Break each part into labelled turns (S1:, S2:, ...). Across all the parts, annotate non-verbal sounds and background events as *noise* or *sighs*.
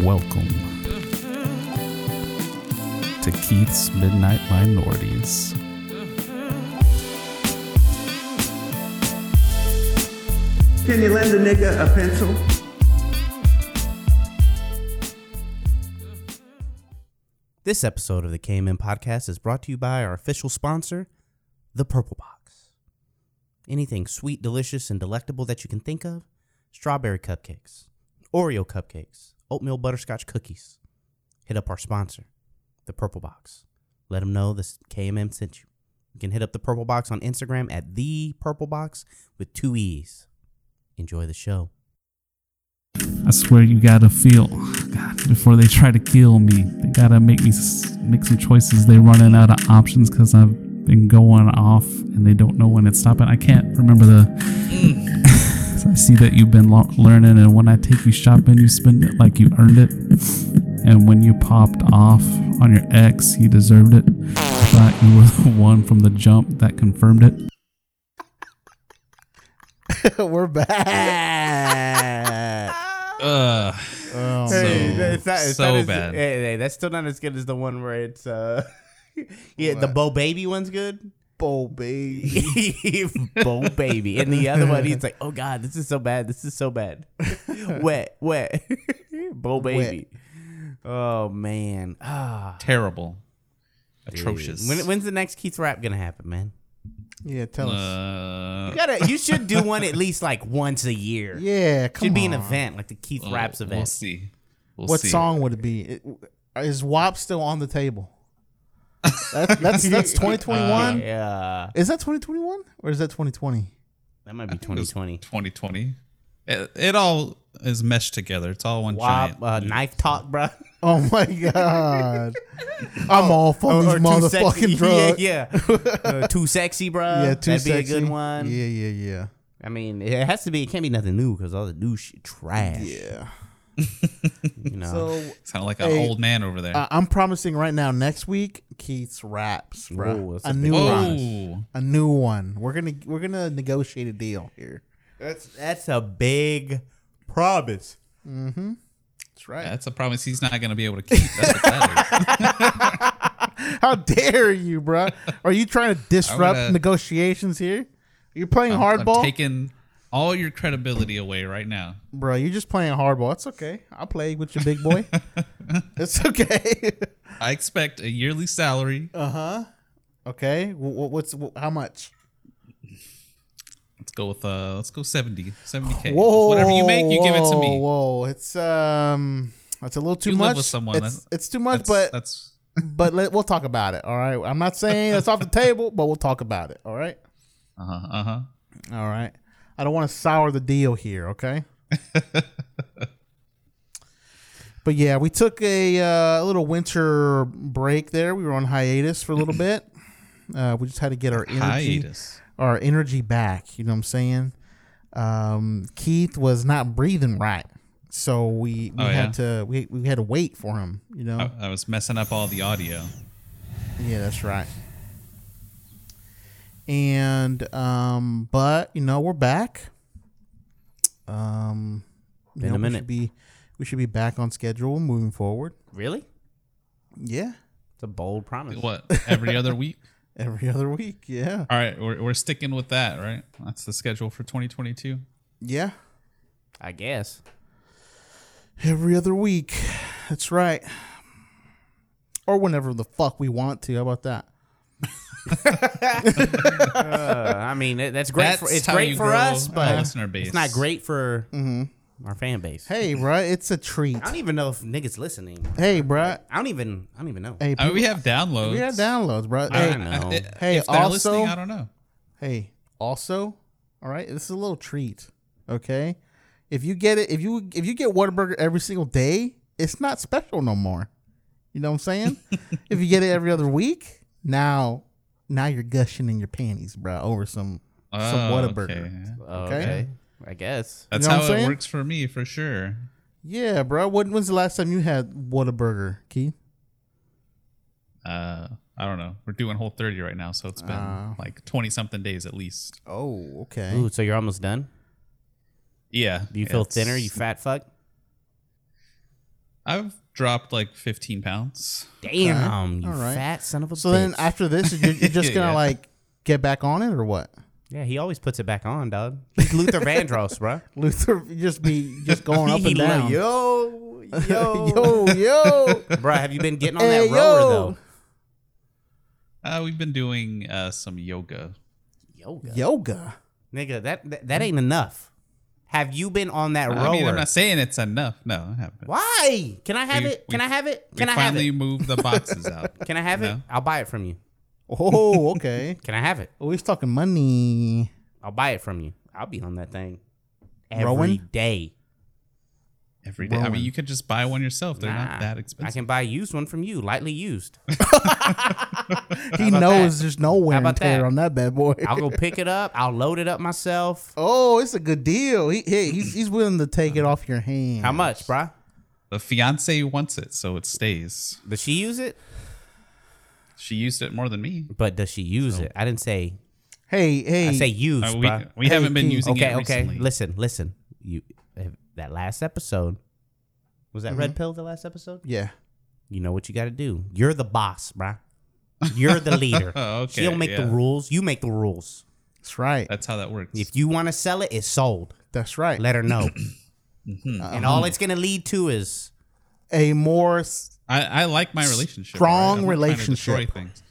S1: Welcome to Keith's Midnight Minorities.
S2: Can you lend a nigga a pencil?
S3: This episode of the KMN podcast is brought to you by our official sponsor, The Purple Box. Anything sweet, delicious, and delectable that you can think of strawberry cupcakes, Oreo cupcakes, oatmeal butterscotch cookies. Hit up our sponsor, The Purple Box. Let them know this KMM sent you. You can hit up The Purple Box on Instagram at The Purple Box with two E's. Enjoy the show.
S1: I swear you gotta feel, God, before they try to kill me, they gotta make me s- make some choices. They're running out of options because I've been going off and they don't know when it's stopping. I can't remember the. So *laughs* I see that you've been lo- learning, and when I take you shopping, you spend it like you earned it. And when you popped off on your ex, he deserved it. Thought you were *laughs* the one from the jump that confirmed it.
S4: *laughs*
S3: We're back.
S5: Uh,
S3: Hey,
S5: So-
S3: that- it's not, it's
S5: so
S3: not as,
S5: bad.
S3: Hey, hey, that's still not as good as the one where it's uh, *laughs* yeah, the
S4: What?
S3: Bo Baby one's good.
S4: Bo baby.
S3: *laughs* Bo Baby, and the other one, he's like, oh god, this is so bad. This is so
S4: *laughs*
S3: bad. wet, wet. *laughs* Bo Baby. Oh man, ah,
S5: terrible,
S3: dude.
S5: atrocious.
S3: When, when's the next Keith rap gonna happen, man?
S4: Yeah, tell us.
S3: You
S5: uh,
S3: gotta, you should do one at least like once a *laughs* year.
S4: Yeah, come
S3: should be
S4: on.
S3: an event like the Keith
S5: well,
S3: Raps
S5: We'll
S3: event.
S5: see. We'll
S4: what
S5: see.
S4: song would it be? It- Is WAP still on the table?
S5: *laughs*
S4: That, that's
S5: Uh,
S4: that's 2021.
S3: Yeah,
S4: is that 2021 or is that 2020?
S3: that might be
S5: It was
S3: 2020.
S5: 2020. It, it all is meshed together. It's all one
S3: Wop,
S5: giant.
S3: uh, knife talk, bro.
S4: Oh my god! I'm
S3: Oh,
S4: all for these motherfucking drugs. *laughs*
S3: *laughs* Yeah, yeah. Uh, too sexy, bro.
S4: Yeah, too
S3: That'd
S4: sexy.
S3: be a good one.
S4: Yeah, yeah,
S3: I mean, it has to be. It can't be nothing new because all the new shit trash.
S4: yeah, yeah.
S3: *laughs* You know.
S4: So
S5: Sound like an
S4: Hey,
S5: old man over there.
S4: I I'm promising right now. Next week, Keith's raps,
S3: Whoa,
S4: bro.
S3: that's a
S4: A
S3: big
S4: new one.
S5: Whoa.
S4: A new one. We're gonna we're gonna negotiate a deal here.
S3: that's that's a big promise.
S4: Mm-hmm. That's right.
S5: That's a promise he's not going to be able to keep. That's what that is.
S4: How dare you, bro? Are you
S5: *laughs*
S4: trying to disrupt
S5: gonna-
S4: negotiations here? You're playing
S5: I'm-
S4: hardball,
S5: I'm taking all your credibility away right now.
S4: bro. You're just playing hardball. It's okay. I'll play with your big
S5: *laughs*
S4: boy. it's okay. *laughs*
S5: I expect a yearly salary.
S4: uh huh. Okay. Wh- wh- What's wh- how much?
S5: Let's go with uh, let's go 70, 70k. Whatever you make, you give it to
S4: whoa,
S5: me.
S4: Whoa, it's um, it's a little too
S5: You
S4: much.
S5: live with someone,
S4: It's,
S5: that's-
S4: it's too much,
S5: That's,
S4: but
S5: that's
S4: *laughs* but let, we'll talk about it. All right. I'm not saying it's off the table, but we'll talk about it. All right.
S5: uh huh, uh huh.
S4: All right. I don't want to sour the deal here,
S5: *laughs*
S4: okay? but yeah, we took a, uh, a little winter break there. We were on hiatus for a little
S5: *clears throat*
S4: bit. Uh, we just had to get our energy
S5: Hiatus.
S4: our energy back, you know what I'm saying? Um, Keith was not breathing right. So we, we
S5: Oh,
S4: had to we, we had to wait for him, you know.
S5: I, I was messing up all the audio.
S4: Yeah, that's right. And um, but you know we're back. Um, you
S3: Been
S4: know,
S3: a
S4: We
S3: minute.
S4: should be we should be back on schedule moving forward.
S3: Really?
S4: Yeah,
S3: It's a bold promise.
S5: What
S4: *laughs*
S5: every other week?
S4: every other week. Yeah,
S5: All right, we're, we're sticking with that, right? That's the schedule for 2022.
S4: yeah,
S3: I guess.
S4: every other week. That's right. Or whenever the fuck we want to. How about that?
S3: Uh, I mean, it, that's great.
S5: That's
S3: for, it's
S5: how
S3: great
S5: you
S3: for
S5: grow
S3: us,
S5: a
S3: but
S5: listener base.
S3: it's not great for
S4: Mm-hmm.
S3: our fan base. *clears throat*
S4: Hey, bruh, it's a treat.
S3: I don't even know if niggas listening.
S4: Hey, bruh.
S3: I don't even. I don't even know.
S4: Hey,
S5: I mean,
S4: people-
S5: Uh, we have downloads.
S4: we have downloads, bruh.
S3: I
S4: Hey,
S3: don't know.
S5: I-
S4: Hey,
S5: if they're
S4: also-
S5: listening, I don't know.
S4: hey also all right this is a little treat okay if you get it if you if you get Whataburger every single day it's not special no more you know what i'm
S5: *laughs*
S4: saying if you get it every other week now now you're gushing in your panties bro over some some
S5: Oh,
S4: Whataburger
S5: okay.
S3: okay.
S4: okay.
S3: I guess.
S5: That's
S4: know what I'm
S5: how it
S4: saying?
S5: works for me, for sure.
S4: yeah bro when, when's the last time you had Whataburger Keith
S5: Uh, I don't know. We're doing whole 30 right now, so it's been
S4: Oh.
S5: like 20 something days at least.
S4: oh okay
S3: Ooh, so you're almost done.
S5: Yeah.
S3: Do you feel
S5: it's-
S3: thinner? You fat fuck.
S5: I've dropped like 15 pounds.
S3: Damn, you
S4: All right.
S3: fat son of a
S4: So
S3: bitch.
S4: then after this, you're, you're
S5: *laughs*
S4: just gonna
S5: Yeah.
S4: like get back on it or what?
S3: yeah, he always puts it back on, dog. He's Luther Vandross, bro.
S4: Luther you just be just going
S3: *laughs*
S4: up and down. Yo,
S3: yo,
S4: *laughs*
S3: yo,
S4: yo, yo.
S3: bro. Have you been getting on
S4: Hey,
S3: that rower
S4: yo.
S3: though?
S5: Uh, we've been doing uh, some yoga.
S3: Yoga,
S4: Yoga.
S3: nigga, that, that that ain't enough. Have you been on that rower?
S5: I mean, I'm not saying it's enough. No, I haven't.
S3: Why? Can I have
S5: We-
S3: it? Can
S5: we-
S3: I have it?
S5: We
S3: Can I have
S5: finally
S3: it?
S5: moved the boxes out.
S3: Can I *laughs* have it?
S5: No.
S3: I'll buy it from you.
S4: Oh, okay.
S3: *laughs* Can I have it?
S4: Always talking money.
S3: I'll buy it from you. I'll be on that thing every
S4: Rowan?
S3: day.
S5: Every day. I mean,
S4: Rowan.
S5: you could just buy one yourself. They're
S3: Nah,
S5: not that
S3: I
S5: expensive.
S3: can buy a used one from you, lightly
S5: *laughs*
S3: used.
S4: He
S3: about
S4: knows
S3: that?
S4: there's no wear and
S3: about
S4: tear
S3: that?
S4: on that bad boy.
S3: I'll go pick it up. I'll load it up myself.
S4: *laughs* Oh, it's a good deal. He, he he's, he's willing to take it off your hand.
S3: How much, bruh?
S5: The fiance wants it, so it stays.
S3: Does she use it?
S5: She used it more than me.
S3: But does she use it? I didn't say.
S4: Hey, hey.
S3: I say use,
S5: Uh, we
S3: bruh.
S5: we haven't been
S4: Keith.
S5: using
S3: Okay,
S5: it
S3: okay.
S5: recently.
S3: Listen, listen. You eh, that last episode was
S4: Mm-hmm.
S3: that red pill. The last episode.
S4: yeah.
S3: You know what you got to do. You're the boss, bruh. You're the leader.
S5: Oh, *laughs* okay,
S3: She'll make the
S5: yeah.
S3: rules. You make the rules.
S4: That's right.
S5: That's how that works.
S3: If you want to sell it, it's sold.
S4: That's right.
S3: Let
S4: *clears throat*
S3: her know.
S5: Mm-hmm.
S3: And all it's going to lead to is
S4: a more s-
S5: I, I like my relationship.
S4: Strong
S5: right? I'm not trying to destroy
S4: relationship.
S5: things.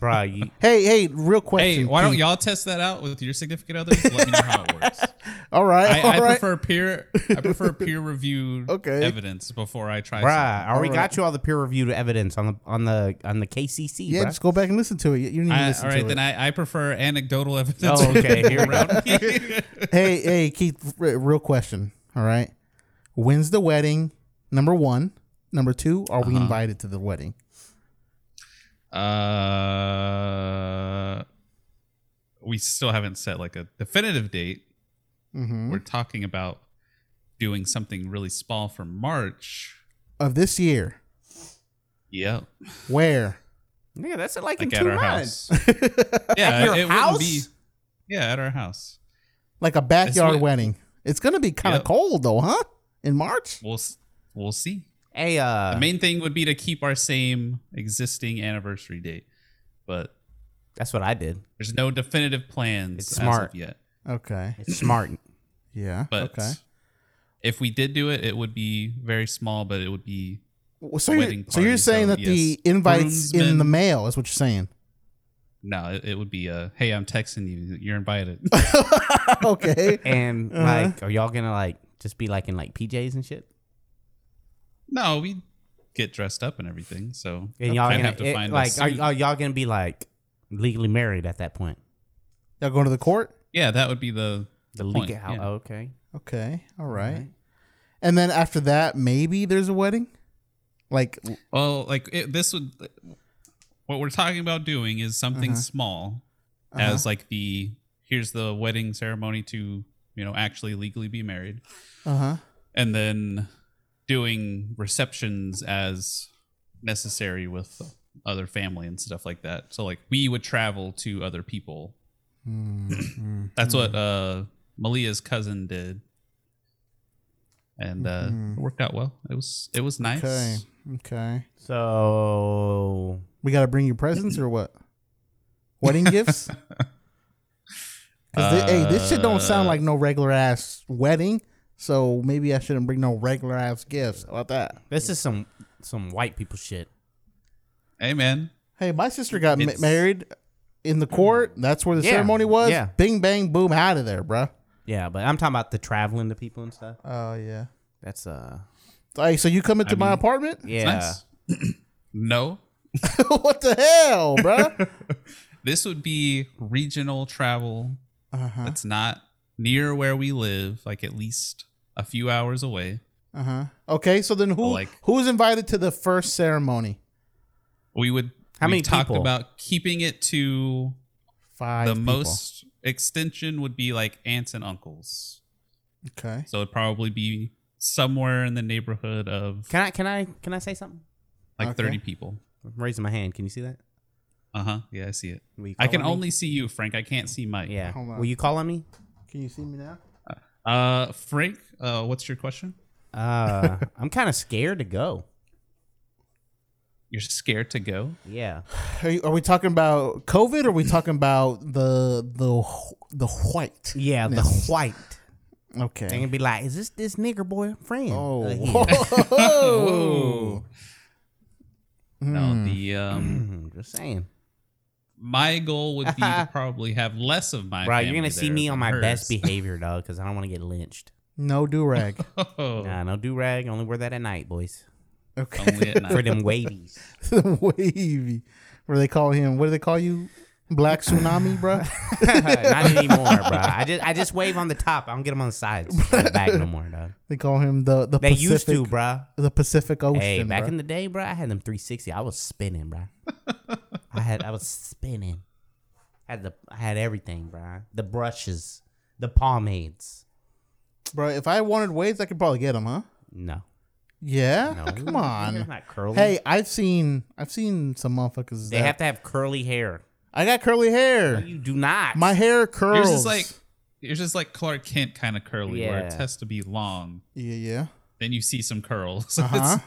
S3: bro, you,
S4: Hey, hey, real question.
S5: Uh, Hey, why don't
S4: Keith.
S5: y'all test that out with your significant other? Just let me know how it works.
S4: *laughs* All right.
S5: I,
S4: all
S5: I
S4: right.
S5: prefer peer.
S4: *laughs*
S5: I prefer peer reviewed
S4: Okay.
S5: evidence before I try.
S3: bruh,
S5: something.
S3: I already
S4: All right.
S3: got you all the peer reviewed evidence on the on the on the KCC.
S4: yeah,
S3: bruh.
S4: just go back and listen to it. You- You need to
S5: I,
S4: listen
S5: all right,
S4: to
S5: then
S4: it.
S5: I, I prefer anecdotal evidence. *laughs*
S3: Oh, okay. Here we go.
S4: *laughs* hey, hey, Keith, r- real question. All right. When's the wedding? Number one. Number two, are
S5: Uh-huh.
S4: we invited to the wedding?
S5: Uh, we still haven't set like a definitive date. Mm-hmm.
S4: Hmm?
S3: Mm-hmm.
S5: We're talking about doing something really small for March.
S4: Of this year.
S5: Yep,
S4: Where?
S3: Nigga, that's like,
S5: like
S3: in
S5: at
S3: two
S5: our
S4: *laughs*
S3: months.
S5: house. yeah,
S3: At your
S5: it
S3: house?
S5: wouldn't be. Yeah, at our house.
S4: Like a backyard
S5: what-
S4: wedding. It's gonna be kind of
S5: Yep.
S4: cold though, huh? In March?
S5: We'll s- we'll see.
S3: Hey, uh,
S5: The main thing would be to keep our same existing anniversary date, but
S3: that's what I did.
S5: there's no definitive plans
S3: It's
S5: as
S3: smart.
S5: of yet.
S4: Okay.
S3: It's smart.
S4: Yeah.
S5: But
S4: okay.
S5: if we did do it, it would be very small, but it would be
S4: Well, So you're,
S5: wedding
S4: so you're
S5: party,
S4: saying
S5: so
S4: that the
S5: yes.
S4: invites in
S5: Groomsmen-
S4: the mail is what you're saying.
S5: no, it, it would be uh, hey, I'm texting you, you're invited.
S4: *laughs* okay. Uh-huh.
S3: And like, are y'all gonna like just be like in like PJs and shit?
S5: no, we get dressed up and everything, so
S3: And y'all
S5: I'd
S3: gonna
S5: have to
S3: it-
S5: find a
S3: like, are,
S5: suit.
S3: are y'all gonna be like legally married at that point?
S4: Y'all going to the court?
S5: yeah, that would be the
S3: The
S5: point,
S3: legal, how
S5: yeah.
S3: oh, okay.
S4: Okay. All right. And then after that, maybe there's a wedding? Like,
S5: Well, like it, this would, what we're talking about doing is something small, as like the here's the wedding ceremony to you know actually legally be married,
S4: uh huh.
S5: and then doing receptions as necessary with other family and stuff like that. So like we would travel to other people.
S3: Mm-hmm.
S5: That's what uh Malia's cousin did. And uh,
S4: Mm-hmm.
S5: it worked out well. It was it was nice.
S4: Hmm. Okay. Okay.
S3: So
S4: We got to bring you presents or what? Wedding gifts? 'Cause thi- hey, this shit don't sound like no regular ass wedding. So maybe I shouldn't bring no regular ass gifts. How about that?
S3: this is some some white people shit.
S5: Hey man,
S4: Hey, my sister got ma-
S5: It's-
S4: married in the court. That's where the
S3: Yeah,
S4: ceremony was.
S3: yeah.
S4: Bing, bang, boom, out of there, bruh.
S3: Yeah, but I'm talking about the traveling to people and stuff.
S4: Oh, yeah.
S3: That's uh,
S4: Hey, so you coming to my apartment? *laughs*
S3: yeah.
S5: Nice. no,
S4: what the hell, bruh?
S5: *laughs* this would be regional travel.
S4: Uh-huh.
S5: That's not near where we live, like at least a few hours away.
S4: Uh-huh. okay, so then who
S5: Like-
S4: who's invited to the first ceremony?
S5: We would.
S3: How
S5: we
S3: many
S5: talked
S3: people?
S5: about keeping it to
S4: Five.
S5: the
S4: people.
S5: most extension would be like aunts and uncles.
S4: Okay.
S5: So it'd probably be somewhere in the neighborhood of
S3: Can I can I can I say something?
S5: like
S4: Okay.
S5: 30 people.
S3: I'm raising my hand. Can you see that?
S5: Uh huh. Yeah, I see it.
S3: Will you
S5: I
S3: call
S5: can
S3: on me?
S5: only see you, Frank. I can't see Mike.
S3: Yeah.
S4: Hold on.
S3: Will you call on me?
S4: Can you see me now?
S5: Uh, Frank, uh, what's your question?
S3: Uh, I'm kind of scared to go.
S5: You're scared to go?
S3: Yeah.
S4: Are, you, are we talking about COVID? Or are we talking about the the wh- the white?
S3: Yeah, the white. They're
S4: Okay.
S3: gonna be like, is this this nigger boy friend? uh,
S4: Oh,
S3: *laughs* here?"
S5: Oh.
S4: Hmm.
S5: No, the um,
S3: Mhm, Just saying.
S5: my goal would
S3: *laughs*
S5: be to probably have less of my.
S3: Bro, you're
S5: family
S3: gonna see
S5: there
S3: me on
S5: than
S3: my best
S5: hers. *laughs*
S3: behavior, dog, because I don't want to get lynched.
S4: no do rag.
S5: Oh,
S3: Nah, no do rag. Only wear that at night, boys.
S4: Okay. *laughs*
S5: only at
S3: For
S5: night.
S3: them wavies.
S4: Wavy. Where they call him? What do they call you? Black tsunami, bruh?
S3: *laughs* Not anymore, bro.
S4: *laughs*
S3: I just I just wave on the top. I don't get them on the sides. On the back no more, dog.
S4: They call him the the
S3: They
S4: Pacific,
S3: used to, bro.
S4: the Pacific Ocean.
S3: Hey, back
S4: bruh.
S3: in the day, bro, I had them 360. I was spinning, bro.
S5: *laughs*
S3: I had I was spinning. I had the I had everything, bro. The brushes, the pomades.
S4: bro. If I wanted waves, I could probably get them, huh?
S3: No,
S4: Yeah,
S3: no,
S4: come on.
S3: It's not curly.
S4: Hey, I've seen I've seen some motherfuckers.
S3: they
S4: that-
S3: have to have curly hair.
S4: I got curly hair.
S3: You do not.
S4: My hair curls.
S5: Yours is like yours is like Clark Kent kind of curly, where it
S3: Yeah.
S5: has to be long.
S4: yeah, yeah.
S5: Then you see some curls. *laughs*
S4: Uh-huh.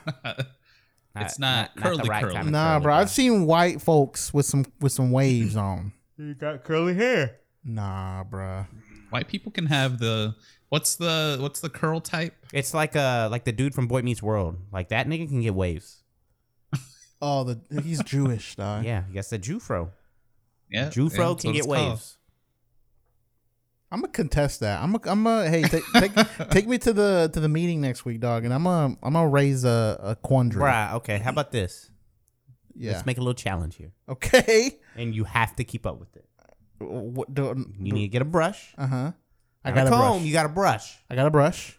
S5: it's not, it's not curly
S3: the right
S5: curly.
S3: kind of
S4: Nah,
S3: curly,
S4: bro. I've seen white folks with some with some waves on.
S3: You got curly hair.
S4: Nah, bro.
S5: white people can have the what's the what's the curl type?
S3: It's like uh like the dude from Boy Meets World. Like that nigga can get waves.
S4: Oh, the he's Jewish, dog.
S3: Yeah, that's the Jufro.
S5: Yeah, yeah,
S3: Jufro
S5: that's
S3: can
S5: what
S3: get
S5: it's called.
S3: waves.
S4: I'm gonna contest that. I'm gonna, I'm gonna, hey, take,
S5: *laughs*
S4: take, take me to the to the meeting next week, dog, and I'm gonna, I'm gonna raise a, a quandary.
S3: Bruh, okay, how about this?
S4: Yeah.
S3: Let's make a little challenge here.
S4: okay.
S3: And you have to keep up with it.
S4: What do?
S3: You need to get a brush.
S4: Uh huh. I
S3: not
S4: got a
S3: comb,
S4: brush.
S3: you got a brush.
S4: I got a brush.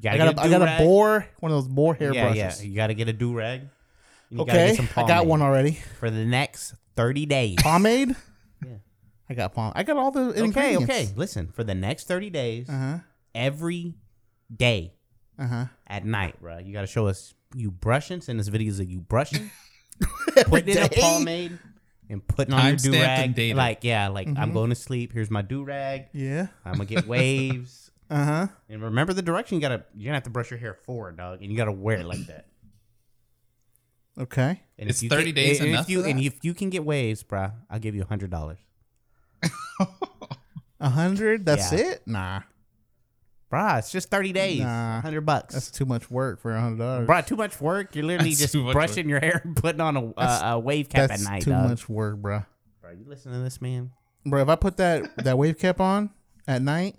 S3: You
S4: I
S3: gotta
S4: got a,
S3: get
S4: I got a
S3: do-rag.
S4: boar, one of those boar hair
S3: yeah,
S4: brushes.
S3: Yeah, you gotta get a do rag.
S4: okay, I got one already.
S3: for the next thirty days.
S4: Pomade.
S3: *laughs* Yeah.
S4: I got pomade. I got all the
S3: okay,
S4: ingredients.
S3: okay. Listen, for the next thirty days,
S4: Uh huh.
S3: every day
S4: Uh huh.
S3: at night, bro, you gotta show us you brushing. Send us videos of
S4: *laughs*
S3: you brushing, putting in a
S4: day?
S3: pomade, and putting on your
S5: Timestamped
S3: do
S5: and
S3: rag.
S5: dated.
S3: Like, yeah, like I'm going to sleep. Here's my do rag.
S4: Mm-hmm. Yeah.
S3: I'm
S4: *laughs*
S3: gonna get waves.
S4: Uh huh.
S3: And remember the direction you gotta you're gonna have to brush your hair forward, dog, and you gotta wear it like that.
S4: Okay.
S3: And
S5: It's 30 days
S3: and
S5: enough
S3: If you
S5: for
S3: and if you can get waves, bruh, I'll give you a hundred dollars.
S4: A hundred. That's
S3: Yeah.
S4: it. Nah.
S3: Bruh, it's just thirty days.
S4: Nah.
S3: hundred bucks.
S4: That's too much work for a hundred dollars.
S3: bruh, too much work. You're literally
S5: That's
S3: just
S5: too much
S3: brushing your hair and putting on a, uh, a wave cap
S4: That's
S3: at night,
S4: too
S3: dog.
S4: much work, bruh.
S3: Bruh, you listen to this man.
S4: Bro, if I put
S5: *laughs*
S4: that that wave cap on at night,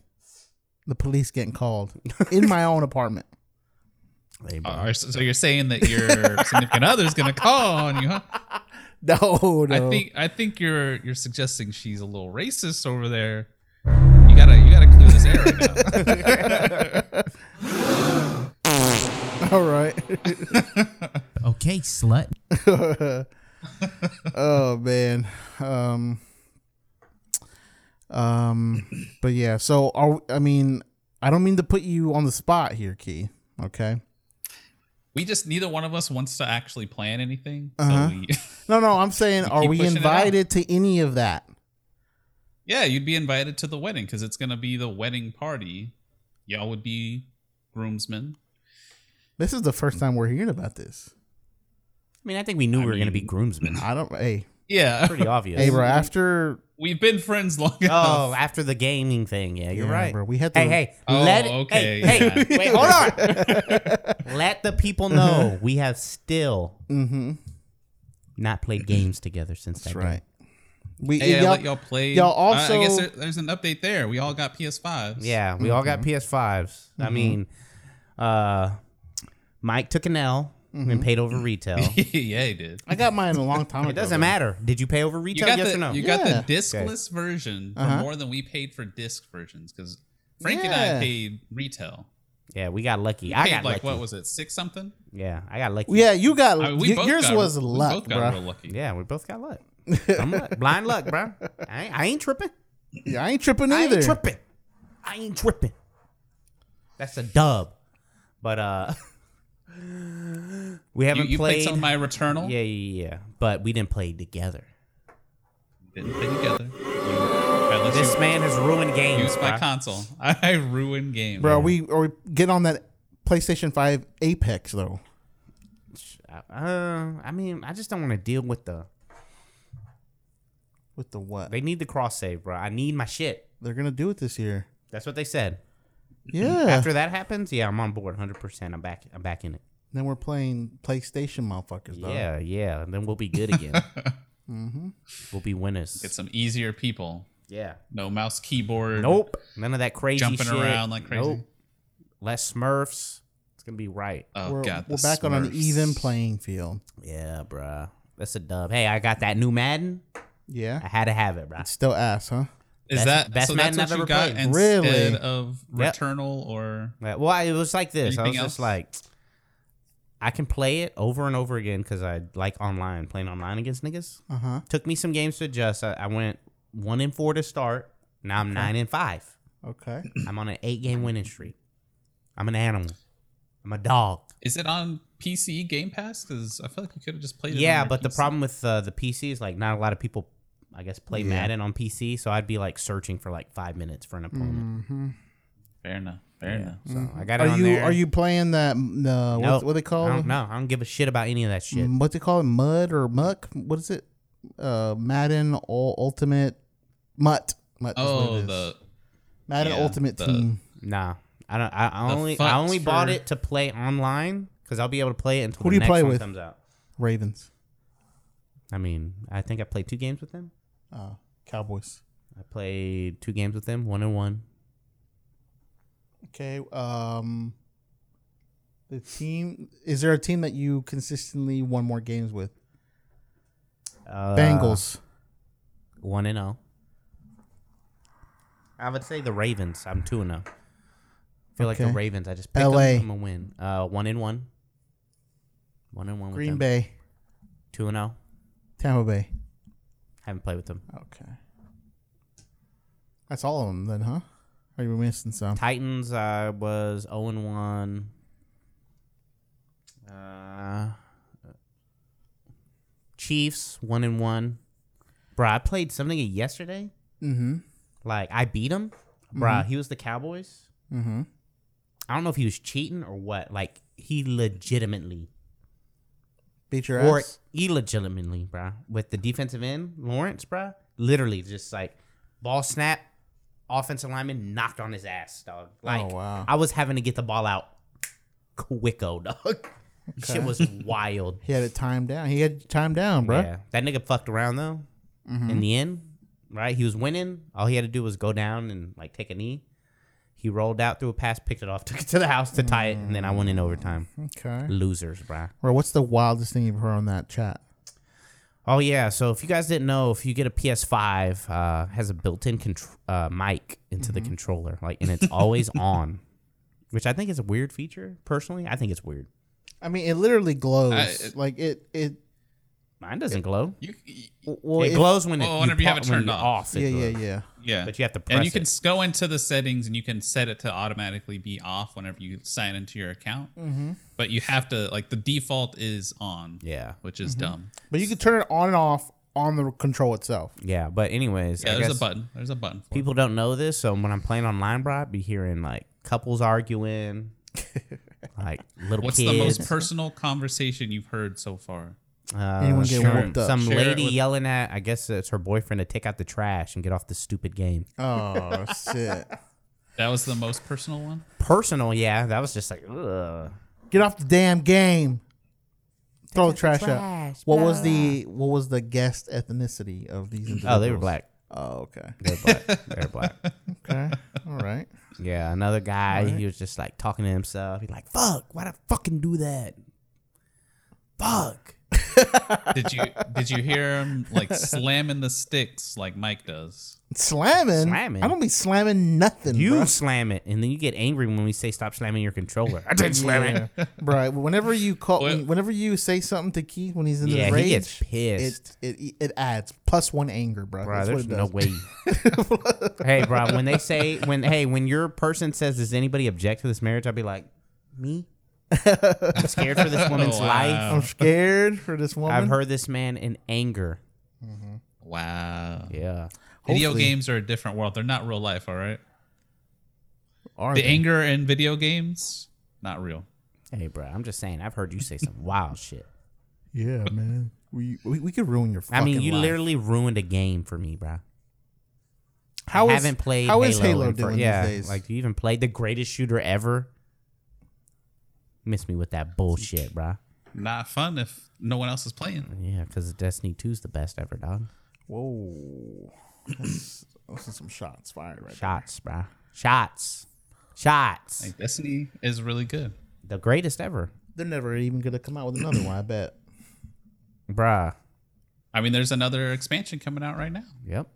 S4: the police getting called in my own
S5: *laughs*
S4: apartment.
S3: Hey, bruh.
S5: Are- so you're saying that your *laughs* significant other's gonna call on you? Huh?
S4: *laughs* No, no.
S5: I think I think you're you're suggesting she's a little racist over there. You gotta you gotta clear this air right now.
S4: All right.
S3: *laughs* Okay, slut.
S4: *laughs* oh man. Um. Um. But yeah. So are I mean, I don't mean to put you on the spot here, Key. Okay.
S5: *laughs* We just neither one of us wants to actually plan anything. So we,
S4: Uh-huh. No, no. I'm saying, are
S5: Oh, You keep
S4: we
S5: pushing it out.
S4: invited to any of that?
S5: yeah, you'd be invited to the wedding because it's gonna be the wedding party. Y'all would be groomsmen.
S4: This is the first time we're hearing about this.
S3: I mean, I think we knew we were gonna be
S5: mean-
S3: groomsmen.
S4: I don't. Hey,
S5: Yeah,
S3: Pretty obvious.
S5: *laughs*
S4: hey, bro. After
S5: we've been friends long
S3: Oh,
S5: enough.
S3: after the gaming thing, yeah, you're
S4: Yeah,
S3: right.
S4: bro, we had
S3: Hey,
S4: to-
S3: hey,
S5: Oh,
S3: let it,
S5: okay,
S3: Hey, hey,
S5: yeah.
S3: wait, hold on. *laughs*
S5: *laughs*
S3: let the people
S4: *laughs*
S3: know we have still not
S5: *laughs*
S3: played games together since
S4: Mm-hmm. that's
S3: that
S4: right. We
S5: Hey, I
S4: y'all-
S5: let y'all play.
S4: y'all
S5: I- I,
S4: also-
S5: guess there, there's an update there. We all got PS5s.
S3: Day. Yeah, we all
S4: Mm-hmm.
S3: got PS5s. I mean, uh, Mike took an L and paid over retail. *laughs* it
S5: yeah, he did.
S4: Mm-hmm. *laughs* I got mine a long time ago.
S3: doesn't
S4: though.
S3: matter. Did you pay over
S5: You
S3: retail?
S5: got
S3: yes
S5: the
S3: or no?
S5: you
S4: Yeah.
S5: got the discless version for
S4: Uh-huh.
S5: more than we paid for disc versions because Frank and
S4: Yeah.
S5: I paid retail.
S3: yeah, we got lucky.
S5: I
S3: I
S5: paid
S3: got
S5: like
S3: lucky.
S5: what was it six something?
S3: yeah, I got lucky.
S4: Yeah, you got
S5: I mean, we
S4: y-
S5: both
S4: yours
S5: got-
S4: was
S5: we
S4: luck,
S5: both got
S4: bro.
S5: real lucky.
S3: yeah, we both
S4: *laughs*
S3: got luck. Some luck. Blind luck, bro. I ain't, I ain't tripping.
S4: Yeah, I ain't tripping
S3: I
S4: either.
S3: ain't tripping. I ain't tripping. That's a dub. But uh *laughs* we
S5: You,
S3: haven't
S5: you played
S3: played.
S5: some of my Returnal.
S3: yeah, yeah, yeah. But we didn't play together.
S5: Didn't play together. You, I let
S3: This
S5: you
S3: man has ruined games.
S5: *laughs* use my
S3: bruh.
S5: console. I ruin games.
S4: Bro, are we are we get on that PlayStation Five Apex though.
S3: Uh, I mean, I just don't want to deal with the.
S4: With the what
S3: They need the cross save, bro. I need my shit.
S4: they're gonna do it this year.
S3: That's what they said.
S4: Yeah.
S3: After that happens, yeah, I'm on board 100%. I'm back I'm back in it.
S4: then we're playing PlayStation motherfuckers though.
S3: Yeah, yeah. And then we'll be good
S5: *laughs*
S3: again.
S4: Mm-hmm.
S3: We'll be winners.
S5: Get some easier people.
S3: yeah.
S5: No mouse keyboard.
S3: Nope. None of that crazy
S5: Jumping
S3: shit.
S5: around like crazy.
S3: Nope. Less Smurfs. It's going to be right.
S5: Oh
S4: we're
S5: god. the
S4: we're back on an
S5: Smurfs.
S4: even playing field.
S3: Yeah, bruh. That's a dub. Hey, I got that new Madden. I
S4: Yeah.
S3: had to have it, bruh.
S4: Still ass, huh?
S5: Is
S3: Best-
S5: that
S3: best
S5: so?
S3: Madden
S5: That's
S3: I've
S5: what you
S3: ever
S5: got
S3: played.
S5: instead
S4: Really?
S5: of
S3: Yep.
S5: Returnal or
S3: Like, Well, it was like this. I was
S5: Anything
S3: just
S5: else?
S3: like, I can play it over and over again because I like online, playing online against niggas.
S4: Uh huh.
S3: Took me some games to adjust. I, I went one and four to start. Now I'm nine and five.
S4: Okay.
S3: I'm on an eight game winning streak. I'm an animal. I'm a dog.
S5: is it on PC Game Pass? Because I feel like you could have just played it.
S3: Yeah,
S5: on your
S3: but the
S5: PC.
S3: problem with uh, the PC is like not a lot of people, I guess, play
S4: Yeah.
S3: Madden on PC. So I'd be like searching for like five minutes for an opponent.
S4: Mm-hmm.
S5: Fair enough. Fair
S3: Yeah,
S5: enough.
S3: so I got it
S4: Mm. Are
S3: on
S4: you
S3: there.
S4: are you playing that the
S3: No.
S4: Uh, what, what they call
S3: I don't
S4: it?
S3: know. I don't give a shit about any of that shit.
S4: What's it called? Mud or muck? What is it? Uh, Madden All Ultimate Mutt. Mutt is what it
S5: Oh,
S4: is.
S5: the
S4: Madden
S5: yeah,
S4: Ultimate
S5: the-
S4: Team.
S3: Nah, I don't. I- I
S5: The
S3: only
S5: fucks
S3: I only bought
S5: for-
S3: it to play online because I'll be able to play it until
S4: Who
S3: the
S4: do you
S3: next
S4: play
S3: one
S4: with?
S3: comes out.
S4: Ravens.
S3: I mean, I think I played two games with them.
S4: Uh, Cowboys.
S3: I played two games with them, one and one.
S4: Okay. Um, the team is there a team that you consistently won more games with?
S3: Uh,
S4: Bengals.
S3: one and zero. I would say the Ravens. I'm two and zero. I feel like
S4: Okay.
S3: the Ravens. I just picked
S4: LA.
S3: them. I'm gonna win. Uh, one and one. One and one.
S4: Green
S3: with them.
S4: Bay.
S3: Two and oh. zero.
S4: Tampa Bay.
S3: Haven't played with them.
S4: Okay. That's all of them then, huh? Are you missing some?
S3: Titans. I was zero and one. Uh, Chiefs one and one. Bro, I played something yesterday.
S4: Mm-hmm.
S3: Like I beat him. Bro, he was the Cowboys.
S4: Mm-hmm.
S3: I don't know if he was cheating or what. Like he legitimately
S4: Beat your
S3: or
S4: ass.
S3: illegitimately, bruh. With the defensive end, Lawrence, bruh, literally just like ball snap, offensive lineman knocked on his ass, dog. Like
S4: Oh, wow.
S3: I was having to get the ball out quicko, *laughs* dog. Shit was
S4: *laughs*
S3: wild.
S4: He had it timed down. He had it timed down, bro.
S3: Yeah. That nigga fucked around though.
S4: Mm-hmm.
S3: In the end, right? He was winning. All he had to do was go down and like take a knee. He rolled out, threw a pass, picked it off, *laughs* took it to the house to tie it, and then I won in overtime.
S4: Mm-hmm. Okay.
S3: Losers, bruh.
S4: Or what's the wildest thing you've heard on that chat?
S3: Oh yeah, so if you guys didn't know, if you get a PS5, uh, it has a built-in contr uh, mic into
S5: Mm-hmm.
S3: the controller, like, and
S5: *laughs*
S3: it's always on, which I think is a weird feature. Personally, I think it's weird.
S4: I mean, it literally glows.
S5: I- it-
S4: like it, it.
S3: Mine doesn't glow.
S5: you,
S4: w- Well,
S3: it
S4: it-
S3: glows when it,
S5: Oh, whenever you have
S3: pop-
S5: it
S3: when
S5: turned
S3: you're
S5: off.
S3: it
S4: Yeah, yeah,
S3: glows.
S4: yeah.
S5: yeah.
S3: But you have to press
S5: and you can
S3: it.
S5: s- go into the settings and you can set it to automatically be off whenever you sign into your account. Mm-hmm. But you have to like the default is on.
S3: Yeah.
S5: which is dumb.
S4: Mm-hmm. But you can turn it on and off on the control
S3: *laughs*
S4: itself.
S3: Yeah, but anyways,
S5: Yeah,
S3: I
S5: there's
S3: guess
S5: a button. There's a button. For
S3: people don't know this, so when I'm playing online, bro, I'd be hearing like couples
S5: *laughs*
S3: arguing, like
S5: it.
S3: little
S5: What's
S3: kids.
S5: the most personal conversation you've heard so far?
S3: Uh,
S4: Anyone get
S3: sure.
S4: whooped up.
S3: Some
S5: Share it
S3: lady
S5: with-
S3: yelling at, I guess it's her boyfriend to take out the trash and get off the stupid game.
S4: Oh shit!
S5: That was the most personal one.
S3: Personal, yeah, that was just like, ugh.
S4: Get off the damn game. Throw the trash, out.
S3: trash,
S4: What was the what was the guest ethnicity of these?
S5: Mm-hmm.
S3: Oh, they were
S4: individuals?
S3: black.
S4: Oh, okay.
S3: They were black. they were black.
S4: *laughs* Okay. All right.
S3: Yeah, another guy, he was just like talking to himself. He's like, fuck, why'd I fucking do that? Fuck.
S5: Did you did you hear him
S4: *laughs*
S5: like slamming the sticks like Mike does?
S4: Slamming.
S3: Slamming.
S4: I don't be slamming nothing.
S3: You
S4: bruh.
S3: slam it, and then you get angry when we say stop slamming your
S4: *laughs*
S3: controller. I didn't slam it.
S4: Right. Whenever you call,
S5: Well-
S4: whenever you say something to Keith when he's in
S3: Yeah,
S4: the
S3: he
S4: rage,
S3: gets pissed.
S4: It, it it adds plus one anger, bro.
S3: Bro,
S4: That's what
S3: there's
S4: it
S3: no
S4: does. *laughs*
S3: way. hey, bro, when they say, when hey, when your person says, does anybody object to this marriage? I'd be like, me? I'm
S4: *laughs*
S3: scared for this woman's
S5: Wow.
S3: life.
S4: Oh, I'm scared for this woman. Mm-hmm.
S3: I've heard this man in anger.
S5: Wow.
S3: Yeah.
S5: Video
S4: Hopefully.
S5: games are a different world. They're not real life, all right?
S4: Are
S5: The
S4: they?
S5: anger in video games Not real.
S3: Hey, bro, I'm just saying. I've heard you say
S5: *laughs*
S3: some wild shit.
S4: Yeah, man. We, we we could ruin your. Fucking
S3: I mean, you
S4: life.
S3: literally ruined a game for me, bro.
S4: How
S3: I
S4: is-
S3: haven't played.
S4: How
S3: Halo
S4: is Halo
S3: in for-
S4: doing these
S3: yeah,
S4: days?
S3: Like, you even played the greatest shooter ever? Miss me with that bullshit, bro.
S5: Not fun if no one else is playing.
S3: Yeah, because Destiny 2's the best ever, dog.
S4: whoa. That's, those are some shots fired right
S3: Shots, bro. Shots. Shots.
S5: Like Destiny is really good.
S3: The greatest ever,
S4: They're never even gonna come out with another one. I bet.
S3: bruh.
S5: I mean, there's another expansion coming out right now.
S3: Yep.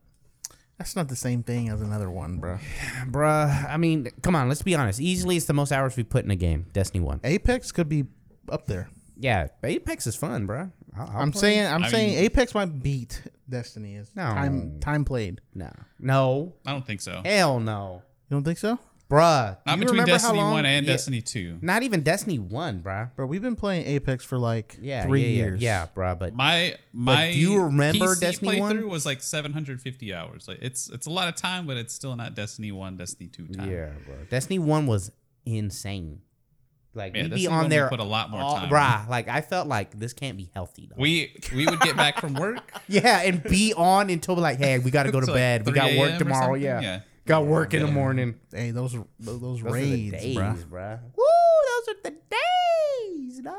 S4: That's not the same thing as another one, bro.
S3: *sighs* Bruh, I mean, come on, let's be honest. Easily, it's the most hours we put in a game. Destiny 1.
S4: Apex could be up there.
S3: Yeah, Apex is fun, bruh. I'll, I'll
S4: I'm
S3: play.
S4: saying. I'm
S5: I
S4: saying
S5: mean-
S4: Apex might beat Destiny. Is
S3: No.
S4: time time played.
S3: No. No.
S5: I don't think so.
S3: Hell no.
S4: You don't think so,
S3: Bruh.
S5: Not
S3: you
S5: between
S3: remember how
S5: Destiny
S3: long-
S5: 1 and
S3: Yeah,
S5: Destiny 2.
S3: Not even Destiny 1, bruh.
S4: bro? We've been playing Apex for like
S3: Yeah.
S4: three
S3: yeah, yeah,
S4: years.
S3: Yeah, bruh. But
S5: My my
S3: do you remember
S5: PC
S3: Destiny one?
S5: playthrough was like 750 hours. Like it's it's a lot of time, but it's still not Destiny 1, Destiny 2 time.
S3: yeah, bruh. Destiny 1 was insane. Like,
S5: Yeah,
S3: we'd
S5: Destiny
S3: be on
S5: 1
S3: there.
S5: we put a lot more
S3: all-
S5: time.
S3: Bruh. Like, I felt like this can't be healthy, though.
S5: We we would get back from work.
S3: *laughs* Yeah, and be on until like, hey, we got to go to
S5: *laughs* Till, like,
S3: bed. we
S5: 3
S3: got
S5: a.m.
S3: work
S5: or
S3: tomorrow.
S5: something?
S3: Yeah.
S5: Yeah.
S3: got work in the morning.
S4: Hey, those those, those
S3: Those
S4: raids,
S3: are the days,
S4: bro.
S3: bruh. Woo, those are the days, dog.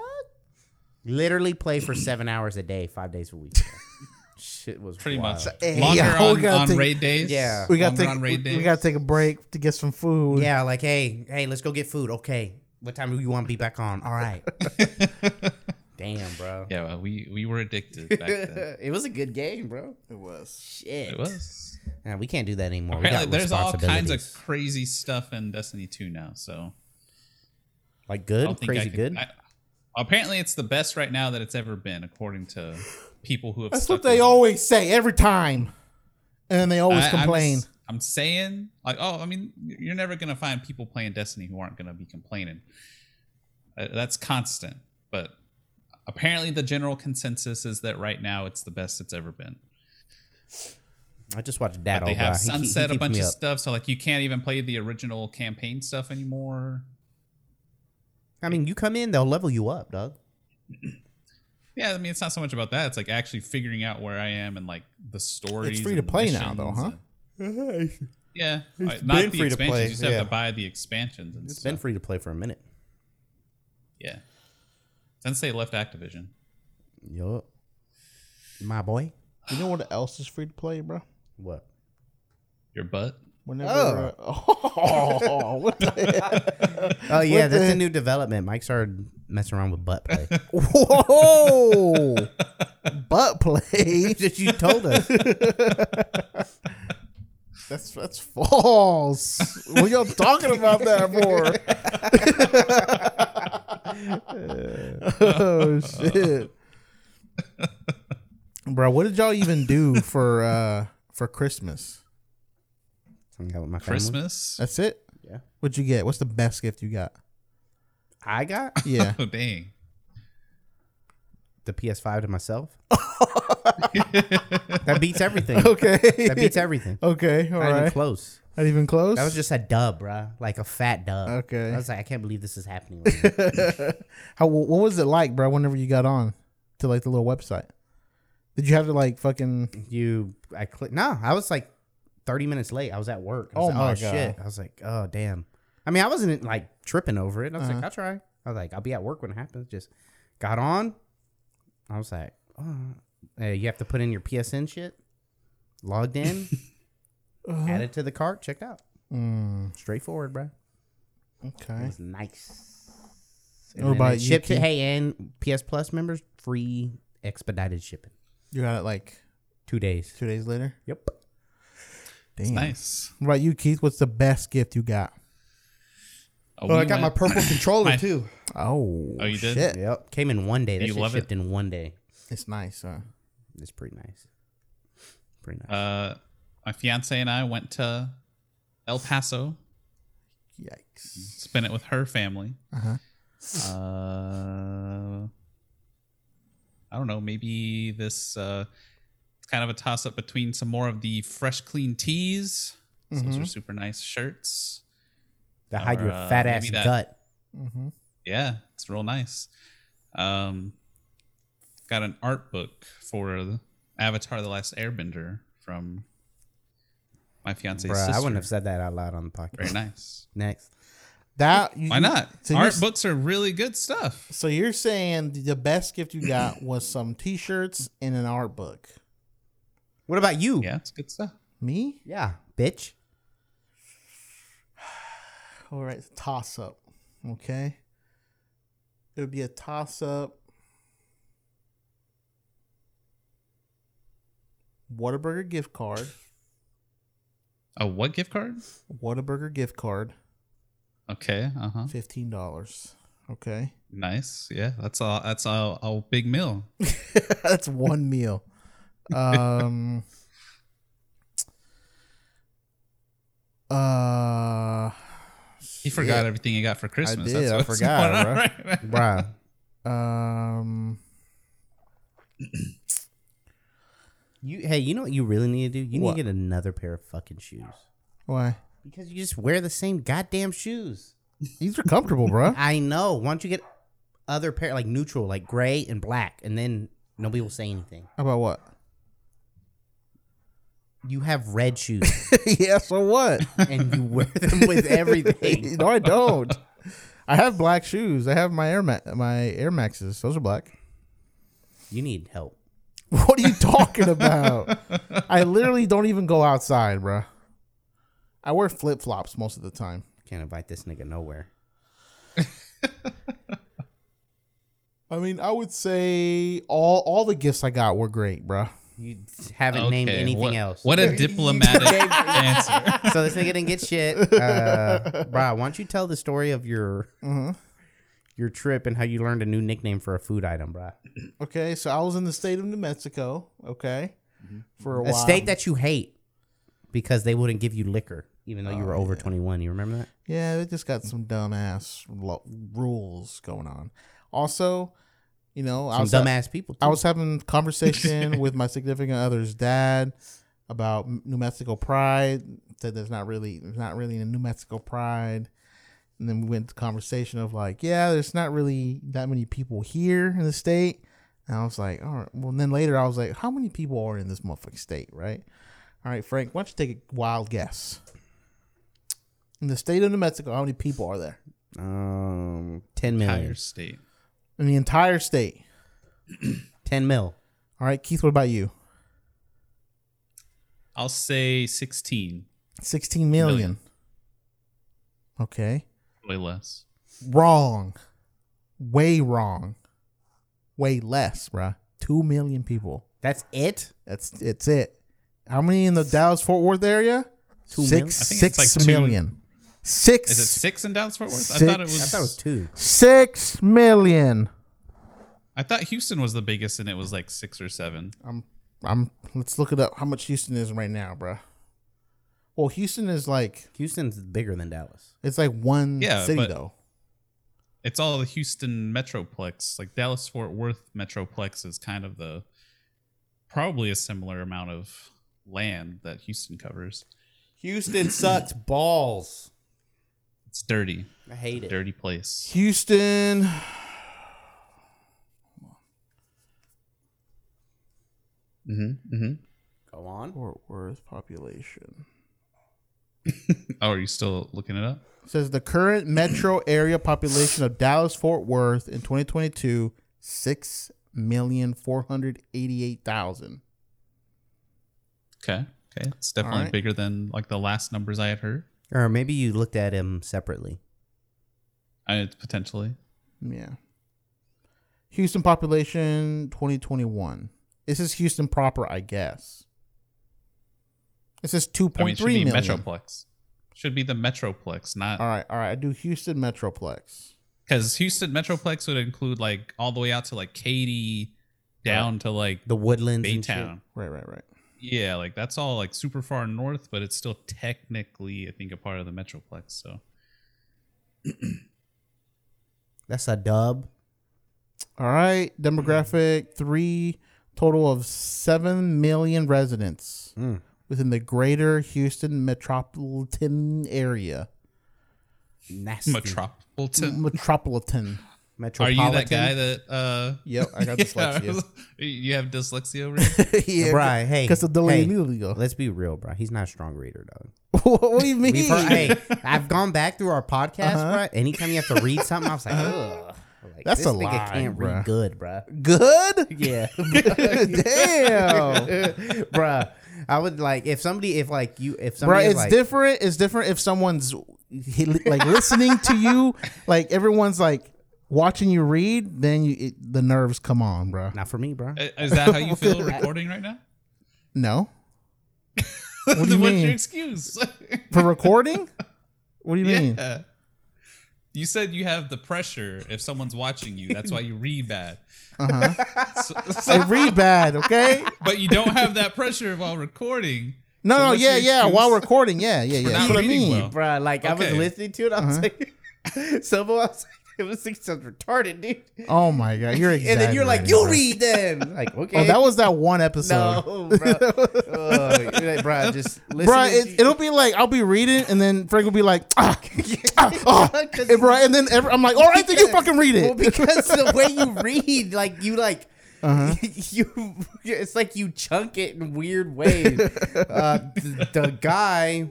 S3: Literally play for seven hours a day, five days
S4: *laughs*
S3: a week. bruh. Shit was
S5: Pretty
S3: wild.
S5: much.
S4: Hey,
S5: Longer
S4: yo, we
S5: on,
S4: gotta
S5: on
S4: take-
S5: raid days.
S3: Yeah.
S4: We got
S5: Longer on raid
S4: to
S5: days.
S4: we got to take a break to get some food.
S3: Yeah, like hey, hey, let's go get food. Okay, what time do you want to be back on? All
S5: *laughs*
S3: right. Damn, bro.
S5: yeah, well, we we were addicted *laughs* back
S3: *laughs*
S5: then.
S3: it was a good game, bro.
S4: it was.
S3: Shit.
S5: It was.
S3: Nah, we can't do that anymore. We
S5: Apparently,
S3: got
S5: there's all kinds of
S3: responsibilities.
S5: crazy stuff in Destiny 2 now. So
S3: like
S5: I don't
S3: good,
S5: think I
S3: crazy
S5: could-
S3: good.
S5: I- apparently, it's the best right now that it's ever been, according to people who have.
S4: That's
S5: stuck
S4: what they
S5: with it.
S4: always say every time, and then they always
S5: I- I'm
S4: complain.
S5: s- I'm, saying, like, oh, I mean, you're never gonna find people playing Destiny who aren't gonna be complaining. Uh, that's constant. But apparently, the general consensus is that right now it's the best it's ever been.
S3: I just watched Dad.
S5: they
S3: all
S5: have
S3: day. He keep- he
S5: sunset a
S3: keeps
S5: bunch
S3: me
S5: of
S3: up.
S5: stuff, so like you can't even play the original campaign stuff anymore.
S3: I mean, you come in, they'll level you up, dog.
S5: Yeah, I mean, it's not so much about that. It's like actually figuring out where I am and like the story.
S4: It's free to play now, though, huh?
S5: yeah,
S3: It's
S5: not
S3: been free
S5: the
S3: to
S5: expansions.
S3: play,
S5: You just have
S3: yeah.
S5: to buy the expansions and
S3: It's
S5: stuff.
S3: been free to play for a minute.
S5: Yeah. Since they left Activision.
S3: Yup. My boy.
S4: You know what else is free to play, bro?
S3: What?
S5: Your butt?
S4: Whenever, oh, *laughs* what the
S3: Oh yeah, that's
S4: the-
S3: a new development. Mike started messing around with butt play.
S4: *laughs* Whoa!
S5: *laughs*
S4: Butt play.
S3: that you told us.
S4: *laughs* That's that's false. what y'all talking about that
S5: *laughs*
S3: *laughs*
S4: for? *laughs* oh shit, bro! What did y'all even do for uh for Christmas?
S3: Hung out with my family.
S5: Christmas?
S4: That's it.
S3: Yeah.
S4: What'd you get? What's the best gift you got? *laughs*
S3: I got
S4: Yeah.
S5: *laughs* Oh, dang.
S3: the PS5
S4: *laughs*
S3: to myself. that beats everything.
S4: okay.
S3: That beats everything.
S4: okay. All
S3: Not even
S4: right.
S3: close.
S4: Not even close.
S3: That was just a dub, bruh. Like a fat dub.
S4: Okay.
S3: I was like, I can't believe this
S4: *laughs*
S3: is happening. Right now.
S4: How what was it like, bro? Whenever you got on to like the little website, did you have to like fucking?
S3: you I click no, I was like thirty minutes late. I was at work. I was
S4: Oh
S3: like,
S4: my
S3: shit. I was like, oh damn. I mean I wasn't like tripping over it. I was
S4: Uh-huh.
S3: like, I'll try. I was like, I'll be at work when it happens. Just got on. I was like, oh uh, you have to put in your PSN shit. Logged
S4: *laughs*
S3: in, added to the cart, checked out.
S4: Mm,
S3: Straightforward, bro. It
S4: okay.
S3: was nice.
S4: What
S3: then
S4: about
S3: it
S4: you,
S3: shipped to
S4: Keith?
S3: hey and PS Plus members free expedited shipping.
S4: You got it like
S3: Two days.
S4: two days later.
S3: Yep.
S4: Damn.
S5: Nice.
S4: What about you, Keith? What's the best gift you got?
S5: Oh,
S3: Well,
S5: we
S3: I got my
S5: went- *laughs*
S3: purple controller
S5: My-
S3: too.
S4: Oh.
S5: Oh, you did?
S4: Shit.
S3: Yep. Came in one day. That
S5: You
S3: shit
S5: love it?
S3: shipped in one day.
S4: It's nice. uh, Huh?
S3: It's pretty nice. Pretty nice.
S5: Uh, my fiance and I went to El Paso,
S4: Yikes.
S5: spent it with her family.
S4: Uh-huh.
S5: Uh, I don't know. Maybe this uh, it's kind of a toss up between some more of the fresh, clean
S4: Mm-hmm.
S5: teas. Those are super nice shirts.
S3: to hide
S5: or,
S3: your
S5: uh,
S3: fat ass
S5: maybe that-
S3: gut.
S4: Mm-hmm.
S5: Yeah, it's real nice. Um, got an art book for the Avatar: The Last Airbender from my fiance's
S3: Bruh,
S5: sister.
S3: I wouldn't have said that out loud on the podcast.
S5: Very nice.
S3: Next.
S4: That you,
S5: Why not?
S4: So you're
S5: art
S4: s-
S5: books are really good stuff.
S4: So you're saying the best gift you got *coughs* was some T-shirts and an art book.
S3: What about you?
S5: Yeah, it's good stuff.
S4: Me?
S3: Yeah, bitch.
S4: All right, toss up. Okay. It would be a toss up. Whataburger gift card.
S5: A what gift card?
S4: Whataburger gift card.
S5: Okay, uh huh.
S4: Fifteen dollars. Okay. *laughs*
S5: Nice. Yeah, that's all. That's all. A big meal.
S4: That's one meal. Um uh
S5: He forgot everything he got for Christmas.
S4: did, I
S5: That's what's
S4: forgot,
S5: going
S4: bro.
S5: on right now.
S3: Bruh.
S5: *laughs*
S4: um
S3: You hey, you know what you really need to do? You
S4: What?
S3: need to get another pair of fucking shoes.
S4: why?
S3: Because you just wear the same goddamn shoes.
S4: These are comfortable, bro.
S3: *laughs* I know. Why don't you get other pair like neutral, like gray and black, and then nobody will say anything.
S4: About what?
S3: You have red shoes
S4: *laughs* yeah, so what?
S3: and you wear them with everything.
S4: *laughs* no, I don't. I have black shoes. I have my Air Ma- my Air Maxes. Those are black.
S3: You need help.
S4: What are you talking about? I literally don't even go outside, bruh. I wear flip flops most of the time.
S3: Can't invite this nigga nowhere.
S4: *laughs* I mean, I would say all all the gifts I got were great, bruh.
S3: You haven't named
S5: Okay,
S3: anything
S5: what,
S3: else.
S5: What
S3: *laughs*
S5: a diplomatic answer.
S3: so this nigga didn't get shit.
S4: *laughs*
S3: *laughs* Uh, bro, why don't you tell the story of your your trip and how you learned a new nickname for a food item, bro?
S4: Okay, so I was in the state of New Mexico. Okay, for a,
S3: A
S4: while.
S3: state that you hate because they wouldn't give you liquor even though you were over 21. You remember that?
S4: Yeah, they just got some dumbass lo- rules going on. Also, you know, I
S3: Some
S4: was
S3: dumbass people.
S4: I
S3: too.
S4: was having
S3: *laughs*
S4: conversation with my significant other's dad about M- New Mexico Pride. Said there's not really there's not really a New Mexico Pride. And then we went to conversation of like, yeah, there's not really that many people here in the state. And I was like, all right. Well, and then later I was like, how many people are in this motherfucking state, right? All right, Frank, why don't you take a wild guess? In the state of New Mexico, how many people are there?
S3: um 10
S5: Entire
S3: million.
S5: state.
S4: In the entire
S3: *clears throat*
S4: state.
S3: 10 mil.
S4: All right, Keith, what about you?
S5: I'll say sixteen.
S4: 16 million.
S5: Million.
S4: Okay.
S5: Way less.
S4: Wrong. Way wrong. Way less, bruh. Two million people.
S3: That's it?
S4: That's it's it. How many in the Dallas Fort Worth area?
S3: Two
S4: Six
S3: million? I
S5: think it's
S4: six
S5: like two-
S4: million. Six
S5: Is it six in Dallas Fort Worth? I thought it
S4: Six.
S5: was.
S3: I thought it was two.
S4: six million.
S5: I thought Houston was the biggest, and it was like six or seven.
S4: I'm I'm let's look it up how much Houston is right now, bruh. Well, Houston is like
S3: Houston's bigger than Dallas.
S4: it's like one
S5: Yeah,
S4: city
S5: but-
S4: though.
S5: It's all the Houston metroplex, like Dallas Fort Worth metroplex, is kind of the probably a similar amount of land that Houston covers.
S3: Houston sucks balls.
S5: It's dirty,
S3: I hate it.
S5: dirty place.
S4: Houston.
S5: Mm-hmm. Mm-hmm.
S3: Go on.
S4: Fort Worth population.
S5: Oh, are you still looking it up?
S4: says the current metro area population of Dallas Fort Worth in 2022 six million four hundred eighty eight thousand.
S5: Okay. Okay. It's definitely
S4: right.
S5: bigger than like the last numbers I had heard.
S3: Or maybe you looked at him separately.
S5: I, uh, potentially.
S4: Yeah. Houston population 2021. This is Houston proper, I guess. This is two
S5: I mean, it
S4: point
S5: should
S4: three
S5: be
S4: million.
S5: metroplex. Should be the metroplex, not
S4: All right, all right. I do Houston Metroplex.
S5: because Houston Metroplex would include like all the way out to like Katy, down to like
S3: The Woodlands. and shit.
S5: Baytown.
S4: Right, right, right.
S5: Yeah, like that's all like super far north, but it's still technically, I think, a part of the Metroplex. So
S3: That's a dub.
S4: All right. Demographic three, total of seven million residents
S3: Mm.
S4: within the greater Houston metropolitan area.
S3: Nasty.
S5: Metropolitan.
S4: Metropolitan.
S5: Are
S3: Metropolitan.
S5: you that guy that? uh
S4: Yep, I got
S5: *laughs* yeah,
S4: dyslexia.
S5: You have dyslexia, Rick?
S4: yeah,
S3: Bri, hey,
S4: because the delay
S3: hey.
S4: illegal.
S3: Let's be real, bro. He's not a strong reader, dog.
S4: *laughs* what do you mean? Uh-huh.
S3: We've heard, hey, I've gone back through our podcast, bruh. Anytime you have to read something, I was like, ugh. Like,
S4: That's
S3: this
S4: a
S3: nigga
S4: lie,
S3: can't
S4: bruh.
S3: read good, bruh.
S4: Good.
S3: *laughs*
S4: *laughs*
S3: Yeah.
S4: Damn.
S3: bruh. I would like if somebody if like you if
S4: Bro,
S3: somebody
S4: it's
S3: like,
S4: different. It's different if someone's he- like listening to you, like everyone's like watching you read. Then you, it, the nerves come on, bro.
S3: not for me, bruh.
S5: Is that how you feel recording right now?
S4: *laughs*
S5: *laughs*
S4: No, do
S5: What
S4: you
S5: *laughs* What's
S4: mean?
S5: your excuse?
S4: for recording. What do you mean?
S5: yeah. Uh, You said you have the pressure if someone's watching you. That's
S4: *laughs*
S5: why you read bad.
S4: Uh-huh.
S5: So- so-
S4: I read bad. Okay.
S5: *laughs* but you don't have that pressure while recording.
S4: No,
S5: So
S4: no,
S5: what's
S4: yeah,
S5: your
S4: yeah.
S5: excuse?
S4: While recording, yeah, yeah, yeah.
S5: not
S4: That's what I
S5: reading
S4: mean.
S5: well.
S3: Bruh, like I was
S5: Okay.
S3: listening to it, I
S4: Uh-huh.
S3: was like *laughs* someone I was like, it was like sounds retarded, dude.
S4: Oh my god, you're
S3: And then you're like,
S4: exaggerating,
S3: you
S4: bro.
S3: read then. Like, okay.
S4: *laughs* Oh, that was that one episode. *laughs*
S3: no, bro. Oh, you're like, bruh, just listen.
S4: Bro, it, it'll be like I'll be reading, and then Frank will be like, ah, ah, *laughs* oh. and, bro, and then every, I'm like, "Oh, all right, then you fucking read
S3: Well,
S4: *laughs* it.
S3: because the way you read, like you like.
S4: Uh-huh.
S3: *laughs* You, it's like you chunk it in
S4: *laughs*
S3: weird ways. Uh, the, the guy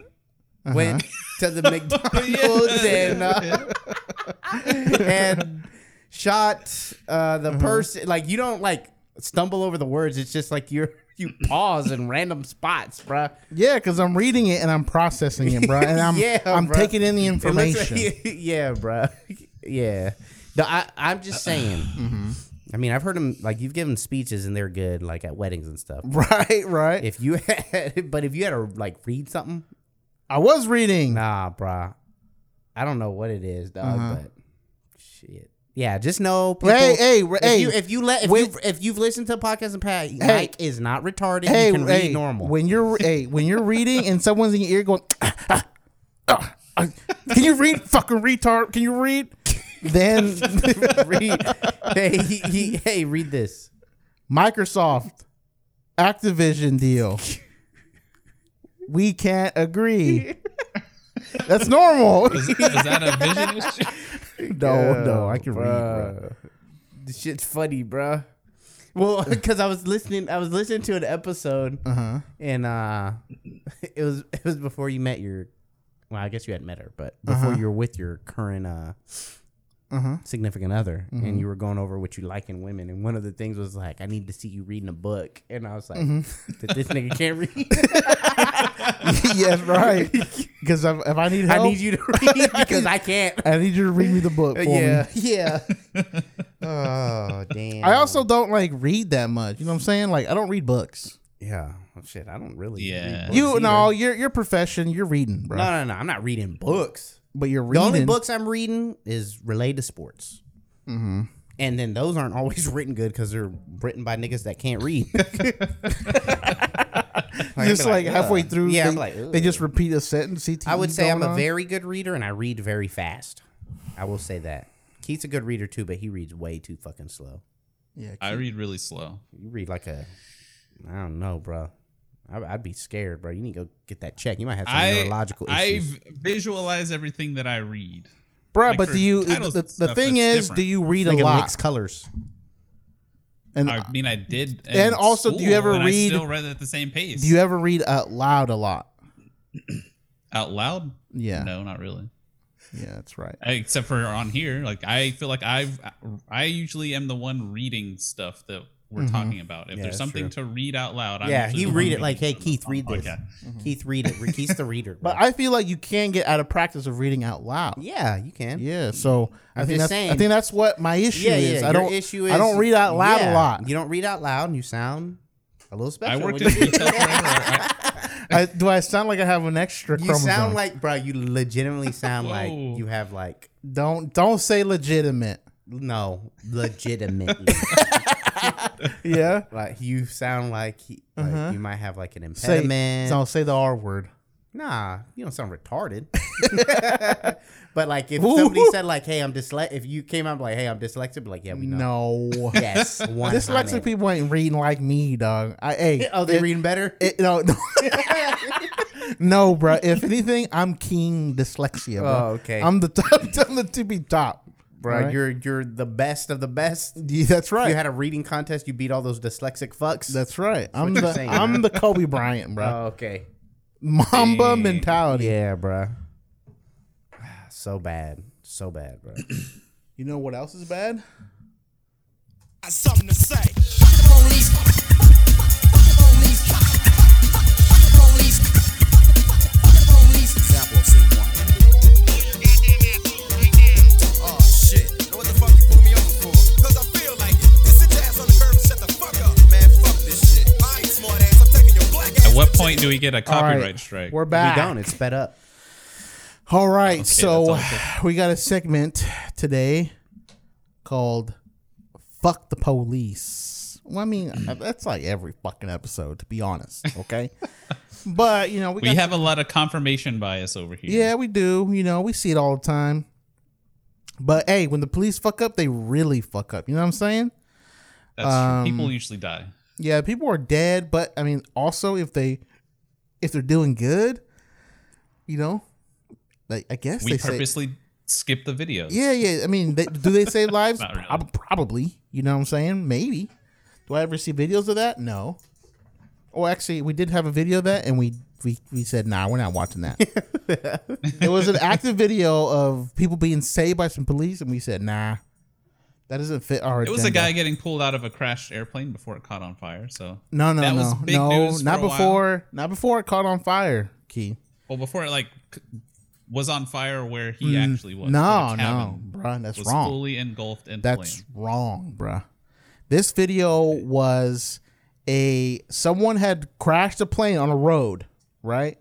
S4: Uh-huh.
S3: went to
S4: *laughs*
S3: the McDonald's and uh,
S4: *laughs*
S3: and shot uh,
S4: Uh-huh.
S3: the person. Like you don't like stumble over the words. It's just like you're you pause in random spots, bruh.
S4: Yeah, because I'm reading it and I'm processing it, bro,
S3: *laughs*
S4: and I'm
S3: Yeah,
S4: I'm
S3: bruh.
S4: taking in the
S3: It looks
S4: information.
S3: like- *laughs* yeah, bro. Yeah. No, I, I'm just saying.
S4: Mm-hmm.
S3: I mean, I've heard him like you've given speeches and they're good, like at weddings and stuff.
S4: *laughs* Right, right.
S3: If you *laughs* had, but if you had to like read something,
S4: I was reading.
S3: nah, bro. I don't know what it is, dog, but shit. Yeah, just know. People,
S4: Uh-huh. hey, hey, re-
S3: if
S4: hey,
S3: you if you let if
S4: when-
S3: you if you've listened to podcasts and Pat, Mike is not retarded.
S4: hey,
S3: you can
S4: hey,
S3: read normal.
S4: When
S3: *laughs*
S4: you're hey, when you're reading and someone's in your ear going, *laughs* ah, ah, ah, ah, can you read, fucking retard? Can you read? Then *laughs*
S3: read, hey, he, he, hey, read this.
S4: Microsoft Activision deal. We can't
S5: *laughs*
S4: agree. That's normal.
S5: Is, is that a vision
S4: *laughs*
S5: issue?
S4: no, no, I can read.
S3: bruh. This shit's funny, bruh.
S4: *laughs*
S3: Well, *laughs* because I was listening, I was listening to an episode,
S4: Uh-huh.
S3: and uh, *laughs* it was it was before you met your, well, I guess you hadn't met her, but before you were with your current uh,
S4: Uh-huh. Mm-hmm.
S3: significant other, and you were going over what you like in women, and one of the things was like, I need to see you reading a book, and I was like,
S4: Mm-hmm.
S3: that this nigga can't read.
S4: *laughs*
S3: *laughs*
S4: yes, right. Because if, if I need help,
S3: I need you to *laughs*
S4: *laughs*
S3: read because I can't.
S4: I need you to read me the book. For
S3: Yeah,
S4: *laughs* Me.
S3: *laughs* yeah. oh damn.
S4: I also don't like read that much. You know what I'm saying? Like I don't read books.
S3: Yeah. Well, shit, I don't really.
S5: Yeah.
S3: Read
S4: you
S3: books
S4: no,
S3: either.
S4: your your profession, you're reading, bro.
S3: No, no, no. I'm not reading books.
S4: But you're
S3: The
S4: reading.
S3: only books I'm reading is related to sports.
S5: Mm-hmm.
S3: And then those aren't always *laughs* written good because they're written by niggas that can't
S5: *laughs*
S3: read.
S4: just
S3: I'd be
S4: like,
S3: like,
S4: halfway
S3: "Ugh."
S4: through,
S3: Yeah,
S4: they,
S3: I'm like, "Ugh."
S4: they just repeat a sentence. CTE
S3: I would say I'm
S4: going
S3: a
S4: on.
S3: very good reader and I read very fast. I will say that. Keith's a good reader too, but he reads way too fucking slow.
S4: yeah.
S5: I read really slow.
S3: You read like a, I don't know, bro. I, I'd be scared, bro. You need to go get that check. You might have some
S5: I
S3: neurological
S5: I
S3: issues.
S5: v- visualize everything that I read.
S4: Bruh,
S5: like,
S4: but
S5: for
S4: do you?
S5: titles
S4: The,
S5: and
S4: the
S5: stuff,
S4: thing
S5: that's
S4: is,
S5: different.
S4: do you read a
S3: Nigga
S4: lot?
S3: mixed colors.
S4: And
S5: I mean, I did. in
S4: And also, do you
S5: school,
S4: ever
S5: and
S4: read-
S5: I still read at the same pace.
S4: do you ever read out loud a lot?
S5: out loud?
S4: Yeah.
S5: No, not really.
S4: Yeah, that's right.
S5: Except for on here, like I feel like I've, I usually am the one reading stuff that we're
S4: Mm-hmm.
S5: talking about. If
S3: Yeah, that's
S5: there's something
S3: true.
S5: to read out loud, I'm
S3: yeah,
S5: usually
S3: he
S5: the one
S3: read it
S5: reading
S3: like, "Hey,
S5: on-
S3: Keith, read
S5: on
S3: this.
S5: podcast.
S3: *laughs*
S4: Mm-hmm.
S3: Keith, read it. Re- Keith's the reader."
S4: But
S3: bro.
S4: I feel like you can get out of practice of reading out loud.
S3: yeah, you can.
S4: Yeah, so i
S3: I'm
S4: think
S3: just
S4: that's I
S3: saying.
S4: think that's what my issue
S3: yeah,
S4: is.
S3: yeah,
S4: I
S3: your
S4: don't I don't read out loud a
S3: yeah,
S4: lot.
S3: You don't read out loud, and you sound a little
S5: I
S3: special.
S5: worked in
S3: when you-
S5: retail forever. I,
S4: *laughs* I, do I sound like I have an extra
S3: you
S4: chromosome?
S3: sound like, bro. You legitimately sound like
S5: Whoa.
S3: you have like
S4: don't don't say legitimate.
S3: no legitimately.
S4: Yeah. Uh-huh.
S3: like you sound like, he, like you might have like an
S4: *laughs* say
S3: impediment.
S4: don't say the R word.
S3: Nah, you don't sound
S4: *laughs*
S3: retarded. *laughs* but like if
S4: Ooh.
S3: somebody said like, "Hey, I'm dyslexic," if you came out like, "Hey, I'm dyslexic," be like, "Yeah, we know."
S4: No. *laughs*
S3: Yes, one
S4: Dyslexic *laughs* people ain't reading like me, dog. I hey,
S3: Oh, they
S4: it-
S3: reading better.
S4: it- no, no. *laughs* No, bro. If anything, I'm king dyslexia. Bro.
S3: Oh, okay.
S4: I'm the top. *laughs* I'm the to be top,
S3: bro.
S4: All right?
S3: You're you're the best of the best.
S4: Yeah, that's right.
S3: You had a reading contest. You beat all those dyslexic fucks.
S4: that's right. I'm
S3: you're
S4: the
S3: saying,
S4: I'm
S3: man.
S4: the Kobe Bryant, bro.
S3: oh, okay.
S4: Mamba mentality.
S3: Yeah, bro. So bad. So bad, bro.
S4: You know what else is bad?
S6: got something to say. Fuck the police. Fuck the police. Fuck the police. Fuck the police. Example of scene one. Oh shit. Now what the fuck you pull me over for? 'Cause I feel like it. Just sit your ass on the curb and shut the fuck up. Man, fuck this shit. I ain't smart ass. I'm taking your black ass
S5: At what
S6: to
S5: point do we get a
S4: All right,
S5: copyright strike?
S4: We're
S3: we
S4: back.
S3: don't. It's sped up.
S4: All right, so
S5: that's
S4: *sighs*
S5: awesome.
S4: we got a segment today called "Fuck the Police." Well, I mean, uh, that's like every fucking episode, to be honest.
S5: *laughs*
S4: Okay, but you know we,
S5: we
S4: got
S5: have a lot of confirmation bias over here.
S4: yeah we do. You know we see it all the time. But hey, when the police fuck up, they really fuck up. You know what I'm saying? Um,
S5: That's true. People usually die.
S4: Yeah, people are dead, but I mean, also if they if they're doing good, you know, like I guess
S5: We
S4: they say,
S5: purposely skip the videos.
S4: Yeah, yeah. I mean, they, do they
S5: *laughs*
S4: save lives?
S5: Not really.
S4: Prob- probably. You know what I'm saying? Maybe. Do I ever see videos of that? No. Or actually, we did have a video of that, and we we, we said, "Nah, we're not watching that." it was an active video of people being saved by some police, and we said, "Nah, that doesn't fit our."
S5: It was a
S4: agenda."
S5: guy getting pulled out of a crashed airplane before it caught on fire. So
S4: No, no,
S5: that
S4: no,
S5: was big
S4: no,
S5: news
S4: not
S5: for a while.
S4: before, not before it caught on fire. Key.
S5: Well, before it like c- was on fire where he actually was.
S4: Mm. No,
S5: the
S4: no,
S5: cabin
S4: bruh, that's
S5: was
S4: wrong.
S5: fully engulfed in
S4: That's
S5: flame.
S4: wrong, bruh. This video was a someone had crashed a plane on a road, right?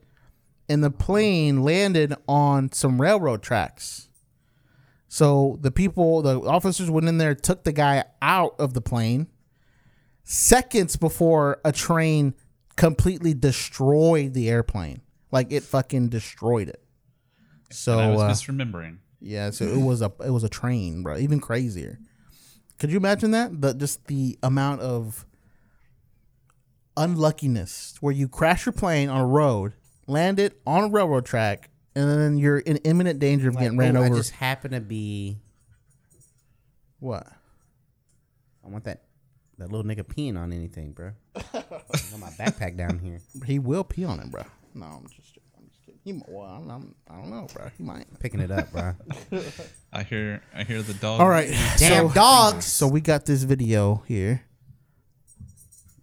S4: And the plane landed on some railroad tracks. So the people, the officers went in there, took the guy out of the plane seconds before a train completely destroyed the airplane. Like it fucking destroyed it. So
S5: And I was
S4: uh,
S5: misremembering.
S4: yeah, so it was a it was a train, bro. Even crazier. Could you imagine that? The just the amount of unluckiness where you crash your plane on a road, land it on a railroad track, and then you're in imminent danger of getting ran
S3: Ooh, oh, I
S4: over.
S3: just happen to be.
S4: what?
S3: I want that that little nigga peeing on anything, bro. I got my backpack down here.
S4: He will pee on it, bro. No, I'm just I'm just kidding. He, mi- well, I don't, I'm, I don't know, bro. He might.
S3: Picking it up,
S4: *laughs*
S3: bro.
S5: I hear I hear the dog.
S4: All right.
S3: Damn
S4: so,
S3: dogs.
S4: so we got this video here.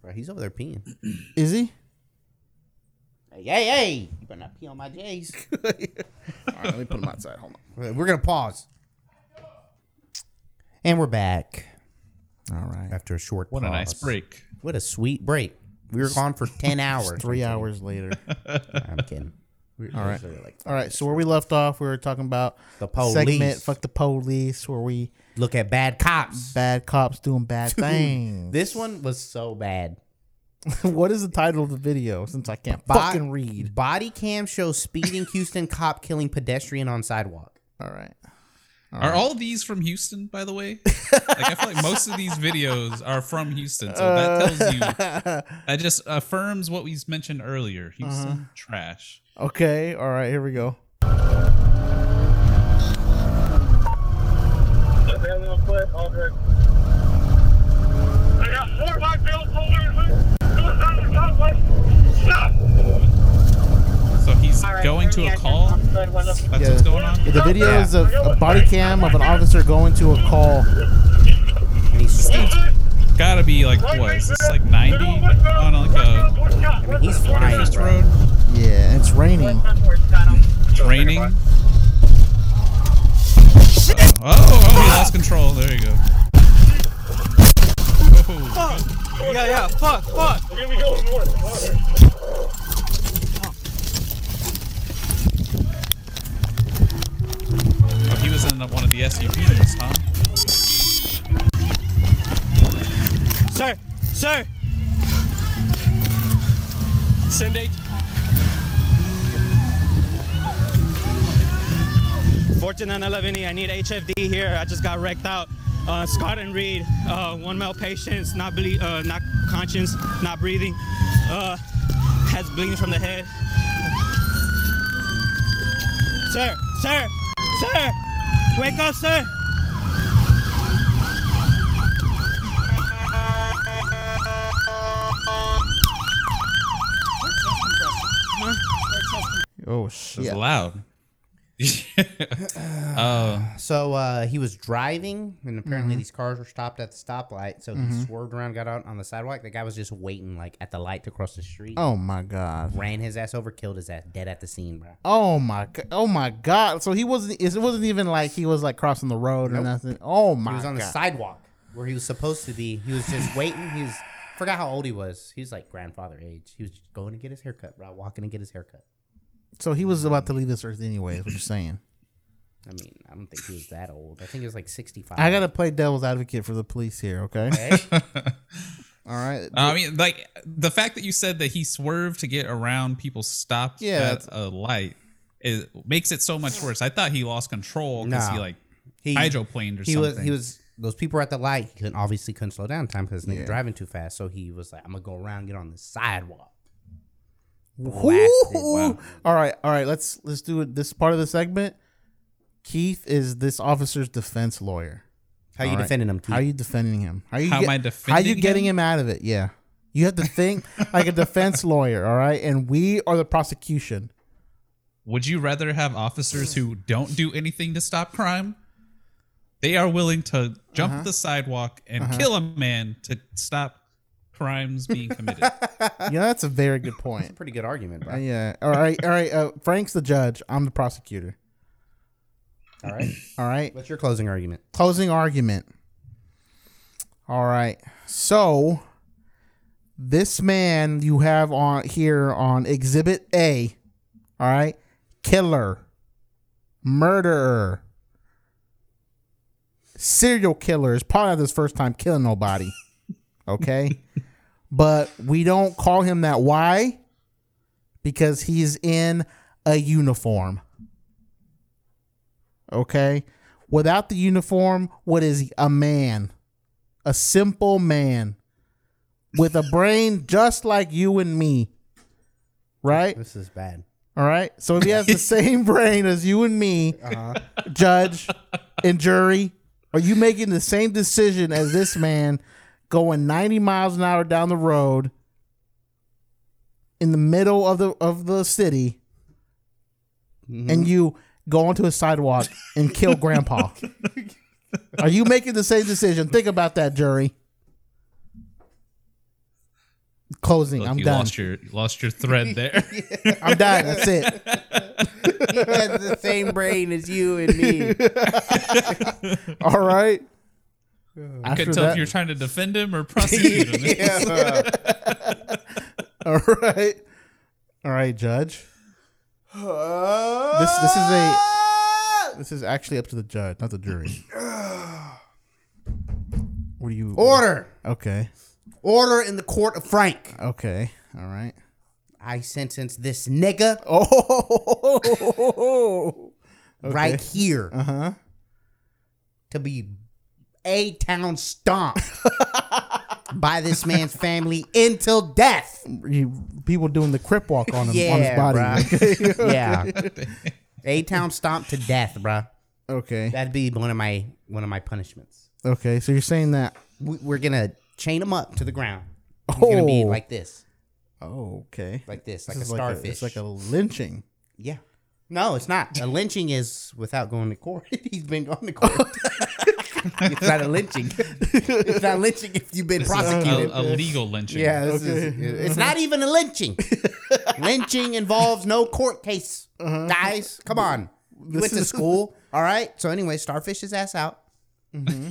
S3: Bro, he's over there peeing.
S4: Is he?
S3: Hey, hey, hey! You better not pee on
S4: *laughs*
S3: my J's.
S4: All right, let me put him outside. Hold
S3: We're gonna pause. And we're back
S4: on. All right.
S3: after a short.
S5: What a
S3: pause.
S5: nice break.
S3: What a sweet break. We were gone for
S4: *laughs*
S3: ten hours.
S4: Three hours
S3: *laughs*
S4: later.
S3: I'm kidding. We-
S4: All right. *laughs*
S3: we were like,
S4: All right. So where we left off, we were talking about
S3: The police.
S4: segment. Fuck the police. Where we
S3: Look at bad cops.
S4: bad cops doing bad things.
S3: This one was so bad.
S4: *laughs* what is the title of the video? Since I can't
S3: Bo-
S4: fucking read.
S3: Body cam shows speeding Houston cop killing pedestrian on sidewalk.
S4: All right.
S5: Are all these from Houston, by the
S4: *laughs*
S5: way? like I feel like most of these videos are from Houston, so that tells
S4: *laughs*
S5: you that just affirms what we mentioned earlier.
S4: Uh-huh.
S5: Houston trash.
S4: Okay. All right. Here we go.
S7: I got four of my billboards. Who's on the top Stop!
S5: So he's
S8: All right,
S5: going to
S8: yeah,
S5: a call.
S8: I'm good. We're looking.
S5: That's what's going on.
S4: The video is of a body cam of an officer going to a call.
S3: And he's
S5: Dude's gotta be like what? Is this like 90 on like a
S3: he's flying,
S5: forest
S3: bro.
S5: road?
S4: Yeah, and it's raining.
S5: It's raining. Oh, oh, oh, he lost control. There you go. Oh,
S8: Yeah, yeah. Fuck, fuck.
S7: Here we go. More.
S5: oh, he was in one of the SUVs, huh?
S8: Sir, sir. Send eight. 14 and 11 E. I need HFD here. I just got wrecked out. Uh, Scott and Reed, uh, one male patients, not ble- uh, not conscious, not breathing, uh, has bleeding from the head. Sir, sir, sir, wake up, sir.
S4: Oh
S5: It was
S4: shit!
S3: *laughs*
S5: loud.
S3: So uh, he was driving, and apparently these cars were stopped at the stoplight. So he swerved around, got out on the sidewalk. The guy was just waiting, like at the light to cross the street.
S4: Oh my god!
S3: Ran his ass over, killed his ass, dead at the scene, bro.
S4: Oh my god! Oh my god! So he wasn't. It wasn't even like he was like crossing the road or nothing. Oh my
S3: He was on the
S4: god!
S3: sidewalk where he was supposed to be. He was just waiting. He was forgot how old he was. He was like grandfather age. He was just going to get his haircut, bro. Walking to get his haircut.
S4: so he was about to leave this earth anyway. Is what you're
S3: *laughs*
S4: saying?
S3: I mean, I don't think he was that old. I think he was like sixty-five.
S4: I gotta play devil's advocate for the police here. Okay. All right.
S5: Uh, I mean, like the fact that you said that he swerved to get around people stopped
S4: Yeah,
S5: at a light is, makes it so much worse. I thought he lost control because
S3: Nah.
S5: he like
S3: he
S5: hydroplaned or
S3: he
S5: something.
S3: was he was those people were at the light. He couldn't obviously couldn't slow down in time because nigga driving too fast. So he was like, I'm gonna go around, get on the sidewalk. Blasted.
S4: Ooh. *laughs* All right, all right. Let's let's do it. This part of the segment. Keith is this officer's defense lawyer.
S3: How you
S4: All right.
S3: defending him? Keith?
S4: How are you defending him? How you
S5: How am I
S4: How you
S5: defending
S4: getting
S5: him?
S4: him out of it? Yeah, you have to
S5: *laughs*
S4: think like a defense lawyer. All right, and we are the prosecution.
S5: Would you rather have officers who don't do anything to stop crime? They are willing to jump
S4: Uh-huh.
S5: the sidewalk and kill a man to stop
S4: *laughs*
S5: crimes being committed.
S4: Yeah, that's a very good point.
S3: Pretty good argument,
S4: Uh,
S3: bro.
S4: yeah. All right. All right. Uh, Frank's the judge. I'm the prosecutor.
S3: All right.
S4: All right.
S3: What's your closing argument?
S4: closing argument. All right. So this man you have on here on exhibit A, all right? Killer, murderer, serial killer is probably not his first time killing
S3: *laughs*
S4: nobody. Okay? but we don't call him that why? Because he's in a uniform okay? Without the uniform, what is he? A man. A simple man with a brain just like you and me. Right?
S3: This is bad.
S4: All right. So if he has the same brain as you and me, judge and jury, are you making the same decision as this man going 90 miles an hour down the road in the middle of the of the city and
S1: Mm-hmm.
S4: you go onto a sidewalk and kill grandpa? are you making the same decision? Think about that, jury. Closing.
S5: Look,
S4: I'm
S5: you
S4: done.
S5: lost your you lost
S4: *laughs*
S5: your thread there.
S4: I'm done. That's it.
S3: *laughs*
S5: *laughs*
S3: He has the same brain as you and me.
S4: *laughs* All right.
S5: I couldn't tell if you're trying to defend
S4: *laughs*
S5: him or prosecute him. *laughs*
S4: All right. All right, Judge. This this is a this is actually up to the judge, not the jury. What do you
S3: *clears throat* Order.
S4: Okay. Oh,
S3: Order in the court of Frank.
S4: Okay. All right.
S3: I sentence this nigga
S4: *laughs* Oh.
S3: *laughs* right here
S4: Uh-huh.
S3: to be a town
S4: *laughs*
S3: stomped by this man's family until death.
S4: You, people doing the crip walk on him on his
S3: Yeah,
S4: body.
S3: bruh.
S4: *laughs*
S3: *laughs* yeah. A town stomped to death, bruh.
S4: Okay.
S3: That'd be one of my one of my punishments.
S4: Okay. So you're saying that
S3: We, we're gonna chain him up to the ground. He's gonna be
S4: Oh.
S3: like this,
S4: Oh, okay.
S3: like this, like
S4: This
S3: a
S4: is
S3: starfish.
S4: it's like a lynching.
S3: yeah. No, it's
S4: *laughs*
S3: not. A lynching is without going to court. *laughs* He's been going to court.
S4: *laughs*
S3: it's not a lynching. it's not lynching if you've been prosecuted.
S5: a, a legal lynching.
S3: yeah, this is,
S4: Mm-hmm.
S3: it's not even a lynching.
S4: *laughs*
S3: lynching involves no court case. Guys, come on. You went to
S4: Uh-huh. is-
S3: school, all right? So anyway, starfish his ass out.
S4: Mm-hmm.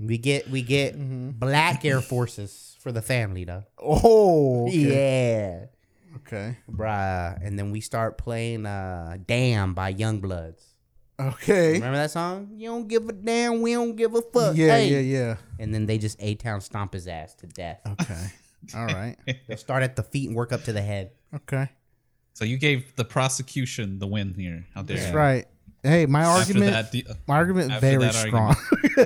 S3: we get we get black Air Forces for the family though.
S4: Oh. Okay.
S3: Yeah,
S4: Okay.
S3: bruh. And then we start playing uh, "Damn" by Youngbloods.
S4: Okay.
S3: Remember that song? You don't give a damn. We don't give a fuck.
S4: Yeah,
S3: hey.
S4: yeah, yeah.
S3: And then they just a town stomp his ass to death. *laughs*
S4: Okay. All right.
S3: They'll start at the feet and work up to the head.
S4: Okay.
S5: So you gave the prosecution the win here. How dare
S4: That's
S5: you?
S4: right. Hey, my
S5: After
S4: argument.
S5: that, the- uh,
S4: my argument
S5: after
S4: very
S5: that
S4: strong.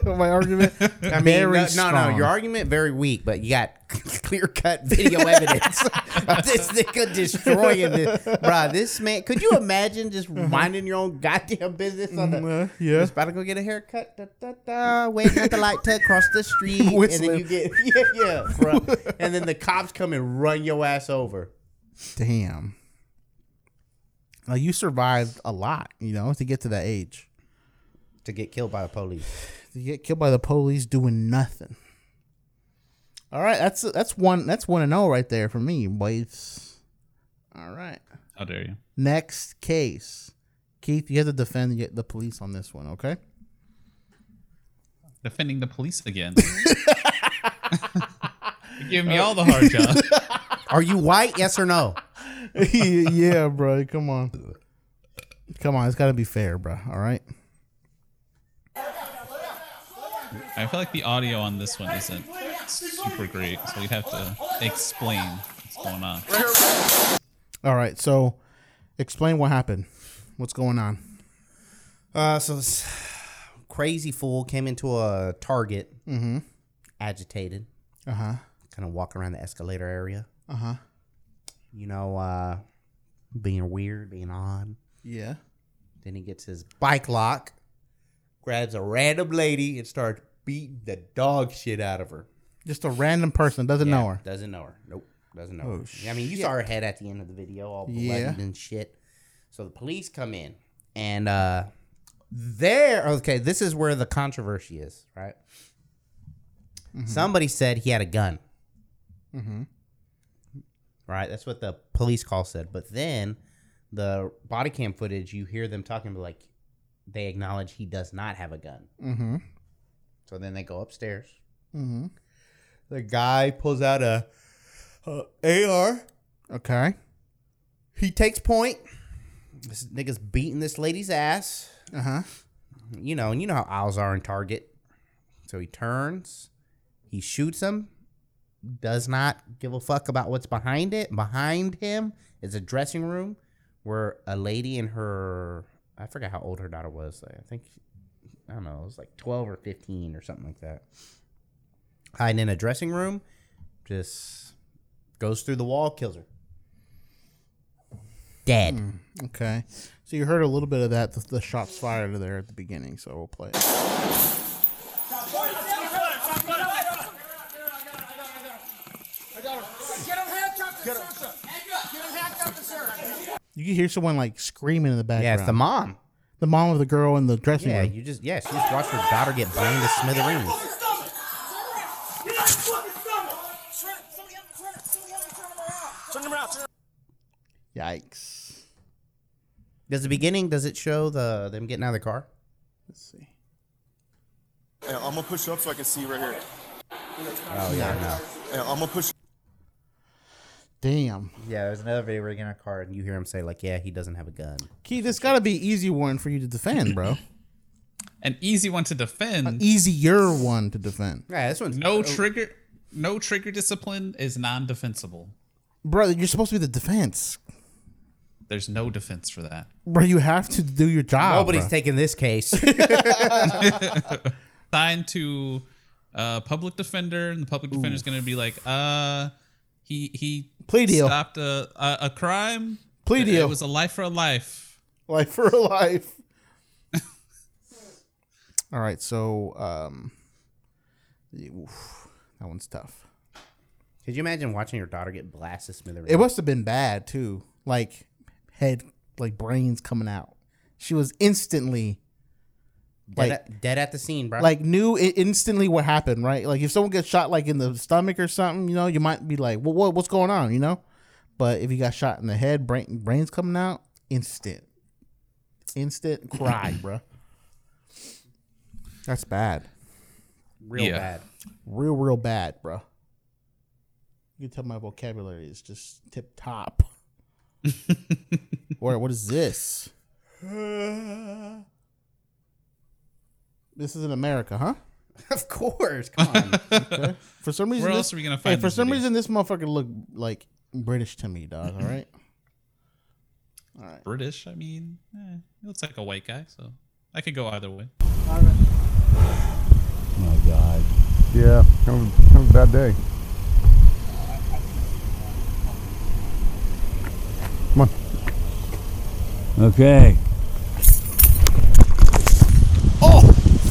S4: *laughs* my
S5: *laughs*
S4: argument.
S3: I mean,
S4: very
S3: no, no,
S4: strong.
S3: no, your argument very weak, but you got *laughs* clear cut video evidence *laughs* of this nigga destroying this, bruh. This man, could you imagine just minding your own goddamn business on the?
S4: Mhm, uh, Uh-huh. yeah.
S3: just about to go get a haircut, da, da,
S4: *laughs*
S3: da, waiting at the light to cross the *laughs* street, and then
S4: Whistling.
S3: you get yeah, yeah,
S4: *laughs*
S3: bruh. and then the cops come and run your ass over.
S4: Damn. Now you survived a lot, you know, to get to that age.
S3: To get killed by the police.
S4: To get killed by the police doing nothing. All right, that's that's one that's one and zero right there for me, boys. All right,
S5: How dare you?
S4: next case, Keith, you have to defend the, the police on this one, okay?
S5: Defending the police
S4: *laughs*
S5: again. *laughs* You Give
S4: Uh,
S5: me all the
S4: *laughs*
S5: hard jobs.
S3: Are you white? Yes or *laughs* no?
S4: yeah, bro. Come on, come on. It's got to be fair, bro. All right.
S5: I feel like the audio on this one isn't super great, so you'd have to explain what's going on.
S4: All right. So, explain what happened. What's going on?
S3: Uh, so this *sighs* crazy fool came into a Target, mm-hmm. agitated.
S4: Uh huh.
S3: kind of walk around the escalator area. Uh huh. You know, uh, being weird, being odd.
S4: Yeah.
S3: Then he gets his bike lock, grabs a random lady, and starts beating the dog shit out of her.
S4: Just a random person doesn't know her.
S3: Doesn't know her. Nope. Doesn't know
S4: Oh,
S3: her. I mean, you saw her head at the end of the video, all bloody
S4: Yeah.
S3: and shit. So the police come in, and uh, there. Okay, this is where the controversy is, right?
S4: Mm-hmm.
S3: Somebody said he had a gun. Mm-hmm. Right. That's what the police call said. But then the body cam footage, you hear them talking, but like they acknowledge he does not have a gun.
S4: Mm-hmm.
S3: So then they go upstairs.
S4: Mm-hmm.
S3: The guy pulls out
S4: Uh,
S3: a, Uh, a AR.
S4: Okay.
S3: He takes point. This nigga's beating this lady's ass.
S4: Uh huh.
S3: You know, and you know how owls are in Target. So he turns, he shoots him, does not give a fuck about what's behind it. Behind him is a dressing room where a lady and her, I forgot how old her daughter was. I think, I don't know, it was like 12 or 15 or something like that. Hiding in a dressing room, just goes through the wall, kills her. Dead.
S4: Mm, Okay. So you heard a little bit of that. The, the shots fired there at the beginning. So we'll play. It. You can hear someone like screaming in the background.
S3: Yeah, it's the mom.
S4: the mom of the girl in the dressing
S3: Yeah,
S4: room.
S3: you just yeah, she just watched her daughter get blown to smithereens.
S4: Yikes.
S3: Does the beginning does it show the them getting out of the car?
S4: Let's see.
S9: Yeah, I'm gonna push up so I can see right here.
S3: Oh yeah, no.
S9: Yeah, I'm gonna push.
S4: Damn.
S3: Yeah, there's another video where they get in a car and you hear him say like, "Yeah, he doesn't have a gun."
S4: Keith, this got to be easy one for you to defend, bro.
S5: An easy one to
S4: Uh,
S5: defend.
S4: *laughs* e- Easier one to defend,
S3: Yeah, this one's
S5: No trigger. No trigger discipline is non-defensible.
S4: brother. You're supposed to be the defense,
S5: There's no defense for that.
S4: bro. You have to do your job.
S3: Nobody's
S4: bro.
S3: taking this case.
S5: *laughs* Signed to uh, public defender, and the public defender's going to be like, "Uh, he he
S4: Plea deal.
S5: stopped a a, a crime.
S4: Plea
S5: It-
S4: deal.
S5: It was a life for a life.
S4: *laughs* *laughs* life for a life. All right, so um, yeah, oof, that one's tough.
S3: Could you imagine watching your daughter get blasted to smithereens?
S4: It must have been bad too. Like head, like brains coming out. She was instantly
S3: dead,
S4: like-
S3: at, dead at the scene, bro.
S4: like knew i- instantly what happened, right? Like if someone gets shot like in the stomach or something, you know, you might be like, "What? what what's going on?" You know. But if you got shot in the head, brain, brains coming out, instant,
S3: *clears throat*
S4: instant cry, bruh. That's bad.
S3: real
S5: Yeah.
S3: bad.
S4: real, real bad, bro. You can tell my vocabulary is just tip top. or what is this? This is in
S10: *laughs*
S4: America, huh?
S3: of course, come
S4: *laughs*
S3: on.
S4: For some reason,
S5: Where
S4: this,
S5: else are we gonna
S4: hey,
S5: find
S4: for
S5: this
S4: some
S10: *laughs*
S5: video?
S4: reason, this motherfucker looked like British to me, dog. All right.
S5: British. I mean, eh, he looks like a white guy, so I could go either way.
S4: Yeah, coming, coming bad day. Come on.
S11: Okay. Oh,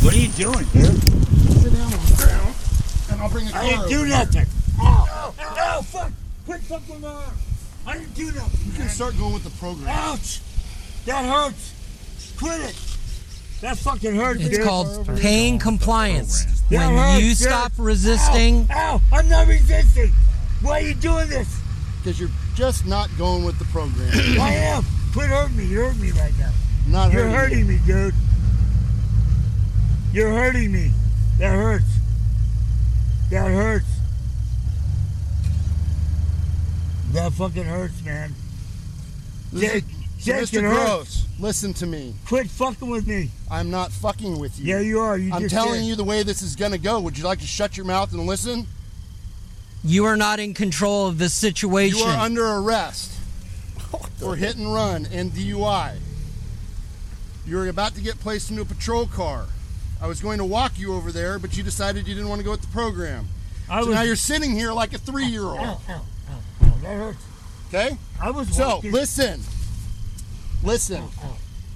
S11: what are you doing, dude?
S4: Sit down on the ground, and I'll bring a car.
S11: I didn't do
S4: over.
S11: nothing. Oh, no, fuck! Quit fucking my arm. I didn't do nothing. You
S12: can start going with the program.
S11: Ouch! That hurts. Quit it. That fucking hurts.
S1: It's
S11: dude.
S1: called pain compliance.
S11: That
S1: When
S11: hurts,
S1: you
S11: dude.
S1: stop resisting,
S11: Ow, ow, I'm not resisting. Why are you doing this?
S12: Because you're just not going with the program.
S11: I am. Quit hurting me. You're hurting me right now.
S12: Not
S11: You're
S12: hurting
S11: hurting me, dude. You're hurting me. That hurts. That hurts. That fucking hurts, man.
S12: This is-
S11: Jake, Jake,
S12: Mr.
S11: it hurts.
S12: Gross, listen to me.
S11: Quit fucking with me.
S12: I'm not fucking with you.
S11: Yeah, you are. You
S12: I'm
S11: just
S12: telling
S11: did.
S12: you the way this is gonna go. Would you like to shut your mouth and listen?
S1: you are not in control of the situation.
S12: You are under
S11: *laughs*
S12: arrest for hit and run and DUI. You're about to get placed into a patrol car. I was going to walk you over there, but you decided you didn't want to go with the program.
S11: I
S12: so
S11: was- Oh,
S12: now you're sitting here like a three-year-old.
S11: That hurts.
S12: Okay?
S11: I was
S12: So
S11: walking- Oh,
S12: listen. Listen.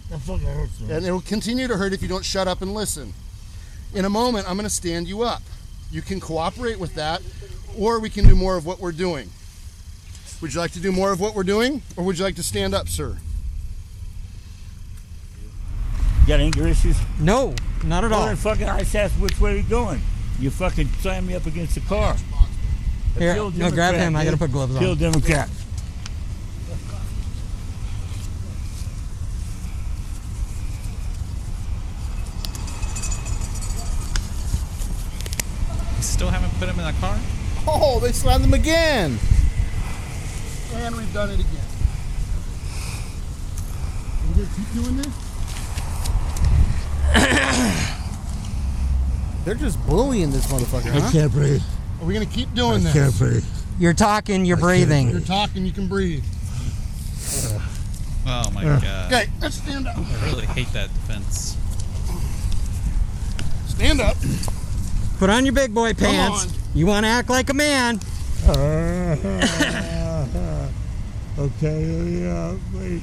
S11: That fucking hurts, man.
S12: And it will continue to hurt if you don't shut up and listen. In a moment, I'm going to stand you up. You can cooperate with that, or we can do more of what we're doing. Would you like to do more of what we're doing, or would you like to stand up, sir?
S11: You got anger issues?
S1: No, not at
S11: all.
S1: all.
S11: Well, then
S1: fucking
S11: I just asked which way are you going? You fucking slammed me up against the car. A
S1: Here, no,
S11: pure
S1: grab
S11: Democrat,
S1: him. I gotta
S11: dude.
S1: put gloves on.
S11: Pure Democrat.
S5: You still haven't put him in that car?
S10: Oh, they slammed them again.
S12: And we've done it again. We're gonna keep doing this?
S10: *coughs* They're just bullying this motherfucker. Huh?
S12: can't
S1: breathe.
S12: Are we gonna keep doing this?
S1: You're talking, you're breathing.
S12: You're talking. You can breathe.
S5: Oh my
S12: Yeah.
S5: god.
S12: Okay, let's stand up.
S5: I really hate that defense.
S12: Stand up.
S1: Put on your big boy
S12: Come
S1: pants.
S12: on.
S1: You want to act like a man.
S12: *laughs*
S2: Uh-huh.
S11: okay, yeah, please.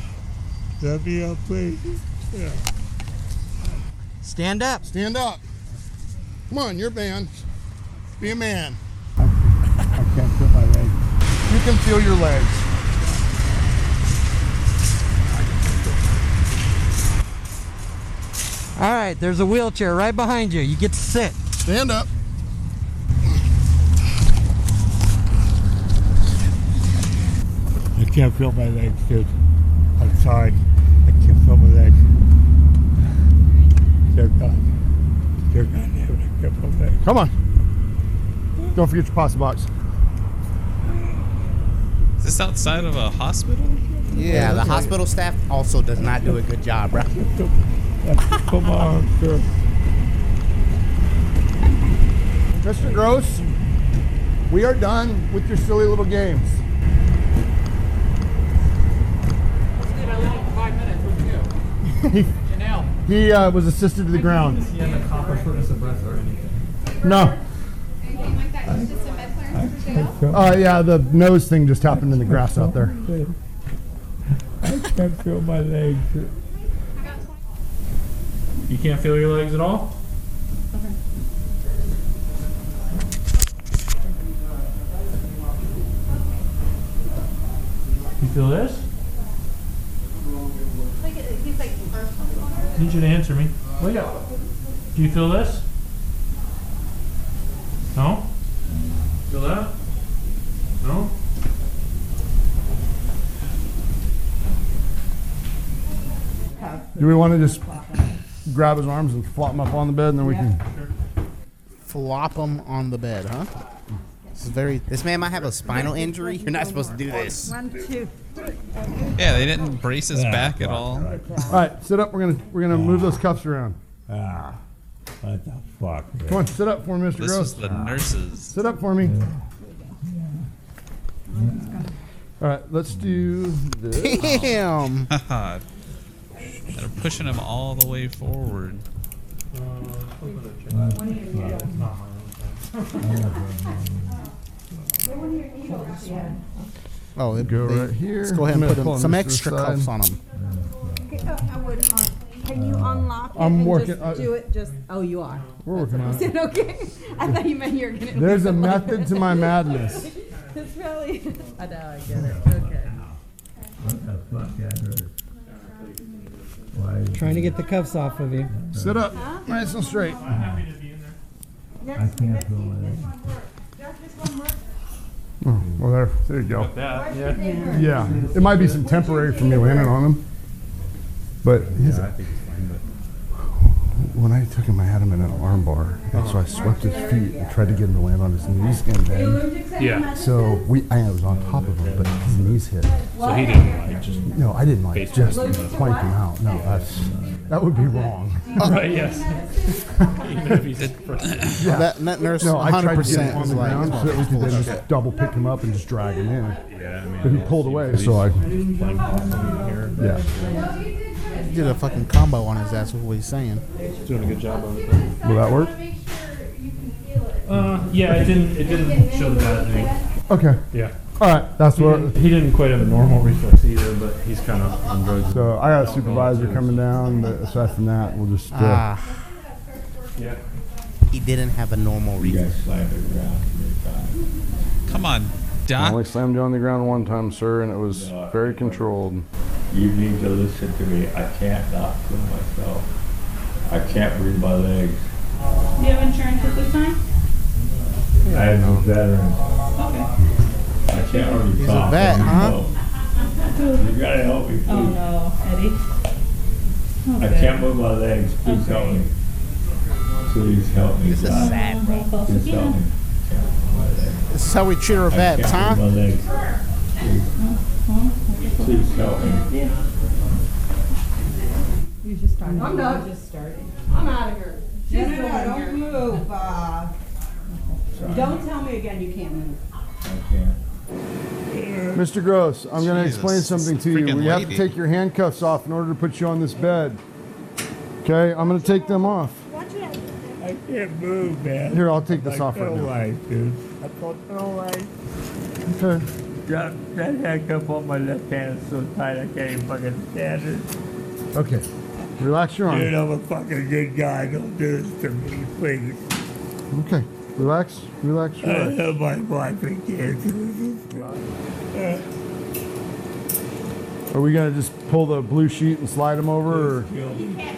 S11: Let me up, please. Yeah.
S1: Stand up.
S12: Stand up. Come on, you're a man. Be a man.
S4: I can't feel my legs.
S12: You can feel your legs.
S1: All right, there's a wheelchair right behind you. You get to sit.
S12: Stand up.
S11: I can't feel my legs, dude. I'm sorry. I can't feel my legs. They're gone. They're gone, dude. I can't feel my legs.
S4: Come on. Don't forget your pasta box.
S5: Is this outside of a hospital?
S3: Yeah, the hospital staff also does not do a good job, bro.
S4: *laughs*
S11: Come on, dude.
S12: Mr. Gross, we are done with your silly little games.
S4: He uh, was assisted to the ground. No. Uh, yeah, the nose thing just happened in the grass out there.
S11: I can't feel my legs.
S13: You can't feel your legs at all? You feel this? I need you to answer me. Wake up. Do you feel this? No? Feel that? No?
S4: Do we want to just grab his arms and flop him up on the bed, and then we can?
S10: Flop them on the bed, huh? This is very.
S3: This man might have a spinal injury. You're not supposed to do this.
S14: One, two, three.
S5: Yeah, they didn't brace his back at all.
S4: All right, sit up. We're gonna we're gonna move those cuffs around.
S11: Ah, what the fuck? man?
S4: Come on, sit up for me, Mr.
S5: This
S4: Gross.
S5: was the nurses.
S4: Sit up for me.
S12: All right, let's do this.
S4: Damn.
S5: *laughs* They're pushing him all the way forward.
S4: Oh, they,
S12: Go
S4: they-
S12: right here.
S4: Let's go ahead and
S12: I'm gonna
S4: put
S12: pull
S4: in
S12: him
S4: some
S12: just to the
S4: extra
S12: side.
S4: cuffs on them.
S15: Okay, uh, I would, uh,
S1: um,
S15: can you unlock it
S12: I'm
S15: and
S12: working-
S15: just
S12: I-
S15: do it? Just oh, you are.
S12: We're
S15: *laughs*
S12: working on
S15: I said
S12: it.
S15: okay. I thought you meant you were gonna. leave
S12: There's a
S15: it like
S12: method
S15: that.
S12: to my madness.
S15: *laughs* it's really. *laughs* I know. I get it. Okay.
S16: Trying to get the cuffs off of you.
S12: Sit up, nice and straight.
S16: I can't go in.
S12: Oh, well, there, there you go.
S17: That, yeah.
S12: Yeah, it might be some temporary for me landing on him, but his, when I took him, I had him in an arm bar, and so I swept his feet and tried to get him to land on his knees, and then
S17: Yeah.
S12: So we, I was on top of him, but his knees hit.
S17: So he didn't like just.
S12: No, I didn't like
S17: Face
S12: just
S17: plant.
S12: plank him out. No, that's that would be wrong.
S17: *laughs* Right, yes. Even if he's depressed.
S12: Yeah.
S4: That- that nurse
S12: no, I tried to get him
S4: 100%
S12: on
S4: was
S12: the
S4: like,
S12: ground so that we could then
S4: "Bullshit."
S12: just double pick him up and just drag him in.
S17: Yeah, I mean,
S12: but he pulled away, so I. Yeah.
S4: He did a fucking combo on his ass. With what he's saying.
S17: Doing a good job of it.
S12: Will that work?
S17: Uh, yeah, it didn't. It didn't show the bad thing.
S12: Okay.
S17: Yeah.
S12: All right. That's
S17: he
S12: what.
S17: Didn't, he didn't quite have a normal reflex either, but he's kind of on drugs.
S12: So I got a supervisor coming down, but aside from that, we'll just. Uh,
S4: Ah.
S17: Yeah.
S4: He didn't have a normal reflex.
S5: Come on, Doc.
S18: I only slammed you on the ground one time, sir, and it was very controlled.
S11: You need to listen to me. I can't not kill myself. I can't breathe my legs.
S19: Do you have insurance at this time?
S11: I am a veteran. I can't already
S4: He's
S11: talk
S4: a vet, huh?
S11: anymore. You gotta help me, please.
S19: Oh no, Eddie. Oh,
S11: I
S19: good.
S11: can't move my legs. Please help me. Please help me. This
S4: is sad, bro.
S11: Please help me.
S4: This is how we treat our
S11: I
S4: vets,
S11: can't
S4: huh?
S11: move my legs. Please, please help me.
S19: You just started.
S15: I'm done.
S19: You just started.
S15: I'm out of here.
S19: No, no, no, don't move. Uh,
S11: Sorry.
S19: don't tell me again you can't move.
S11: I can't.
S12: Mr. Gross, I'm going to
S11: Jesus,
S12: explain
S11: this is
S12: something
S11: a
S12: to you. We
S11: freaking
S12: have to
S11: lady.
S12: take your handcuffs off in order to put you on this bed. Okay, I'm going to take them off.
S11: I can't move, man.
S12: Here, I'll take this
S11: I
S12: off right
S11: feel
S12: now.
S11: like, dude. I felt all right.
S12: Okay.
S11: That, that handcuff on my left hand is so tight I can't even fucking stand it.
S12: Okay. Relax your arm.
S11: Dude, I'm a fucking good guy. Don't do this to me, please.
S12: Okay. Relax, relax,
S11: I
S12: relax.
S11: love my wife and kids. Uh,
S12: Are we going to just pull the blue sheet and slide him over? Or?
S11: kill me.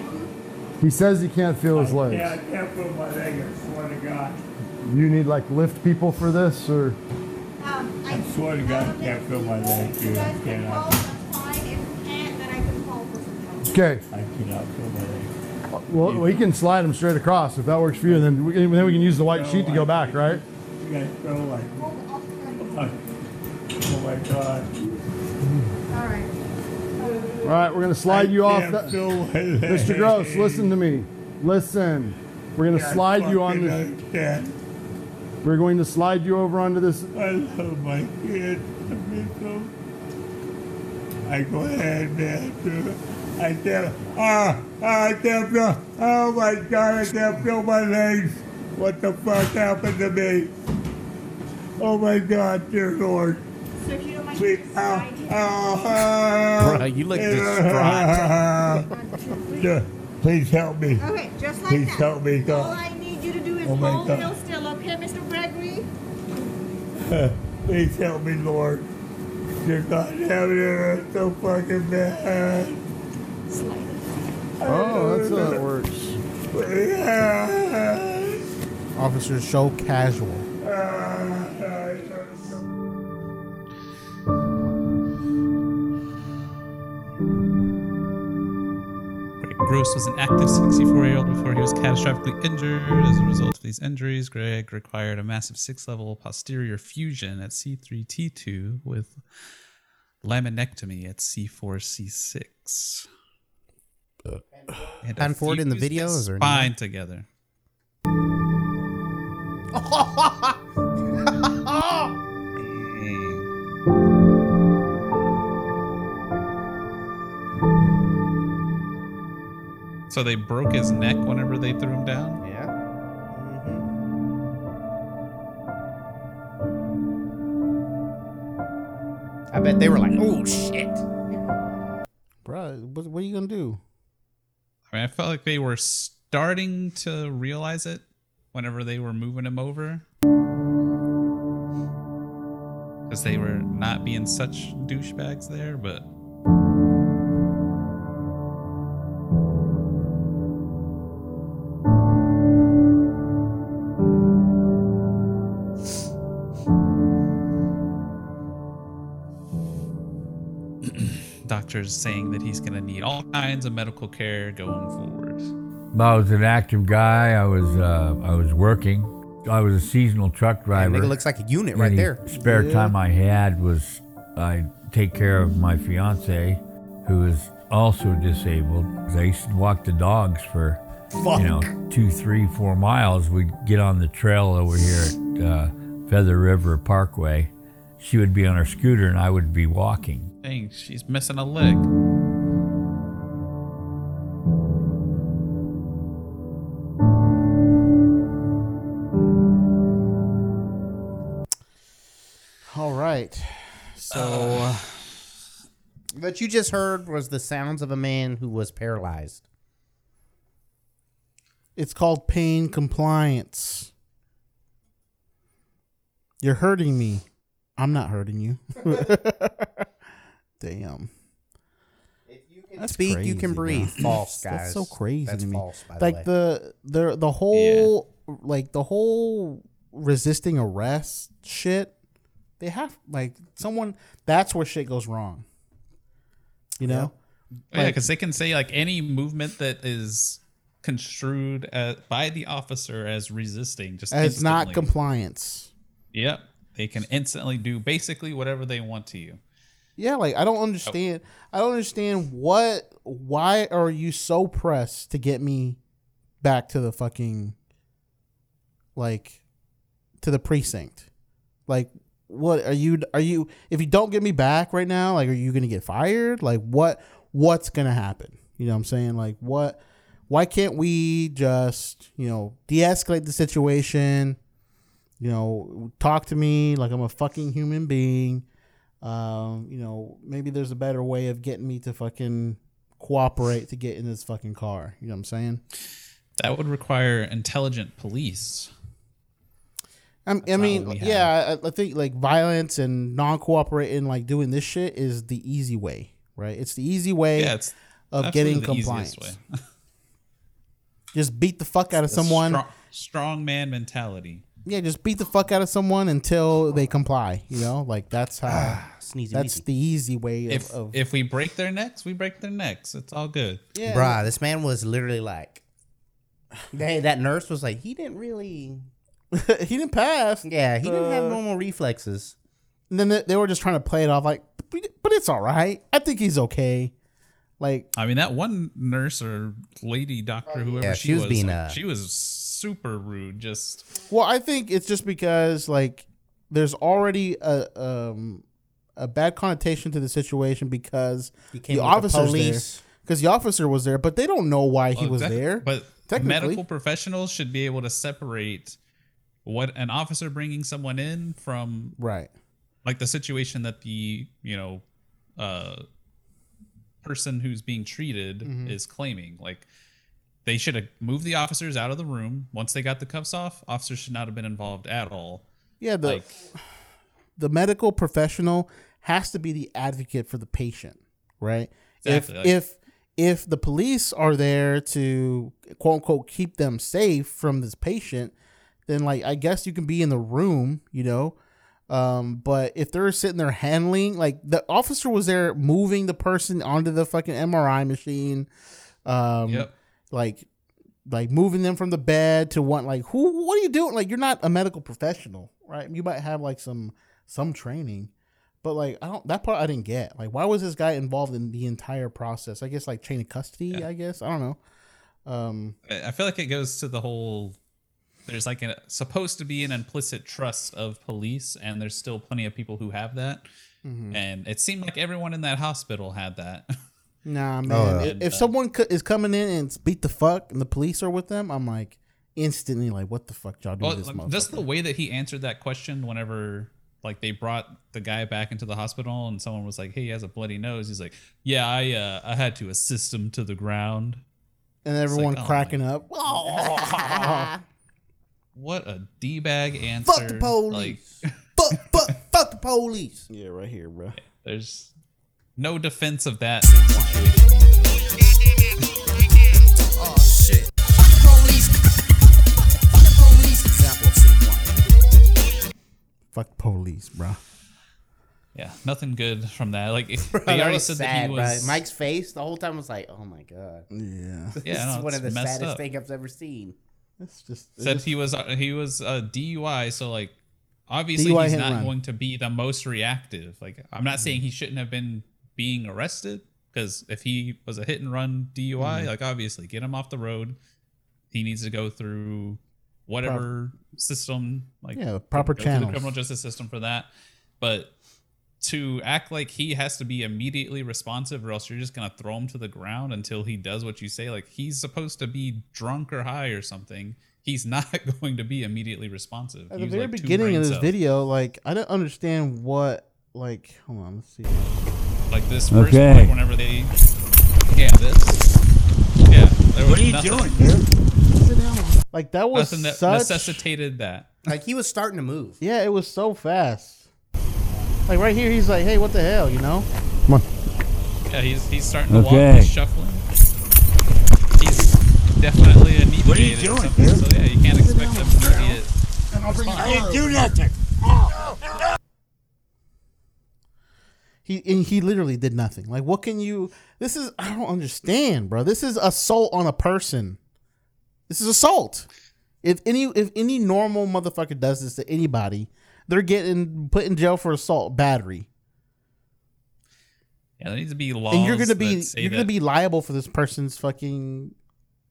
S12: He says he can't feel his
S11: Yeah, I
S12: legs.
S11: can't move my leg. I swear to God.
S12: You need like lift people for this, or
S11: I swear to God, I can't feel my leg, dude. I cannot.
S12: okay.
S11: I cannot feel my leg.
S12: Well, we can slide him straight across if that works for you, and then we, can- then we can use the white sheet to go back, right?
S11: You guys feel like. Oh my God.
S12: All right, we're gonna slide you off.
S11: can't
S12: that-
S11: feel my
S12: Mr.
S11: leg.
S12: Gross, listen to me. Listen, we're gonna
S11: Yeah, I
S12: slide you on
S11: fucking
S12: this.
S11: understand.
S12: We're going to slide you over onto this.
S11: I love my kids. I miss them. I go ahead, man. Dude. I can't. Ah, ah, I can't feel. Oh my God, I can't feel my legs. What the fuck happened to me? Oh my God, dear Lord. ah,
S19: So if you don't mind,
S11: Please, ow, ow, ow.
S3: Bruh, you look
S11: *laughs*
S3: distraught.
S11: Dude, Please help me.
S15: Okay, just like
S11: Please
S15: that.
S11: help me,
S15: All
S11: God.
S15: I need you to do is
S11: Oh my
S15: hold
S11: God.
S15: still still, okay, Mr. Gregory?
S11: Please help me, Lord. Dear God, heaven and earth, so fucking bad.
S12: Oh, that's how it works.
S4: Officers so casual.
S5: Greg Gross was an active 64 year old before he was catastrophically injured. As a result of these injuries, Greg required a massive six level posterior fusion at C3T2 with laminectomy at C4C6. Had to
S4: Pan forward in the
S5: fuse
S4: video,
S5: his
S4: is there any
S5: spine together.
S4: oh,
S5: so they broke his neck whenever they threw him down.
S3: Yeah. I *laughs* bet they were like, "Oh shit."
S4: Bro, what, what are you gonna do?
S5: I mean, I felt like they were starting to realize it whenever they were moving him over. Because they were not being such douchebags there, but. Doctors saying that he's going to need all kinds of medical care going forward.
S20: Well, I was an active guy. I was uh, I was working. I was a seasonal truck driver.
S3: nigga looks like a unit right
S20: Any
S3: there.
S20: Spare
S3: Yeah.
S20: time I had was I take care of my fiance, who is also disabled. I used to walk the dogs for
S3: Fuck.
S20: you know two, three, four miles. We'd get on the trail over here at uh, Feather River Parkway. She would be on her scooter and I would be walking.
S5: Dang, she's missing a leg. Oh,
S4: All right. So
S3: What you just heard was the sounds of a man who was paralyzed.
S4: it's called pain compliance. You're hurting me. I'm not hurting you. *laughs* Damn. That's
S3: speak, you can breathe.
S4: bro.
S3: False,
S4: That's
S3: guys.
S4: so crazy
S3: That's
S4: to me.
S3: false, by the
S4: like
S3: way.
S4: the the the whole like the whole resisting arrest shit. They have like someone. That's where shit goes wrong. You know.
S5: Oh, yeah, because they can say like any movement that is construed uh by the officer as resisting just
S4: it's not
S5: instantly.
S4: compliance.
S5: Yep, they can instantly do basically whatever they want to you.
S4: Yeah, like I don't understand. I don't understand what. Why are you so pressed to get me back to the fucking like to the precinct? Like, what are you? Are you? If you don't get me back right now, like, are you gonna get fired? Like, what? What's gonna happen? You know what I'm saying? Like, what? Why can't we just you know de-escalate the situation? you know, talk to me like I'm a fucking human being. Um, you know, maybe there's a better way of getting me to fucking cooperate to get in this fucking car. You know what I'm saying?
S5: That would require intelligent police.
S4: I'm, I mean, yeah, I, I think like violence and non-cooperating, like doing this shit, is the easy way, right? It's the easy way
S5: Yeah, it's
S4: of
S5: absolutely
S4: getting
S5: the
S4: compliance.
S5: easiest
S4: *laughs* Just beat the fuck out of
S5: The
S4: someone.
S5: strong, strong man mentality.
S4: Yeah, just beat the fuck out of someone until they comply. You know, like that's
S3: *sighs*
S4: how.
S3: Ah, Sneezy
S4: that's
S3: weezy.
S4: the easy way of,
S5: If
S4: of
S5: if we break their necks, we break their necks. It's all good.
S3: Yeah. Bruh, this man was literally like, they, that nurse was like, he didn't really. *laughs*
S4: *laughs* he didn't pass.
S3: Yeah, he didn't have
S4: Uh,
S3: normal reflexes.
S4: And then they, they were just trying to play it off like, but but it's all right. I think he's okay. Like,
S5: I mean, that one nurse or lady doctor, whoever
S3: Yeah,
S5: she,
S3: she was
S5: was,
S3: being,
S5: like,
S3: uh,
S5: she was super rude. Just
S4: well, I think it's just because like there's already a um a bad connotation to the situation because
S3: came
S4: the
S3: with the
S4: officer's
S3: police.
S4: because the officer was there, but they don't know why he
S5: Well,
S4: was
S5: exact-
S4: there.
S5: But
S4: technically,
S5: medical professionals should be able to separate what an officer bringing someone in from
S4: right?
S5: like the situation that the you know uh, person who's being treated
S4: Mhm.
S5: is claiming. Like they should have moved the officers out of the room once they got the cuffs off. Officers should not have been involved at all.
S4: Yeah, the
S5: Like-
S4: the medical professional has to be the advocate for the patient, right?
S5: Exactly,
S4: If
S5: like-
S4: if if the police are there to quote unquote keep them safe from this patient, then like I guess you can be in the room, you know. Um, but if they're sitting there handling, like the officer was there moving the person onto the fucking MRI machine, um,
S5: Yep.
S4: like like moving them from the bed to one like who what are you doing like you're not a medical professional right you might have like some some training but like i don't that part i didn't get like why was this guy involved in the entire process i guess like chain of custody i guess i don't know um
S5: I I feel like it goes to the whole. There's like a supposed to be an implicit trust of police, and there's still plenty of people who have that.
S3: Mm-hmm.
S4: Mhm.
S5: And it seemed like everyone in that hospital had that.
S4: Nah, man. if if someone co- is coming in and beat the fuck and the police are with them, I'm like instantly like, what the fuck y'all doing
S5: Well,
S4: this
S5: like,
S4: month?
S5: just the way that he answered that question whenever like they brought the guy back into the hospital and someone was like, "Hey, he has a bloody nose." He's like, "Yeah, I uh, I had to assist him to the ground."
S4: And everyone
S5: oh my-
S4: cracking up.
S5: *laughs* What a d bag answer!
S4: Fuck the police.
S5: Like,
S4: fuck, fuck, fuck the police.
S21: Yeah, right here, bro.
S5: there's no defense
S3: *laughs*
S5: of that.
S1: Oh shit. Fuck the police. Fuck the police. Example of scene one.
S4: *laughs* Fuck police, bro.
S5: Yeah, nothing good from that. Like if-
S3: Bro,
S5: they
S3: that
S5: already
S3: was
S5: said that
S3: sad,
S5: he
S3: bro.
S5: was.
S3: Mike's face the whole time was like, "Oh my god,
S4: yeah,
S3: this
S5: Yeah, I
S3: is
S5: know,
S3: one of *laughs* the
S5: it's messed
S3: saddest
S5: up.
S3: things I've ever seen."
S4: It's just
S5: said he was uh, he was uh, DUI, so like obviously
S4: DUI
S5: he's
S4: hit
S5: not
S4: and run.
S5: going to be the most reactive. Like I'm not saying he shouldn't have been being arrested because if he was a hit and run DUI,
S4: Mhm.
S5: like obviously get him off the road. He needs to go through whatever system, like
S4: Yeah, proper
S5: go through the
S4: channels.
S5: criminal justice system for that. But to act like he has to be immediately responsive, or else you're just gonna throw him to the ground until he does what you say. Like he's supposed to be drunk or high or something. He's *laughs* not going to be immediately responsive.
S4: At the
S5: He was,
S4: very
S5: like, two
S4: beginning
S5: brain
S4: of this
S5: cells.
S4: video, like I don't understand what like hold on, let's see.
S5: like this first
S4: Okay.
S5: part, whenever they, yeah, this, yeah, there was
S4: What are you
S5: nothing.
S4: doing, dude? Sit down. Like that was
S5: nothing that
S4: such
S5: necessitated that.
S3: Like he was starting to move.
S4: Yeah, it was so fast. Like right here he's like, "Hey, what the hell?" you know?
S5: Yeah, he's he's starting to walk.
S4: Okay.
S5: He's shuffling. He's definitely a What are you doing? So yeah, you can't expect him to be it.
S11: I didn't do nothing.
S4: He and he literally did nothing. Like what can you This is I don't understand, bro. This is assault on a person. This is assault. If any if any normal motherfucker does this to anybody, they're getting put in jail for assault battery.
S5: Yeah, there needs to be laws.
S4: and you're gonna
S5: that
S4: be
S5: say
S4: you're
S5: that
S4: gonna be liable for this person's fucking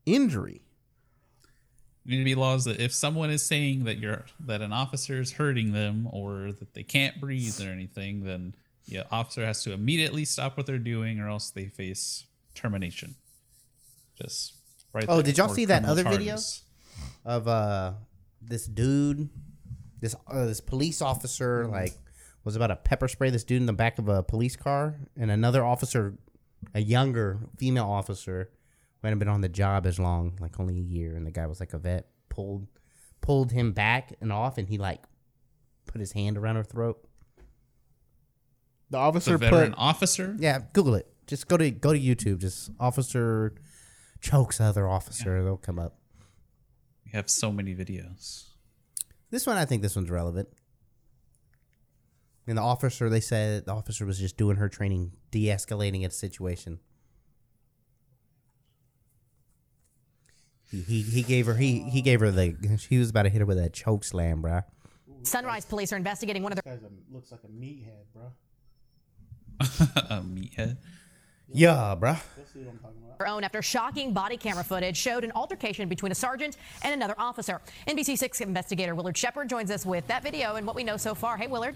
S4: injury.
S5: There need to be laws that if someone is saying that you're that an officer is hurting them or that they can't breathe or anything, then the officer has to immediately stop what they're doing, or else they face termination. Just right.
S3: oh,
S5: there,
S3: did y'all
S5: or
S3: see that
S5: criminal
S3: other
S5: charges.
S3: video of uh this dude, this uh, this police officer like was about to pepper spray this dude in the back of a police car, and another officer, a younger female officer, who hadn't been on the job as long, like only a year, and the guy was like a vet, pulled pulled him back and off, and he like put his hand around her throat.
S4: The officer
S3: veteran
S4: put
S5: officer.
S3: Yeah, Google it. Just go to go to YouTube. Just officer chokes other officer. They'll come up.
S5: We have so many videos.
S3: This one, I think this one's relevant. And the officer, they said the officer was just doing her training, de-escalating a situation. He, he, he gave her he he gave her the *laughs* she was about to hit her with that choke slam, bruh.
S22: Sunrise police are investigating one of
S4: their. looks like a meathead, bro.
S5: *laughs* a meathead.
S3: Yeah, bruh.
S22: their own after shocking body camera footage showed an altercation between a sergeant and another officer. NBC6 investigator Willard Shepard joins us with that video and what we know so far. Hey, Willard.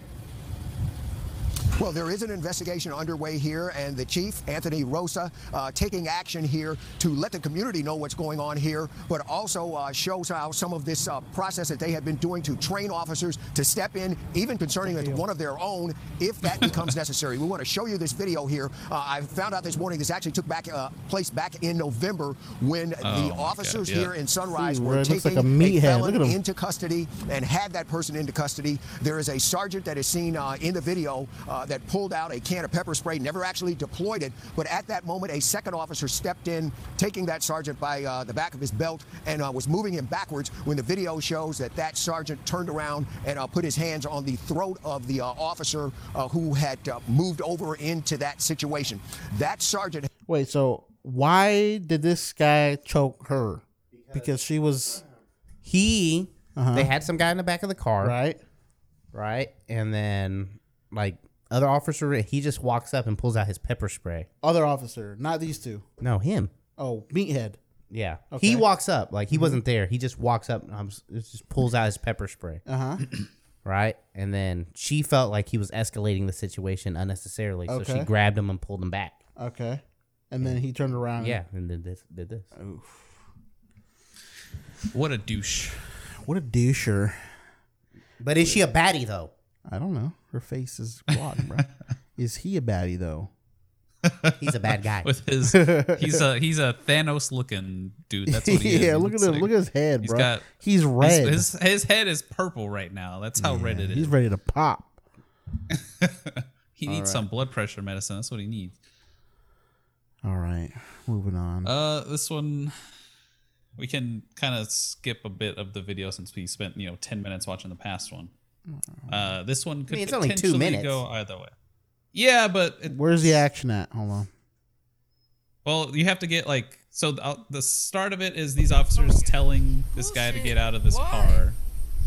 S23: Well, there is an investigation underway here, and the chief, Anthony Rosa, uh, taking action here to let the community know what's going on here, but also uh, shows how some of this uh, process that they have been doing to train officers to step in, even concerning one of their own, if that
S4: *laughs*
S23: becomes necessary. We want to show you this video here. Uh, I found out this morning this actually took back uh, place back in November when
S4: Oh,
S23: the
S4: my
S23: officers
S4: God, yeah.
S23: here in Sunrise
S4: See,
S23: were
S4: where it looks
S23: taking
S4: like a meathead.
S23: felon
S4: Look at him.
S23: into into custody and had that person into custody. There is a sergeant that is seen uh, in the video uh, that pulled out a can of pepper spray, never actually deployed it, but at that moment, a second officer stepped in, taking that sergeant by uh, the back of his belt and uh, was moving him backwards when the video shows that that sergeant turned around and uh, put his hands on the throat of the uh, officer uh, who had uh, moved over into that situation. That sergeant.
S4: Wait, so why did this guy choke her? Because, she was
S3: he.
S4: Uh-huh.
S3: They had some guy in the back of the car.
S4: Right.
S3: Right. And then like other officer, he just walks up and pulls out his pepper spray.
S4: Other officer, not these two.
S3: No, him.
S4: Oh, meathead.
S3: Yeah.
S4: Okay. Mm-hmm.
S3: He walks up. Like he wasn't there. He just walks up and um, s- just pulls out his pepper spray.
S4: Uh huh.
S3: *clears throat* Right. And then she felt like he was escalating the situation unnecessarily. So she
S4: Okay.
S3: grabbed him and pulled him back.
S4: Okay. and then he turned around.
S3: Yeah, and did this. Did this.
S5: What a douche.
S4: What a doucher.
S3: But is she a baddie though?
S4: I don't know. Her face is rotten, bro. Is he a baddie though?
S3: *laughs* He's a bad guy.
S5: With
S4: *laughs*
S5: his, he's a he's a Thanos looking dude. That's what he is.
S4: *laughs* Yeah, look at
S5: It's
S4: him- look at his head, bro. He's
S5: his-
S4: red.
S5: His, his head is purple right now. That's how red it is.
S4: He's ready to pop.
S5: He needs some blood pressure medicine. That's what he needs.
S4: All right, moving on.
S5: Uh, this one we can kind of skip a bit of the video since we spent you know ten minutes watching the past one. Uh, this one could
S3: it's only two
S5: potentially
S3: minutes.
S5: go either way. Yeah, but it,
S4: Where's the action at? Hold on.
S5: Well, you have to get like so. The, uh, the start of it is these officers telling this guy to get out of this car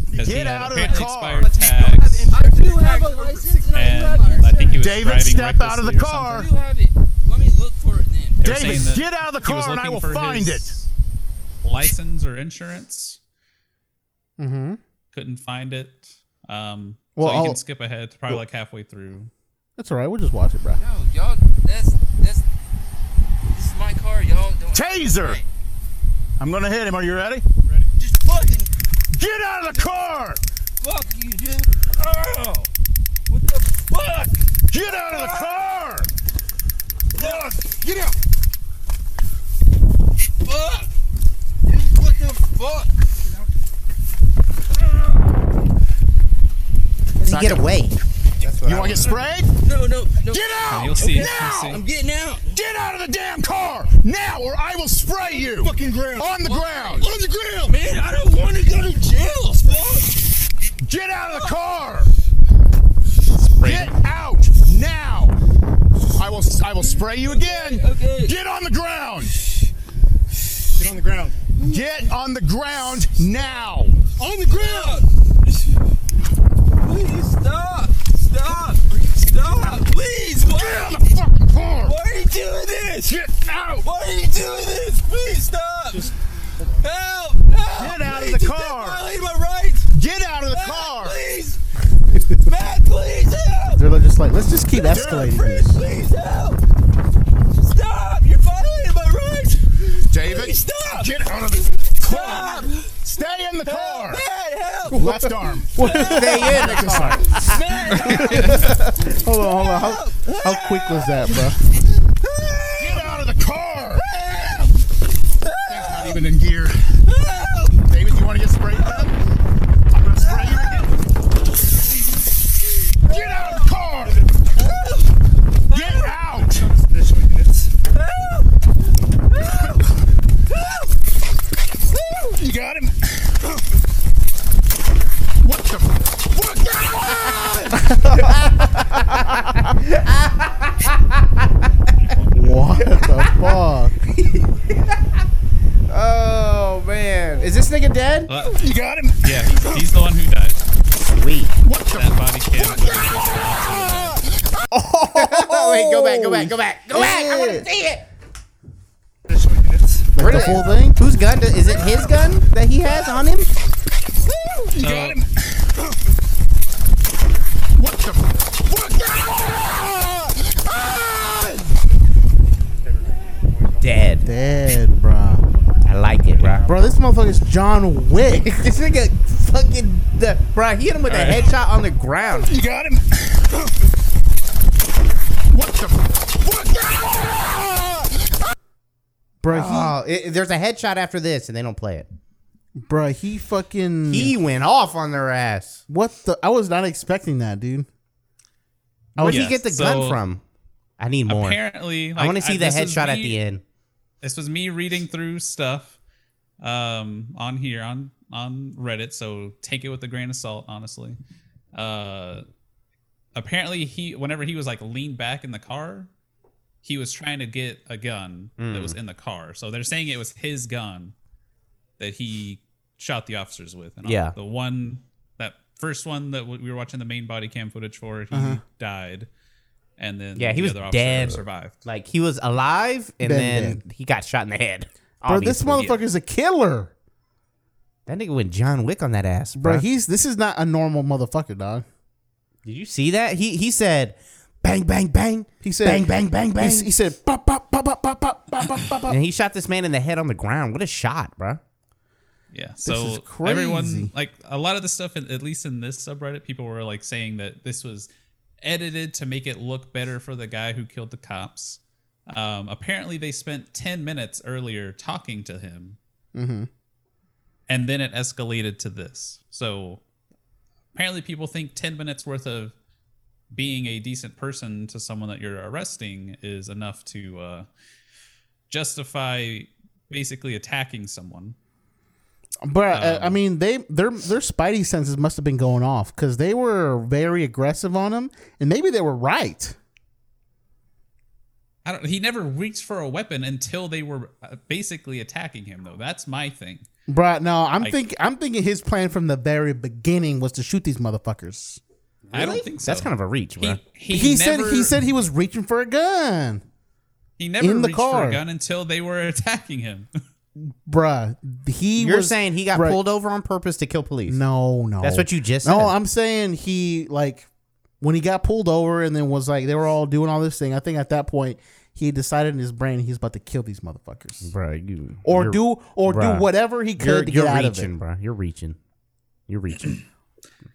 S5: because he
S17: Get
S5: had
S17: out of the
S5: apparently
S17: car.
S5: expired tags,
S17: I do have a license
S5: and I think he was
S17: David,
S5: driving
S17: step out of the
S5: recklessly or
S17: car.
S5: something.
S17: Let me look for it then.
S5: They were saying that
S17: get out of the
S5: he was
S17: car and I
S5: looking
S17: will
S5: for
S17: find
S5: his License or insurance?
S4: Mm-hmm.
S5: Couldn't find it. Um,
S4: Well,
S5: so you
S4: I'll-
S5: can skip ahead, to probably like halfway through.
S4: That's all right. We'll just watch it, bro.
S17: No, y'all, that's that's this is my car, y'all. Don't
S1: Taser! I'm gonna hit him. Are you ready?
S17: Just fucking
S1: Get out of the car!
S17: fuck you, dude. Oh, what the fuck?
S1: Get out of the car!
S17: Fuck! Get out! Fuck! Dude, what the fuck?
S3: Does he get away? That's what
S1: You
S3: I
S1: wanna get sprayed?
S17: No, no, no.
S1: Get out!
S3: You'll see.
S1: Now!
S17: I'm getting out.
S1: Get out of the damn car! Now, or I will spray you!
S17: Fucking ground.
S1: On the
S17: Why?
S1: ground!
S17: On the ground, man. I don't want to go to jail, fuck.
S1: Get out of the car!
S5: Spray
S1: Get out now! I will I will spray you again. Get on the ground. Get on the ground. Get on the ground now.
S17: On the ground. Please stop. Stop. Stop. Please. Why Get out of the fucking car. Why are you doing this? Get out. Why are you doing this? Please stop. help. Help.
S1: Get out of
S17: Please,
S1: the
S17: you
S1: car.
S17: violated my rights.
S1: Get out of the
S17: Matt,
S1: car.
S17: Please. Matt, please help.
S4: They're just like, let's just keep
S1: *laughs*
S4: escalating. *laughs* this.
S17: Please help. Stop. You're violating my rights.
S1: David,
S17: Please stop.
S1: Get out of the
S17: Stop.
S1: Stay in the car.
S17: Matt, help.
S1: Left arm.
S4: *laughs*
S3: Stay in the car.
S4: hold on, hold on. How, how quick was that, bro?
S1: Get out of the car. That's not even in gear. David, you want to get sprayed? I'm gonna spray you again. Get out of the car. Get out. You got him. What the fuck?
S4: What
S3: *laughs*
S4: the
S3: Oh man, is this nigga dead?
S5: Uh,
S1: You got him.
S5: yeah, he's, he's the one who died.
S3: Sweet.
S1: What the
S5: That body cam.
S3: Oh *laughs* wait, go back, go back, go back, go back. I want
S4: Yeah.
S3: to see it.
S4: fuck? Like the
S3: Really?
S4: whole thing?
S3: Whose gun? do- Is it his gun that he has on him?
S1: You
S5: So-
S1: got him. What the fuck?
S3: Dead.
S4: Dead, bro.
S3: I like it, bro.
S4: Bro, this motherfucker's John *laughs* Wick.
S3: This nigga fucking the bro. He hit him with a
S5: Alright.
S3: headshot on the *laughs* ground.
S1: You got him. What the fuck?
S4: Bro, he,
S3: Oh, it, there's a headshot after this, and they don't play it.
S4: bro, he fucking.
S3: He went off on their ass.
S4: what the? I was not expecting that, dude.
S3: Where'd
S5: Yeah,
S3: he get the
S5: so-
S3: gun gun from? I need more.
S5: Apparently,
S3: I
S5: like,
S3: want to see the
S5: this is
S3: headshot at
S5: me-
S3: the end.
S5: This was me reading through stuff um, on here on on Reddit, so take it with a grain of salt, honestly. Uh, apparently, he whenever he was like leaned back in the car, he was trying to get a gun that
S3: Hmm.
S5: was in the car. So they're saying it was his gun that he shot the officers with. And
S3: Yeah.
S5: the one that first one that we were watching the main body cam footage for, he
S4: Uh-huh.
S5: died, and then
S3: Yeah, he
S5: the
S3: was
S5: other officer
S3: dead.
S5: survived.
S3: Like he was alive, and
S4: Been
S3: then he got shot in the head.
S4: Bro, this
S3: Obviously.
S4: motherfucker's a killer.
S3: That nigga went John Wick on that ass,
S4: Bro,
S3: bro.
S4: he's this is not a normal motherfucker, dog.
S3: Did you see that? He he said, bang bang bang.
S4: He said
S3: bang bang bang
S4: He,
S3: bang.
S4: s- he said pop pop pop pop pop
S3: and he shot this man in the head on the ground. What a shot, bro.
S5: Yeah.
S3: This
S5: So
S3: is crazy.
S5: everyone like a lot of the stuff at least in this subreddit people were like saying that this was edited to make it look better for the guy who killed the cops. Um, apparently they spent 10 minutes earlier talking to him
S4: Mm-hmm.
S5: and then it escalated to this. So apparently people think 10 minutes worth of being a decent person to someone that you're arresting is enough to uh, justify basically attacking someone.
S4: But uh,
S5: Um,
S4: I mean, they their their spidey senses must have been going off because they were very aggressive on him, and maybe they were right.
S5: I don't. He never reached for a weapon until they were uh, basically attacking him, though. That's my thing.
S4: But no, I'm
S5: Like-
S4: think I'm thinking his plan from the very beginning was to shoot these motherfuckers.
S5: I don't think so.
S3: That's kind of a reach, bro.
S4: He,
S5: he
S4: said he
S5: never-
S4: said he was reaching for a gun.
S5: He never
S4: in the
S5: reached for
S4: car.
S5: a gun until they were *laughs* attacking him.
S4: Bruh, he
S3: You're
S4: was-
S3: saying he got
S4: bruh,
S3: pulled over on purpose to kill police?
S4: No, no.
S3: That's what you just said.
S4: No, I'm saying he like when he got pulled over and then was like they were all doing all this thing. I think at that point he decided in his brain he's about to kill these motherfuckers.
S3: bro. You
S4: Or
S3: you're-
S4: do- or do
S3: bruh.
S4: whatever he could
S3: You're,
S4: to
S3: you're
S4: get out of
S3: reaching,
S4: it.
S3: bro. You're reaching. You're reaching.
S4: *clears throat*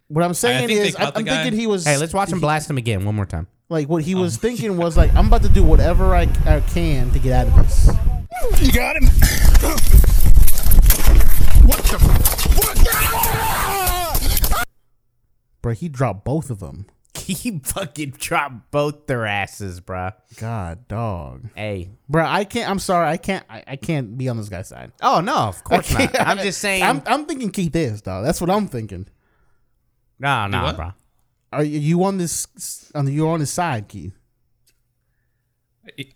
S4: What I'm saying
S3: think they
S4: is,
S3: caught
S4: I'm, I'm
S3: the guy.
S4: thinking he was.
S3: Hey, let's watch him
S4: he-
S3: blast him again one more time. *laughs*
S4: Like what he
S3: Oh,
S4: was thinking was like, I'm about to do whatever I, I can to get out of this.
S1: You got him. What the? What
S4: Bro, he dropped both of them.
S3: He fucking dropped both their asses, bro.
S4: God, dog.
S3: Hey.
S4: Bro, I can't. I'm sorry. I can't. I, I can't be on this guy's side.
S3: Oh no,
S4: *laughs*
S3: of course
S4: I can't-
S3: not. I'm just saying.
S4: I'm, I'm thinking keep this, dog. That's what I'm thinking.
S3: no,
S4: You
S3: no,
S4: what?
S3: bro.
S4: Are you, you on this? On the, you're on his side, Keith.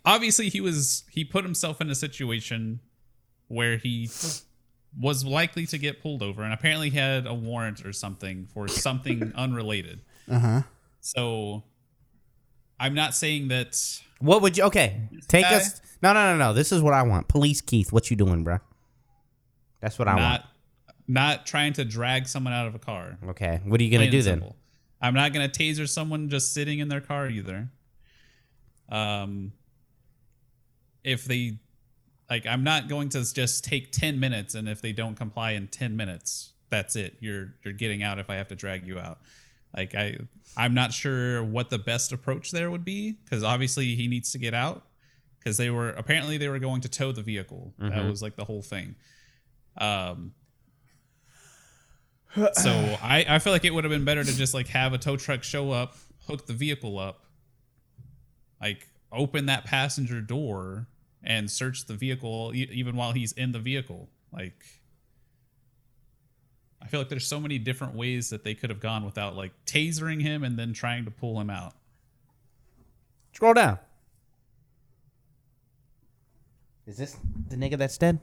S5: Obviously, he was. He put himself in a situation where he was likely to get pulled over, and apparently he had a warrant or something
S3: *laughs*
S5: for something unrelated.
S4: Uh
S3: Uh-huh.
S4: huh.
S5: So, I'm not saying that.
S3: What would you? Okay, take
S5: guy?
S3: us. No, no, no, no. This is what I want. Police Keith, what you doing, bro? That's what I
S5: not, Not trying to drag someone out of a car.
S3: want. Okay, what are you gonna
S5: Plain
S3: do
S5: and
S3: then?
S5: simple. I'm not gonna taser someone just sitting in their car either. Um, if they like, I'm not going to just take ten minutes, and if they don't comply in ten minutes, that's it. You're you're getting out. If I have to drag you out, like I I'm not sure what the best approach there would be because obviously he needs to get out because they were apparently they were going to tow the vehicle. That
S3: Mhm.
S5: was like the whole thing. Um, so I, I feel like it would have been better to just like have a tow truck show up, hook the vehicle up, like open that passenger door and search the vehicle e- even while he's in the vehicle. Like I feel like there's so many different ways that they could have gone without like tasering him and then trying to pull him out.
S3: Scroll down. Is this the nigga that's dead?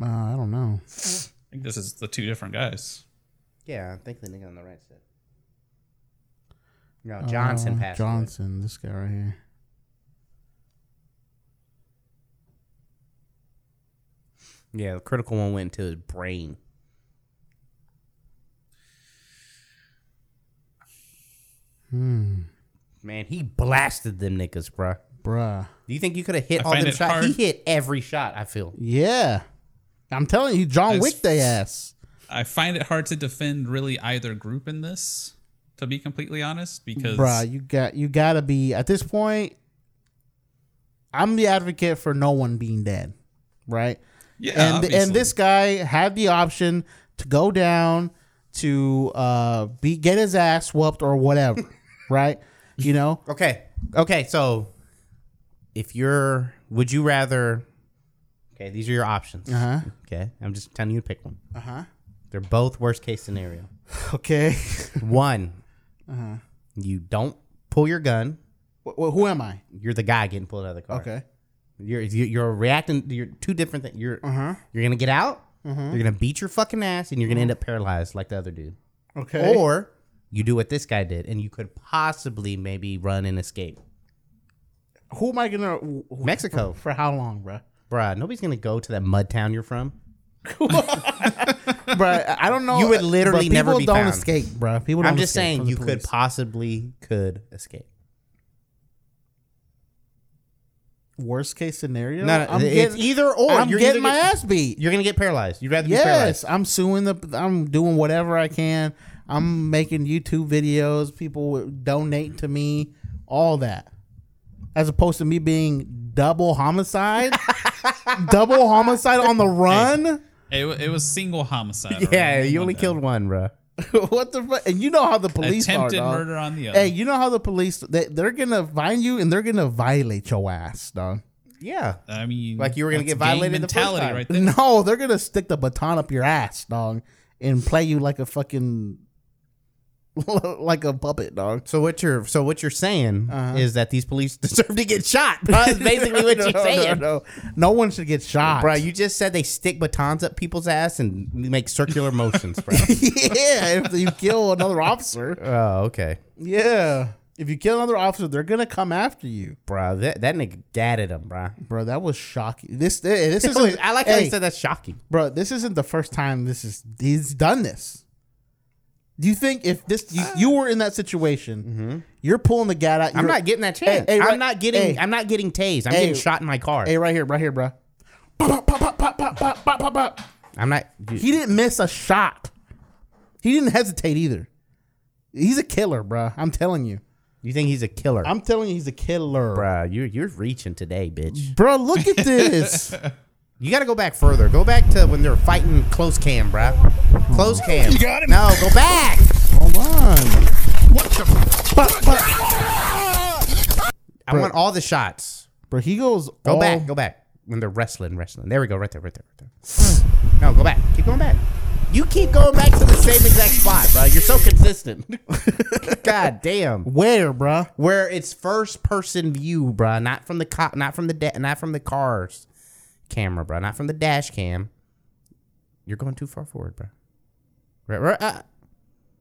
S4: Uh, I don't know.
S5: I think this is the two different guys.
S3: Yeah, I think the nigga on the right's dead. No, Johnson
S4: Uh,
S3: passed. away.
S4: Johnson, this guy right here.
S3: Yeah, the critical one went into his brain.
S4: Hmm.
S3: Man, he blasted them niggas, bruh.
S4: Bruh.
S3: Do you think you could have hit
S5: I
S3: all
S5: find
S3: them
S5: it
S3: shots?
S5: hard-
S3: He hit every shot. I feel.
S4: Yeah. I'm telling you, John
S5: As-
S4: Wick, they ass.
S5: I find it hard to defend really either group in this, to be completely honest, because
S4: Bruh, you got you gotta be at this point. I'm the advocate for no one being dead, right?
S5: Yeah,
S4: and
S5: obviously.
S4: and this guy had the option to go down to uh be get his ass whooped or
S5: *laughs*
S4: whatever, right? You know.
S3: Okay. Okay. So, if you're, would you rather? Okay, these are your options.
S4: Uh-huh.
S3: Okay, I'm just telling you to pick one.
S4: Uh huh.
S3: They're both worst case scenario.
S4: Okay. *laughs*
S3: one,
S4: Uh huh.
S5: Uh-huh.
S3: you don't pull your gun.
S4: Wh- who am I?
S3: You're the guy getting pulled out of the car.
S4: Okay.
S3: You're you- you're reacting. You're two different things. You're
S4: Uh-huh.
S3: you're gonna get out.
S4: Uh-huh.
S3: You're gonna beat your fucking ass, and you're gonna end up paralyzed like the other dude.
S4: Okay.
S3: Or you do what this guy did, and you could possibly maybe run and escape.
S4: Who am I gonna wh-
S3: Mexico.
S4: for, for how long, bruh?
S3: Bruh, nobody's gonna go to that mud town you're from.
S4: bruh, I I don't know.
S3: You would
S4: uh,
S3: literally
S4: but
S3: never
S4: people
S3: be
S4: don't
S3: found.
S4: escape, bruh. People don't
S3: I'm just
S4: escape
S3: saying
S4: from the
S3: you could
S4: police.
S3: possibly could escape.
S4: worst case scenario.
S3: No, no,
S4: I'm
S3: it's
S4: getting-
S3: either or.
S4: I'm
S3: You're
S4: getting
S3: either
S4: my
S3: get-
S4: ass beat.
S3: You're gonna get paralyzed. You'd rather be
S4: yes,
S3: paralyzed.
S4: I'm suing the. I'm doing whatever I can. I'm making YouTube videos. People would donate to me. All that, as opposed to me being double
S3: *laughs*
S4: homicide, double homicide on the run.
S5: It, wa- it was single homicide.
S4: *laughs*
S3: Yeah,
S5: alright?
S3: you only killed one, bro.
S4: what the fuck? And you know how the police
S5: Attempted
S4: are, dog.
S5: murder on the other.
S4: Hey, you know how the police they, they're gonna find you and they're gonna violate your ass, dog.
S3: Yeah.
S5: I mean,
S3: Like you were gonna
S5: that's
S3: get violated
S5: gang
S3: the first
S5: mentality
S3: time.
S5: right there.
S4: No, they're gonna stick the baton up your ass, dog, and play you like a fucking *laughs*
S3: *laughs*
S4: like a puppet, dog.
S3: So what you're so what you're saying is that these police *laughs* deserve to get shot. bro. *laughs* That's basically what you're
S4: No, no,
S3: saying.
S4: no. No one should get shot,
S3: Bro, you just said they stick batons up people's ass and make circular motions, bro.
S4: yeah, if you kill another officer,
S3: *laughs* oh, okay.
S4: yeah, if you kill another officer, they're gonna come after you,
S3: bro. That that nigga gadded him, bro.
S4: Bro, that was shocking. This eh, this
S3: That
S4: is
S3: was- *laughs* I like how you said that's shocking,
S4: bro. This isn't the first time this is he's done this. Do you think if this you, you were in that situation, you're pulling the gat out?
S3: Mm-hmm. I'm
S4: you're-
S3: not getting that chance.
S4: Hey, hey,
S3: I'm
S4: right-
S3: not getting.
S4: hey.
S3: I'm not getting tased. I'm
S4: Hey.
S3: getting shot in my car.
S4: Hey, right here, right here, bro.
S3: I'm not.
S4: He didn't miss a shot. He didn't hesitate either. He's a killer, bruh. I'm telling you.
S3: You think he's a killer?
S4: I'm telling you, he's a killer,
S3: Bruh, You're you're reaching today, bitch.
S4: Bro, look at this.
S3: *laughs* You got to go back further. Go back to when they're fighting close cam, bruh. Close cam.
S4: You got him?
S3: No, go back.
S4: Hold on.
S3: What the? I Bruh. want all the shots.
S4: Bro, he goes.
S3: Go
S4: all-
S3: back. Go back. When they're wrestling, wrestling. There we go. Right there. Right there. Right there. no, go back. Keep going back. You keep going back to the same exact spot, bro. You're so consistent. *laughs* God damn.
S4: Where, bruh?
S3: Where it's first person view, bruh. Not from the cop. Not from the da- Not from the cars camera, bruh. Not from the dash cam. You're going too far forward, bruh. Right, right. Uh,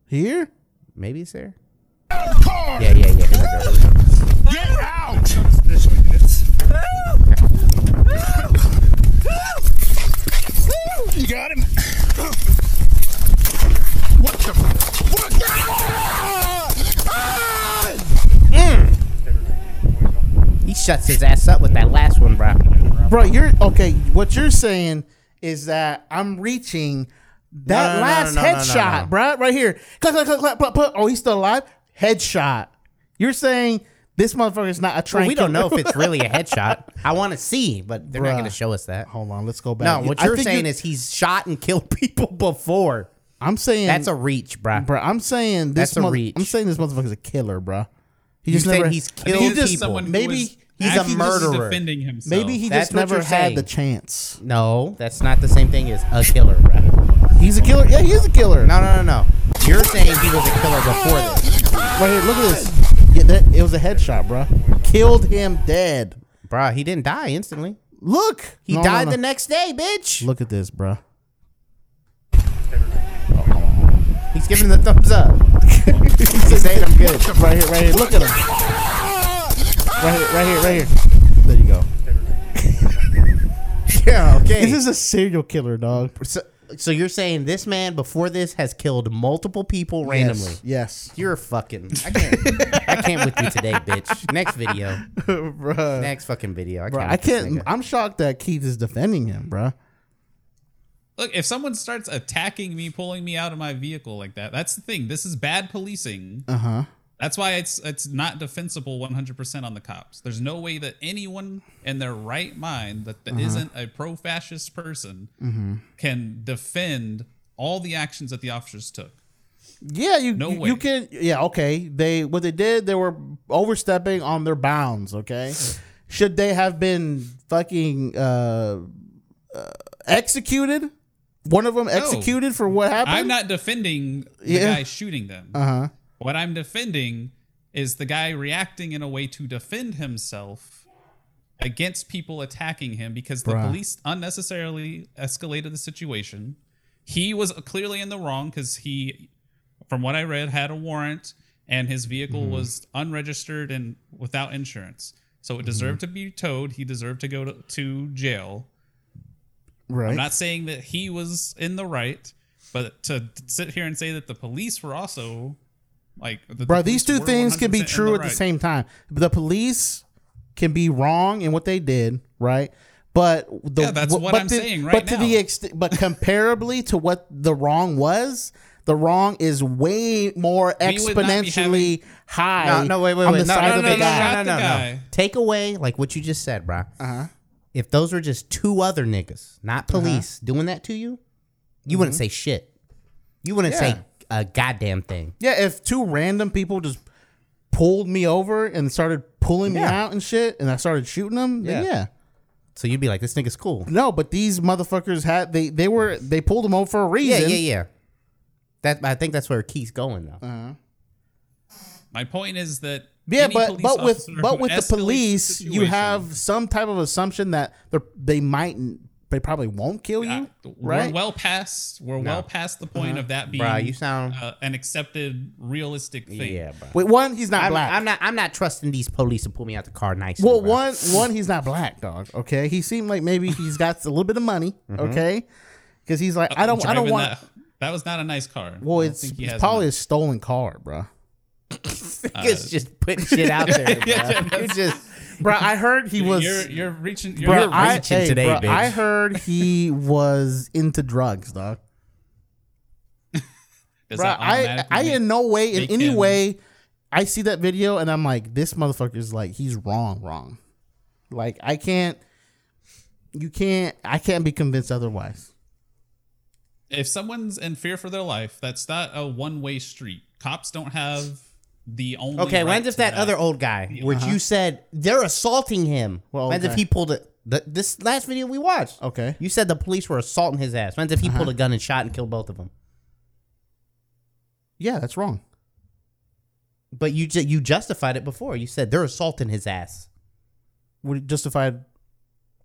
S4: Here?
S3: Maybe it's there. Yeah, yeah, yeah. Here we go. Here we go.
S1: Get out! This one, this. You got him? What the? What? Ah! Ah!
S3: He shuts his ass up with that last one, bro.
S4: Bro, you're okay. What you're saying is that I'm reaching
S3: No, no,
S4: that
S3: no,
S4: last
S3: no, no, no,
S4: headshot,
S3: no.
S4: bruh, Right here. Clap, clap, clap, clap, clap, clap. Oh, he's still alive. Headshot. You're saying this motherfucker is not a train.
S3: Well, we don't know
S4: killer.
S3: if
S4: *laughs*
S3: it's really a headshot. I want to see, but they're not
S4: Bruh.
S3: going to show us that.
S4: Hold on, let's go
S3: No,
S4: back.
S3: what
S4: I
S3: you're
S4: think
S3: saying is he's shot and *laughs* killed people before.
S4: I'm saying
S3: That's a reach, bro.
S4: Bro, I'm saying this.
S3: That's a
S4: moth-
S3: reach.
S4: I'm saying this motherfucker's a killer, bro. He
S3: You
S4: just
S3: said
S4: never
S3: he's
S4: he
S3: killed
S4: just-
S3: people. Someone who
S4: Maybe
S3: was- He's a
S5: Actually, this is
S3: murderer.
S5: defending himself.
S4: maybe he
S3: That's
S4: just
S3: what
S4: never
S3: you're
S4: had
S3: saying.
S4: the chance.
S3: No, that's not the same thing as a killer, bro.
S4: He's a killer. Yeah, he is a killer.
S3: No, no, no, no. You're saying he was a killer before this.
S4: Right here, look at this. Yeah, that, it was a headshot, bro. Killed him dead.
S3: Bro, he didn't die instantly.
S4: Look,
S3: He
S4: No, no,
S3: died
S4: no.
S3: the next day, bitch.
S4: Look at this, bro.
S3: He's giving the thumbs up. he's saying I'm
S4: *laughs*
S3: good.
S4: Right here, right here. Look at him. Right here, right here, right here. There you go.
S3: Yeah, okay.
S4: This *laughs* is a serial killer, dog.
S3: so, so you're saying this man before this has killed multiple people randomly.
S4: Yes, *laughs*
S3: You're fucking. I can't. I can't with you today, bitch. Next video.
S4: bro.
S3: Next fucking video. I can't.
S4: Bro, I
S3: with this
S4: can't.
S3: nigga.
S4: I'm shocked that Keith is defending him, bro.
S5: Look, if someone starts attacking me, pulling me out of my vehicle like that, that's the thing. This is bad policing.
S4: Uh
S3: Uh-huh.
S4: huh.
S5: That's why it's it's not defensible 100% on the cops. There's no way that anyone in their right mind that
S4: Uh-huh.
S5: not a pro-fascist person
S3: Mm-hmm.
S4: Mhm.
S5: can defend all the actions that the officers took.
S4: Yeah, you
S5: No
S4: you,
S5: way.
S4: you can. Yeah, okay. They what they did, they were overstepping on their bounds.
S3: *laughs*
S4: Okay, should they have been fucking uh, uh executed? One of them executed for what happened.
S5: I'm not defending the
S4: Yeah.
S5: guy shooting them.
S4: Uh huh.
S5: What I'm defending is the guy reacting in a way to defend himself against people attacking him because the
S4: Bruh.
S5: police unnecessarily escalated the situation. He was clearly in the wrong because he, from what I read, had a warrant and his vehicle
S4: Mm-hmm.
S5: was unregistered and without insurance. So it deserved
S4: Mm-hmm.
S5: to be towed. He deserved to go to, to jail.
S4: Right.
S5: I'm
S1: Ah!
S5: not saying that he was in the right, but to sit here and say that the police were also like, that the
S4: Bro, these two
S5: police were
S4: things can be
S5: 100% in
S4: true at the
S5: right.
S4: same time. The police can be wrong in what they did, right? But the
S5: Yeah, that's
S4: but
S5: what I'm
S4: to-
S5: saying right
S4: But to the
S5: now.
S4: extent, but comparably to what the wrong was, the wrong is way more
S3: We would not be
S4: exponentially high.
S3: No, no, wait, wait,
S4: on
S3: wait.
S4: the
S3: No,
S4: side
S3: no,
S4: of
S3: no,
S4: the
S3: no,
S4: guy.
S3: no, no, no, no. Take away like what you just said, bro. Uh-huh. If those were just two other niggas, not
S4: Uh-huh.
S3: police, doing that to you, you wouldn't
S4: Mhm.
S3: say shit. You wouldn't
S4: Yeah.
S3: say a goddamn thing.
S4: Yeah, if two random people just pulled me over and started pulling me
S3: Yeah.
S4: out and shit, and I started shooting them, then
S3: Yeah.
S4: yeah.
S3: So you'd be like, this nigga's cool.
S4: No, but these motherfuckers had they they were they pulled them over for a
S3: Yeah,
S4: reason.
S3: yeah, yeah. That I think that's where Keith's going though.
S4: Uh-huh.
S5: My point is that
S4: Yeah,
S5: any
S4: but
S5: police
S4: but with
S5: officer
S4: but
S5: who
S4: with the
S5: escalates
S4: police, you
S5: situation-
S4: have some type of assumption that they they might they probably won't kill you, right?
S5: We're well past. We're well past the point
S4: Uh-huh.
S5: of that being.
S4: Bruh, you sound-
S5: uh, an accepted, realistic thing.
S3: Yeah, bro.
S4: Wait, one, he's not
S3: I'm,
S4: black.
S3: I'm not. I'm not trusting these police to pull me out the car. Nice.
S4: Well, one one he's not black, dog. Okay, he seemed like maybe he's *laughs* got a little bit of money.
S3: Mhm.
S4: Okay, because he's like I don't I don't
S5: Driving
S4: want.
S5: Uh, That, that was not a nice car.
S4: Well,
S5: I don't
S4: it's,
S5: think he
S4: it's
S5: has
S4: probably
S5: one.
S4: a stolen car, bro.
S3: *laughs* It's just putting shit out there, bro.
S5: *laughs* Yeah,
S1: Mm. *laughs*
S3: You're just,
S4: bro. I heard he was.
S5: You're, you're reaching. You're
S4: Bro,
S5: you're
S4: I,
S5: reaching
S4: hey,
S5: today,
S4: bro,
S5: bitch.
S4: I heard
S3: *laughs*
S4: he was into drugs, dog.
S5: Does
S4: Bro,
S5: that
S4: I,
S5: automatically
S4: I
S5: make-
S4: in no way, in
S5: make
S4: any
S5: him-
S4: way, I see that video and I'm like, this motherfucker's like, he's wrong, wrong. Like, I can't, you can't, I can't be convinced otherwise.
S5: if someone's in fear for their life, that's not a one way street. Cops don't have the only.
S3: okay,
S5: right
S3: when's if
S5: to
S3: that other old guy, which
S5: Uh-huh.
S3: you said they're assaulting him? Well, when's if
S5: okay.
S3: he pulled it? The, this last video we watched.
S4: Okay. Uh-huh.
S3: You said the police were assaulting his ass. When's if he pulled a gun and shot and killed both of them?
S4: Yeah, that's wrong.
S3: But you ju- you justified it before. You said they're assaulting his ass.
S4: Would it justified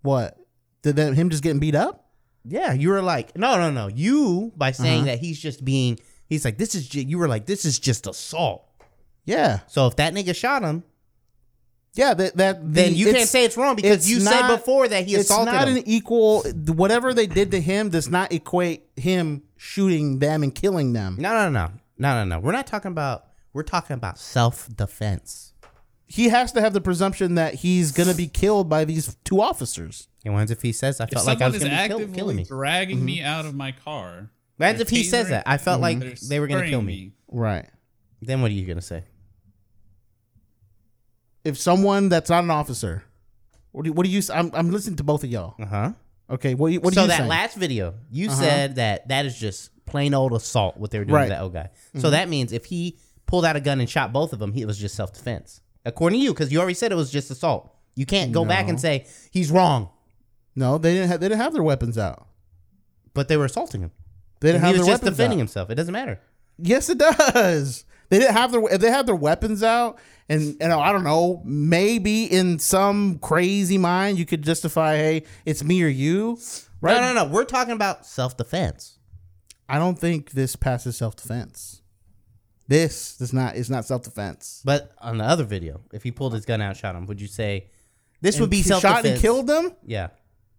S4: what? Did that, him just getting beat up?
S3: Yeah, you were like, no, no, no. You by saying
S4: Uh-huh.
S3: that he's just being, he's like, this is. ju- You were like, this is just assault.
S4: Yeah.
S3: So if that nigga shot him,
S4: Yeah, that, that the-
S3: Then you can't say it's wrong because you said before that he assaulted
S4: It's not
S3: him.
S4: an equal. Whatever they did to him does not equate him shooting them and killing them.
S3: No, no, no, no, no, no. We're not talking about. We're talking about self defense.
S4: He has to have the presumption that he's gonna be killed by these two officers.
S3: And what if he says, "I
S5: If
S3: felt
S5: someone
S3: like I was
S5: is
S3: going to
S5: actively
S3: kill, killing me"?
S5: dragging me out of my car.
S3: Imagine
S5: they're
S3: if he says
S5: tasering-
S3: that. I felt like
S5: they're
S3: they were going to kill
S5: spraying
S3: me.
S4: Right.
S3: Then what are you going to say?
S4: If someone that's not an officer, what do you, what do you? I'm, I'm listening to both of y'all.
S3: Uh huh.
S4: Okay. What, do you- what do
S3: so
S4: you
S3: that
S4: saying?
S3: last video, you
S4: Uh-huh.
S3: said that that is just plain old assault what they were doing
S4: Right.
S3: to that old guy.
S4: Mhm.
S3: So that means if he pulled out a gun and shot both of them, he, it was just self defense, according to you, because you already said it was just assault. You can't go back and
S4: No.
S3: say he's wrong.
S4: No, they didn't. Have, they didn't have their weapons out.
S3: But they were assaulting him.
S4: They didn't
S3: And
S4: have
S3: he was
S4: their
S3: just
S4: weapons
S3: defending
S4: out.
S3: himself. It doesn't matter.
S4: Yes, it does. They didn't have their if they had their weapons out, and and I don't know, maybe in some crazy mind you could justify, hey, it's me or you, right?
S3: No, no, no. We're talking about self defense.
S4: I don't think this passes self defense. This does not is not self defense.
S3: But on the other video, if he pulled his gun out and shot him, would you say this would be self
S4: shot and killed them.
S3: Yeah.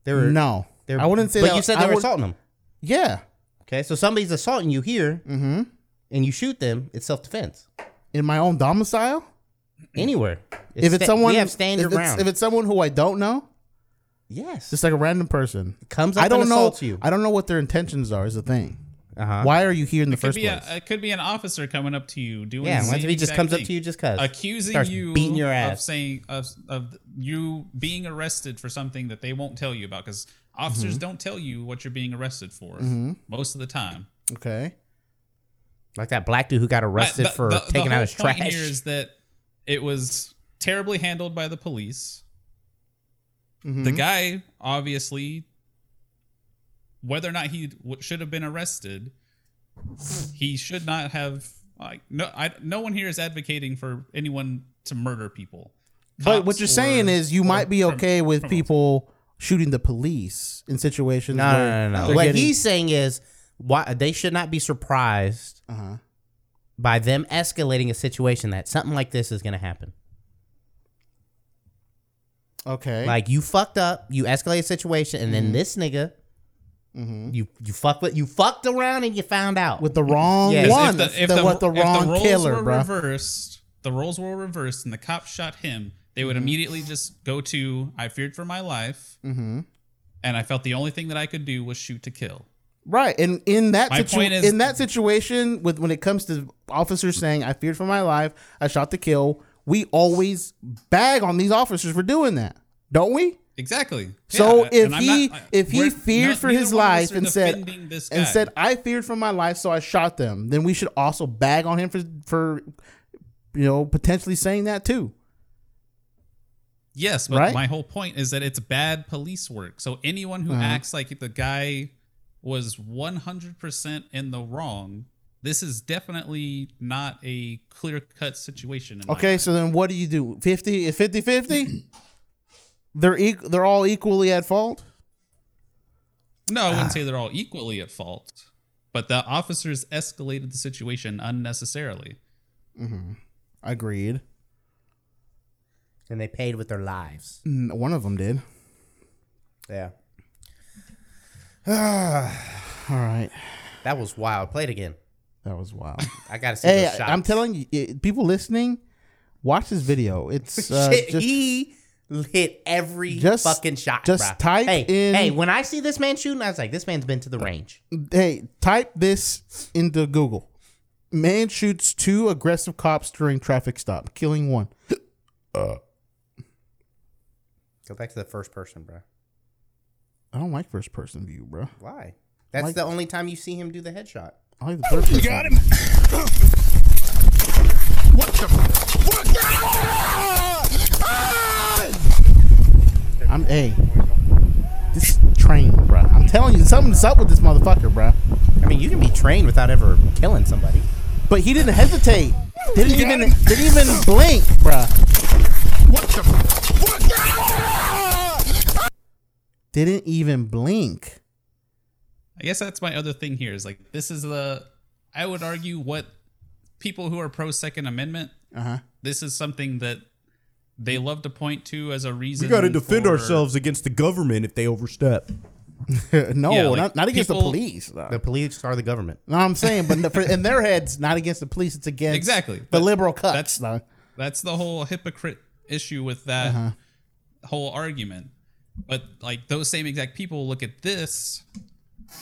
S3: They were
S4: no,
S3: they were-
S4: I wouldn't say.
S3: But
S4: that-
S3: you said
S4: I
S3: they were
S4: would-
S3: assaulting him.
S4: Yeah. Mm-hmm.
S3: Okay, so somebody's assaulting you here, and you shoot them. It's self defense.
S4: in my own domicile
S3: Anywhere. It's
S4: if it's
S3: sta-
S4: someone
S3: we have stand your
S4: if it's-
S3: ground.
S4: If it's someone who I don't know,
S3: yes,
S4: just like a random person
S3: comes up
S4: I don't
S3: and
S4: know.
S3: assaults you.
S4: I don't know what their intentions are. Is the thing.
S3: Uh-huh.
S4: Why are you here in the
S5: It could,
S4: first
S5: be
S4: place?
S5: a, it could be an officer coming up to you doing.
S3: Yeah,
S5: the
S3: what if
S5: same
S3: he just
S5: exact
S3: comes up
S5: thing.
S3: to you just 'cause?
S5: accusing
S3: Starts
S5: you,
S3: beating your
S5: of
S3: ass.
S5: saying of, of you being arrested for something that they won't tell you about because officers
S3: Mm-hmm.
S4: Mhm.
S5: don't tell you what you're being arrested for
S3: Mhm.
S5: most of the time.
S4: okay.
S3: Like that black dude who got arrested
S5: But
S3: for taking
S5: whole
S3: out his
S5: point
S3: trash.
S5: Here is that it was terribly handled by the police. The
S4: Mhm.
S5: guy obviously, whether or not he w- should have been arrested, he should not have. Like no, I, no one here is advocating for anyone to murder people.
S4: But what
S5: Cops
S4: you're
S5: or-
S4: saying is you
S5: or
S4: might be
S5: crim-
S4: okay with
S5: criminals.
S4: people shooting the police in situations.
S3: No,
S4: where
S3: no, no, no.
S4: they're
S3: What
S4: getting-
S3: he's saying is, why they should not be surprised by them escalating a situation that something like this is going to happen.
S4: okay.
S3: Like you fucked up, you escalate a situation, and
S4: Mhm.
S3: then this nigga,
S4: Mhm.
S3: you you fucked with you fucked around and you found out
S4: with the wrong
S3: Yeah.
S4: one, the, what the
S5: if
S4: wrong
S5: roles
S4: killer,
S5: were
S4: bro.
S5: reversed, the roles were reversed, and the cop shot him. They would immediately just go to I feared for my life,
S4: Mm-hmm.
S5: and I felt the only thing that I could do was shoot to kill.
S4: Right, and in that
S5: My
S4: situ-
S5: point is-
S4: in that situation, with when it comes to officers saying "I feared for my life, I shot to kill," we always bag on these officers for doing that, don't we?
S5: Exactly.
S4: So
S5: Yeah,
S4: if
S5: and I'm
S4: he
S5: not- I-
S4: if he
S5: we're-
S4: feared
S5: not-
S4: for
S5: neither
S4: his
S5: one of us
S4: life
S5: are
S4: and said
S5: defending this guy.
S4: and said I feared for my life, so I shot them, then we should also bag on him for for you know potentially saying that too.
S5: Yes, but
S4: Right?
S5: my whole point is that it's bad police work. So anyone who
S4: Uh-huh.
S5: acts like the guy was 100% in the wrong, this is definitely not a clear cut situation. in my
S4: Okay, so then what do you do? 50 is 50 50? they're eq- they're all equally at fault?
S5: No, I
S24: Ah.
S5: wouldn't say they're all equally at fault, but the officers escalated the situation unnecessarily.
S24: Mm-hmm.
S4: Mhm. Agreed.
S3: And they paid with their lives.
S4: Mm, One of them did.
S5: *sighs*
S3: Yeah.
S4: All right.
S3: That was wild. Play it again.
S4: That was wild.
S3: *laughs* I gotta see
S4: Hey,
S3: those shots.
S4: I'm telling you, i- people listening, watch this video.
S5: *laughs*
S4: It's uh,
S3: Shit,
S4: just,
S3: he hit every
S4: Just-
S3: fucking shot.
S4: just
S3: bruh.
S4: type
S3: hey,
S4: in-
S3: Hey, when I see this man shooting, I was like, this man's been to the range.
S4: hey, type this into Google. Man shoots two aggressive cops during traffic stop, killing one. Uh,
S3: Go back to the first person, bro.
S4: I don't like first person view, bro.
S3: Why? That's
S4: Like-
S3: the only time you see him do the headshot.
S4: I like the third person.
S3: got
S4: him.
S1: Ah!
S4: I'm a. This train, bro. I'm telling you, something's up with this motherfucker, bro.
S3: I mean, you can be trained without ever killing somebody.
S4: But he didn't hesitate. Didn't even didn't even blink, bro. Didn't even blink.
S5: I guess that's my other thing here is like, this is the, I would argue, what people who are pro Second Amendment,
S4: Uh-huh.
S5: this is something that they love to point to as a reason.
S24: We got to defend
S5: for-
S24: ourselves against the government if they overstep.
S4: *laughs* no,
S5: Yeah, like,
S4: not, not against the
S5: people-
S4: police. though.
S3: The police are the government.
S4: No, I'm saying, but for, in their heads, not against the police. It's against
S5: Exactly.
S4: the liberal cuts. though.
S5: That's the whole hypocrite issue with that
S4: Uh-huh.
S5: whole argument. But like those same exact people look at this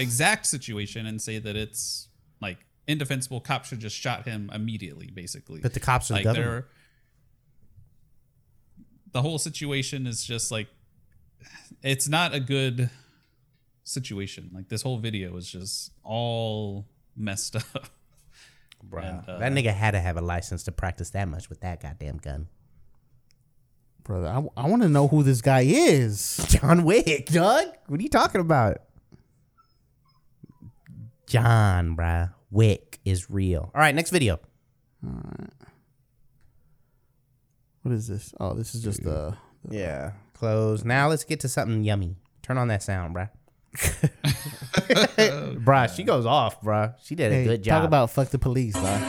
S5: exact situation and say that it's like indefensible. Cops should just shot him immediately, basically.
S3: But the cops are the
S5: like
S3: government.
S5: they're- The whole situation is just like it's not a good situation. Like this whole video is just all messed *laughs* up.
S3: Bro,
S5: And, uh,
S3: that nigga had to have a license to practice that much with that goddamn gun.
S4: brother. I, I want to know who this guy is.
S3: John Wick, Doug. What are you talking about? John, bruh. Wick is real. All right, next video.
S4: What is this? Oh, this is just uh
S3: Yeah. Close. Now let's get to something yummy. Turn on that
S4: *laughs*
S3: sound, bruh. bruh, she goes off, bruh. She did
S4: hey,
S3: a good
S4: Talk
S3: job.
S4: about fuck the police. Dog.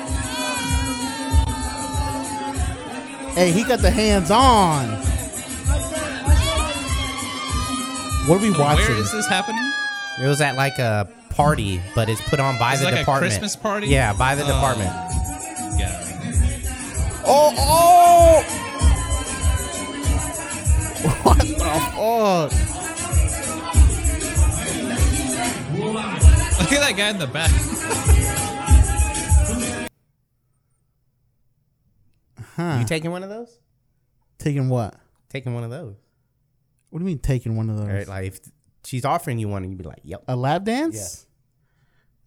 S4: Hey, he got the hands on. What are we
S5: So
S3: watching?
S5: Where is this happening?
S3: it was at like a party, but it's put on by
S5: It's
S3: the
S5: like a
S3: department.
S5: Christmas party?
S3: Yeah, by the
S5: Oh.
S3: department.
S5: Yeah.
S4: Oh, oh! *laughs* What the fuck?
S5: Look at that guy in the back.
S4: Huh.
S3: You taking one of those?
S4: taking what?
S3: Taking one of those.
S4: What do you mean taking one of those?
S3: Right? Like if she's offering you one, and you'd be like, "Yep."
S4: A lap dance?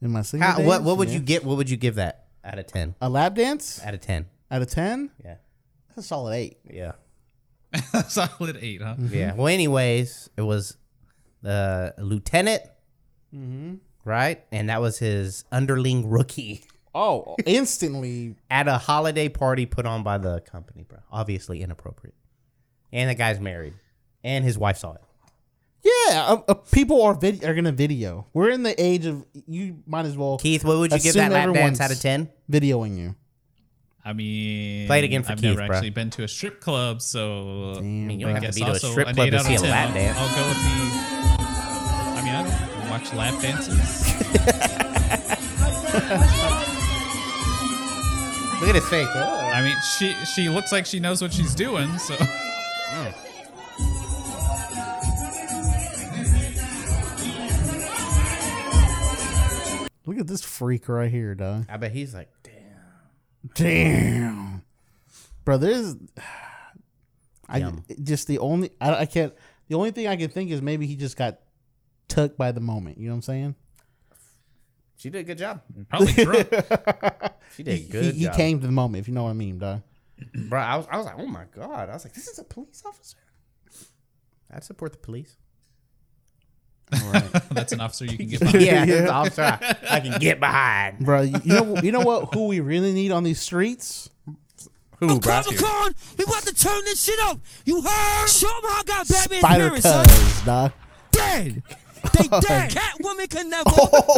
S4: In my single
S3: How, what
S4: days?
S3: What would
S4: Yeah.
S3: you get? What would you give that out of ten?
S4: A lap dance?
S3: Out of ten?
S4: Out of 10?
S3: Yeah.
S4: That's a solid 8.
S3: Yeah.
S5: *laughs* Solid eight, huh?
S4: Mm-hmm.
S3: Yeah. Well, anyways, it was the lieutenant,
S4: Mm-hmm.
S3: right? And that was his underling rookie
S4: Oh, instantly.
S3: *laughs* at a holiday party put on by the company, bro. Obviously inappropriate. And the guy's married, and his wife saw it.
S4: Yeah, uh, uh, people are vid- are gonna video. We're in the age of you might as well.
S3: Keith, what would you give that
S4: assume
S3: lap dance
S4: everyone's
S3: out of ten?
S4: Videoing you.
S5: I mean,
S3: Play it again for
S5: I've
S3: Keith,
S5: never
S3: bruh.
S5: actually been to a strip club, so I
S3: you don't have to
S5: guess
S3: be to a
S5: also
S3: strip
S5: an
S3: club
S5: eight
S3: to
S5: out of
S3: see a
S5: 10.
S3: lap
S5: I'll-
S3: dance.
S5: I'll go with the. I mean, I don't watch
S3: *laughs*
S5: lap dances.
S3: Look at his face. Oh.
S5: I mean, she she looks like she knows what she's doing, so *laughs*
S4: Look at this freak right here, dog.
S3: I bet he's like,
S4: Damn, bro. There's, I just the only I, I can't. The only thing I can think is maybe he just got took by the moment. You know what I'm saying?
S3: she did a good job. she
S4: He-
S3: did a good
S4: He, he
S3: job.
S4: came to the moment, if you know what I mean, dog.
S3: Bro, I was, I was like, oh my God. I was like, this is a police officer. I'd support
S4: *laughs*
S3: the police.
S5: That's an officer you can get behind.
S3: yeah, *laughs* that's the officer I, I can get behind.
S4: bro. You know, you know what? Who we really need on these streets? bro?
S3: Who,
S1: Comic Con, we about to turn this shit up. You heard? Show them how I got Batman's
S4: Spider
S1: mirror, son.
S4: Cuz, dog.
S1: *laughs* Dead. They dead. Oh, Catwoman could never.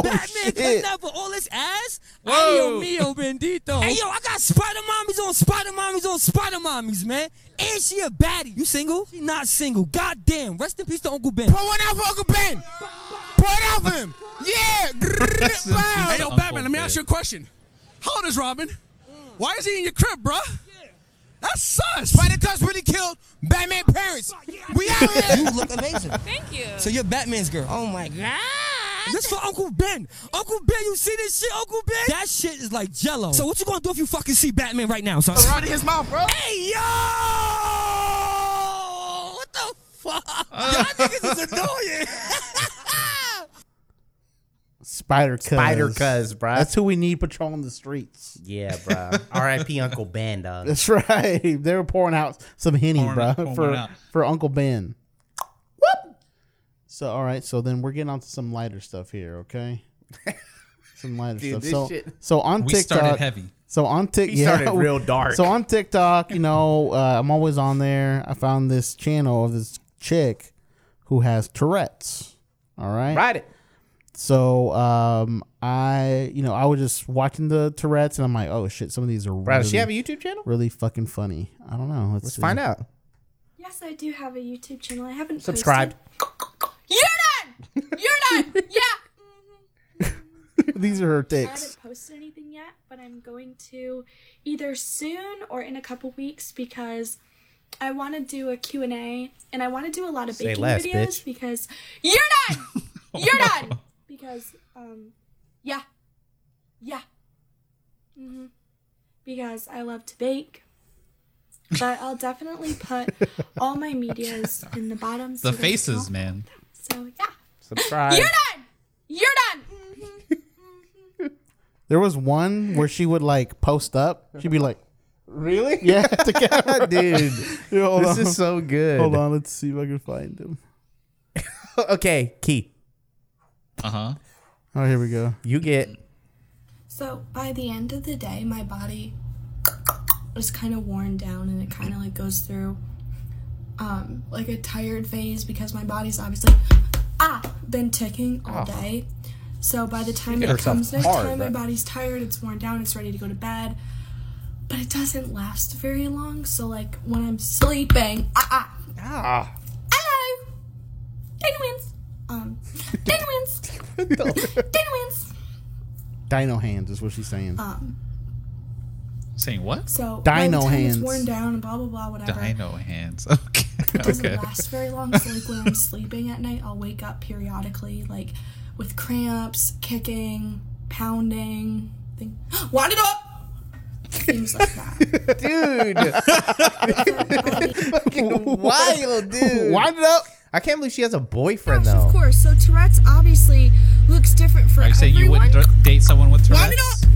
S1: Batman could never. All this ass.
S25: Whoa.
S1: Ayo mio bendito. Hey yo, I got Spider Mommies on Spider Mommies on Spider Mommies, man. And she a baddie. You single? She not single. God damn. Rest in peace to Uncle Ben. Pour one out for Uncle Ben. Pour it out for him. Yeah. *laughs*
S17: hey, yo, Batman, let me ask you a question. How old is Robin? Why is he in your crib, bruh? That's sus. Spider Cuz really killed Batman parents.
S1: We out here. You look amazing.
S17: Thank you.
S1: So you're Batman's girl. Oh my god. That's for Uncle Ben. Uncle Ben, you see this shit, Uncle Ben? That shit is like jello. So what you gonna do if you fucking see Batman right now, son?
S17: Around his mouth, bro.
S1: Hey, yo! What the fuck? Y'all niggas is annoying.
S4: Spider Cuz.
S3: Spider Cuz, bro.
S4: That's who we need patrolling the streets.
S3: Yeah, bro. R.I.P. Uncle Ben, dog.
S4: That's right. *laughs* They were pouring out some henny, bro,
S3: uh, Pouring- pouring
S4: for
S3: out.
S4: for Uncle Ben. Whoop. So all right, so then we're getting on to some lighter stuff here,
S3: *laughs*
S4: okay? Some lighter stuff.
S3: Dude, this
S4: so
S3: shit-
S4: so on
S3: We
S4: TikTok,
S3: started heavy.
S4: So on TikTok,
S3: We started real dark.
S4: So on TikTok, you know, uh, I'm always on there. I found this channel of this chick who has Tourette's. All right,
S3: Ride it.
S4: So um, I, you know, I was just watching the Tourette's, and I'm like, oh shit, some of these are.
S3: Bro, does she have a YouTube channel?
S4: Really fucking funny. I don't know. Let's,
S3: Let's
S4: see.
S3: find out.
S9: Yes, I do have a YouTube channel. I haven't
S4: Subscribe.
S9: Posted. You're done. Yeah.
S4: *laughs* These are her
S9: I
S4: takes.
S9: haven't posted anything yet, but I'm going to either soon or in a couple weeks because I want to do a Q&A and I want to do a lot of
S3: Say
S9: baking
S3: less,
S9: videos
S3: bitch.
S9: because you're done.
S3: *laughs*
S9: you're done. Because um yeah. Yeah. Mhm. Because I love to bake. But I'll
S3: *laughs*
S9: definitely put all my medias in the bottom. so
S5: The
S9: that you can
S5: faces, man.
S9: So yeah,
S4: Subscribe.
S9: You're done. You're done.
S4: There was one where she would like post up. She'd be
S9: *laughs*
S4: like,
S3: Really?
S4: "Yeah, *laughs* to camera,
S3: Dude,
S4: Yeah, hold
S3: this
S4: on.
S3: is so good.
S4: Hold on, let's see if I can find him.
S26: *laughs*
S3: okay, Key.
S5: Uh
S3: Uh-huh.
S5: huh.
S4: Oh, here we go.
S3: You get
S9: So by the end of the day, my body is kind of worn down, and it kind of like goes through um, like a tired phase because my body's obviously ah been ticking all
S27: Ah.
S9: day. So by the time
S27: hit
S9: it
S27: herself
S9: comes next
S27: hard,
S9: time, my
S27: bro.
S9: body's tired, it's worn down, it's ready to go to bed. But it doesn't last very long. So like when I'm sleeping, ah ah
S3: ah.
S9: Hello. Dana wins. Um, Dana wins. Dana wins.
S4: Dino hands is what she's saying.
S9: Um,
S5: Saying what?
S4: Dino
S9: so by the time
S4: hands.
S9: It's worn down and blah blah blah whatever.
S5: Dino Oh, hands. *laughs* Okay.
S9: It doesn't
S5: okay.
S9: last very long. So like when I'm sleeping at night, I'll wake up periodically like with cramps, kicking, pounding. Thing. *gasps* Wind it up. Things like that.
S26: *laughs*
S3: dude. Fucking wild, dude.
S4: Wind it up.
S3: I can't believe she has a boyfriend
S9: Yes,
S3: though.
S9: Of course. So Tourette's obviously looks different for
S5: Are you
S9: everyone.
S5: saying you wouldn't dr- date someone with
S9: Wind it
S5: Tourette's?
S9: up.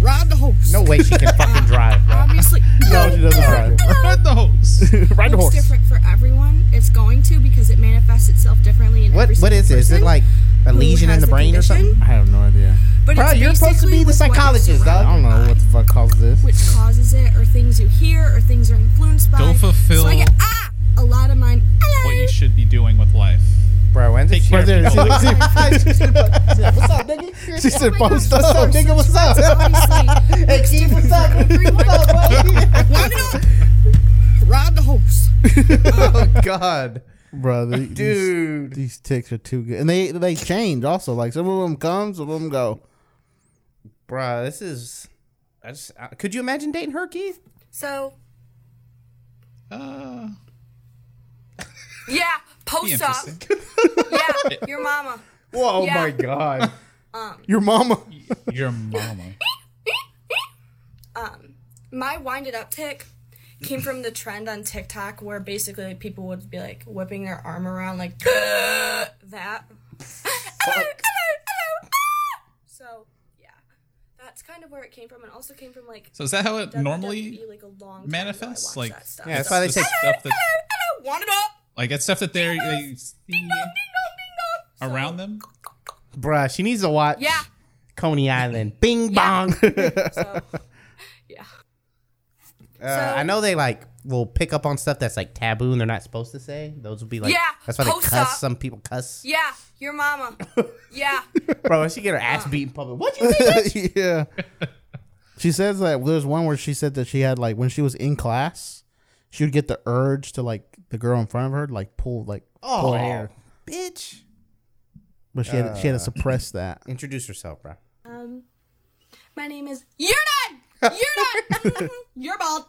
S9: Ride the horse.
S3: No way
S5: *laughs*
S3: she can fucking drive, bro.
S9: Obviously,
S3: No, she doesn't drive.
S5: Ride the horse.
S4: *laughs*
S9: Ride
S3: the
S9: looks
S3: horse.
S9: different for everyone. It's going to because it manifests itself differently in
S3: What
S9: every
S3: what
S9: single
S3: is it? Is it
S9: person.
S3: like a
S9: who
S3: lesion in
S9: has
S3: the
S9: the
S3: brain or
S9: condition.
S3: something?
S4: I have no idea.
S9: But
S3: Bro,
S9: it's
S3: you're supposed to be
S9: basically
S3: the
S9: with what you
S3: psychologist,
S9: surround.
S3: dog.
S4: I don't know what the fuck caused this.
S9: which causes it, or things you hear, or things are influenced by.
S5: Don't fulfill-
S9: So I get ah a lot of mine.
S5: What you should be doing with life.
S3: Bro, when's
S5: Take care of people. *laughs*
S9: What's *laughs*
S3: up, nigga?
S4: She said,
S9: "Post
S4: up, nigga. What's up?"
S9: Hey,
S3: Keith, what's
S9: up?
S17: Ride the horse.
S3: oh God.
S4: Bro,
S3: *laughs*
S4: the- these-
S3: Dude.
S4: these, ticks are too good, and they they change also. Like some of them come, some of them go.
S3: Bro, this is uh, I just I- could you imagine dating her, Keith?
S9: So
S5: Uh,
S9: Yeah, post up. yeah, your mama.
S3: oh
S2: Whoa,
S9: Yeah.
S2: my God.
S9: Um,
S4: Your mama.
S5: *laughs*
S9: *laughs*
S5: Your mama.
S9: um, my wind it up tick came from the trend on TikTok where basically people would be like whipping their arm around like *gasps* that. ah! so yeah, that's kind of where it came from, and also came from like.
S5: So is that how it
S9: WWE,
S5: normally
S9: like, a long time
S5: manifests? Like,
S9: stuff.
S26: Yeah, that's why they
S5: the
S26: say-
S5: stuff that,
S9: ago. Want it up?
S5: like it's stuff that they're they see around them.
S26: Bruh, she needs to watch
S9: Yeah.
S26: Coney Island. Bing bong. *laughs*
S9: Yeah.
S26: Uh, I know they like will pick up on stuff that's like taboo and they're not supposed to say. Those would be like,
S9: Yeah,
S26: that's why they
S9: post
S26: cuss.
S9: up.
S26: Some people cuss.
S9: Yeah, your mama. Yeah.
S26: Bro, she get her ass beat in public. What you think?
S4: yeah. She says that there's one where she said that she had like when she was in class, she would get the urge to like the girl in front of her to, like pull like
S26: Oh.
S4: pull her hair,
S26: bitch.
S4: but she had she had
S26: Uh.
S4: to suppress that.
S26: Introduce yourself, bro.
S9: Um, my name is. You're not. You're not. *laughs* You're bald.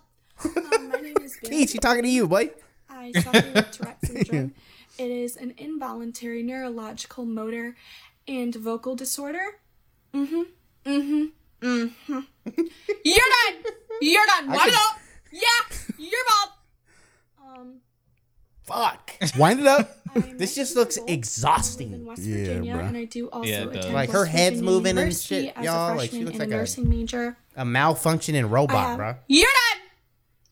S9: Um, my name is. Bailey.
S26: Keith, she talking to you, boy.
S9: I
S26: *laughs*
S9: suffer with Tourette syndrome. It is an involuntary neurological motor and vocal disorder. Mm-hmm. Mm-hmm. Mm-hmm. You're done. You're done.
S4: I
S9: Wind
S4: could-
S9: it up. Yeah. You're bald. Um.
S26: Fuck.
S4: Wind it up.
S26: this just looks exhausting.
S9: West Virginia, and I do also
S26: Yeah, it does.
S9: attend
S26: Like,
S9: West
S26: her head's
S9: Virginia
S26: moving and
S9: University
S26: shit,
S9: as
S26: y'all.
S9: A
S26: Like, she
S9: freshman
S26: looks
S9: and
S26: like a-
S9: nursing major.
S26: A malfunctioning
S9: I
S26: robot,
S9: have-
S26: bro.
S9: You're done.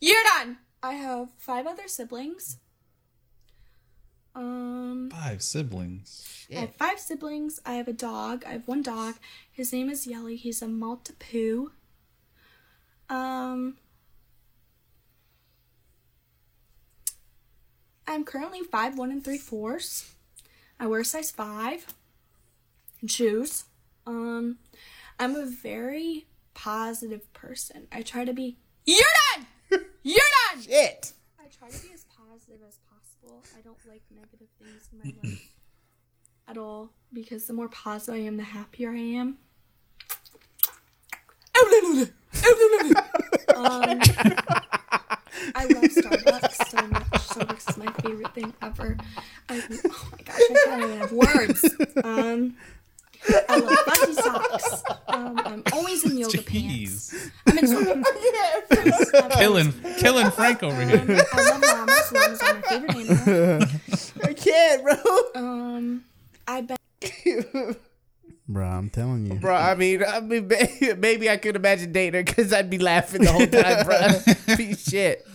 S9: You're done. I have five other siblings. Um,
S5: Five siblings.
S9: I have five siblings. I have a dog. I have one dog. His name is Yelly. He's a Maltipoo. Um, I'm currently five one and three fourths. I wear a size five shoes. Um, I'm a very positive person. I try to be. You're done. You're done.
S26: Shit.
S9: I try to be as positive as possible. I don't like negative things *laughs* in my life at all because the more positive I am, the happier I am.
S4: *laughs*
S9: um, I love Starbucks so much. Starbucks is my favorite thing ever. I, oh my gosh, I can't even have words. Um, I love fuzzy socks. Um, I'm always in yoga pants. I'm in
S4: *laughs*
S9: yoga pants.
S5: Killing, *laughs* killing Frank over
S3: *laughs*
S5: here.
S9: I love llamas. Llamas are
S4: *laughs*
S9: my favorite animal. I can't, bro. Um, I *laughs* bet.
S4: Bro, I'm telling you.
S26: Bro, I mean, I mean, may- *laughs* maybe I could imagine dating her because I'd be laughing the whole time,
S4: *laughs*
S26: bro. Piece of shit.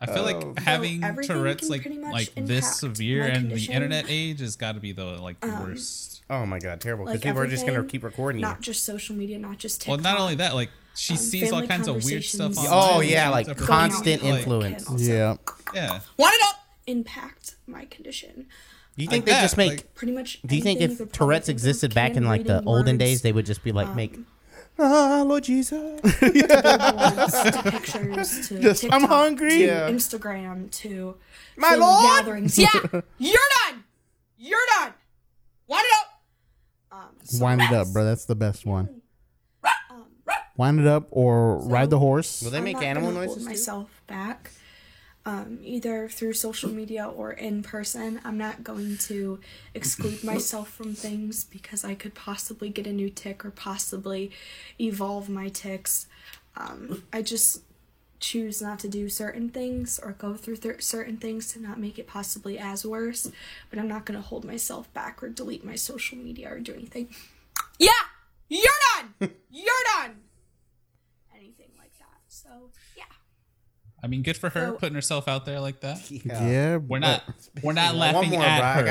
S5: I feel like
S26: Oh,
S5: having
S9: everything
S5: Tourette's
S9: can
S5: like
S9: pretty much
S5: like this
S9: impact
S5: severe
S9: my
S5: and the
S9: condition.
S5: internet age has got to be the like the
S9: Um,
S5: worst.
S26: Oh my god, terrible!
S9: Like everything, Not just social media, not just TikTok.
S5: Well, not only that, like she
S9: Um,
S5: sees all
S9: family
S5: kinds of weird stuff.
S9: conversations.
S5: online
S26: Oh, yeah,
S5: and
S26: like
S5: stuff.
S26: constant
S5: Like,
S26: influence.
S4: Yeah.
S5: Yeah.
S9: What it up? Impact my condition.
S26: Do you think they just make?
S9: pretty much?
S26: do you think
S9: anything you
S26: if
S9: could probably
S26: Tourette's
S9: think of
S26: existed back in
S9: can
S26: like the
S9: reading
S26: olden
S9: words,
S26: days, they would just be like make
S4: Ah, Lord Jesus.
S9: *laughs*
S4: *laughs*
S9: to pictures to
S4: Just, I'm
S9: TikTok,
S4: hungry.
S9: to
S4: Yeah.
S9: Instagram to
S4: My
S9: family
S4: lord!
S9: gatherings. Yeah, you're done. You're done. Wind it up.
S4: Wind it up, bro. That's the best one. Wind it up or ride the horse.
S9: I'm not gonna hold myself back, um, either through social media or in person. I'm not going to exclude myself from things because I could possibly get a new tick or possibly evolve my ticks. Um, I just choose not to do certain things or go through th- certain things to not make it possibly as worse. But I'm not going to hold myself back or delete my social media or do anything. Yeah, you're done. You're done. Anything like that. So yeah.
S5: I mean, good for her
S9: So-
S5: putting herself out there like that.
S4: Yeah. Yeah,
S5: we're
S4: but-
S5: not we're not
S4: One
S5: laughing
S4: more,
S5: at
S4: bro. I
S5: her.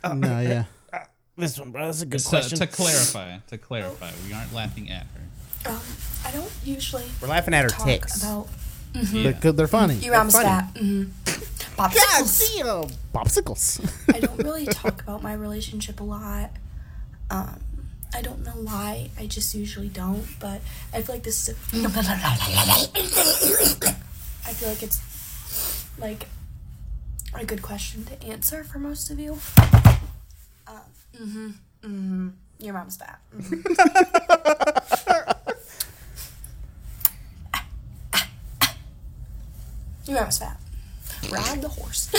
S4: gotta- *laughs* No, yeah.
S26: This one, bro. That's a
S5: Just to- To, clarify, to clarify, we aren't laughing at her.
S9: Um, I don't usually.
S26: We're laughing at her
S9: talk
S26: ticks.
S9: About
S4: They're, 'cause they're funny.
S9: you
S4: They're
S9: almost
S4: funny.
S9: got mhm. popsicles.
S3: *laughs*
S4: Popsicles.
S9: I don't really talk about my relationship a lot.
S3: Uh,
S9: Um, I don't know why. I just usually don't. But I feel like this. Is I feel like it's like a good question to answer for most of you. Um, mm-hmm. Mm-hmm. Your mom's fat. *laughs* Mhm. Your mom's fat. Ride the horse.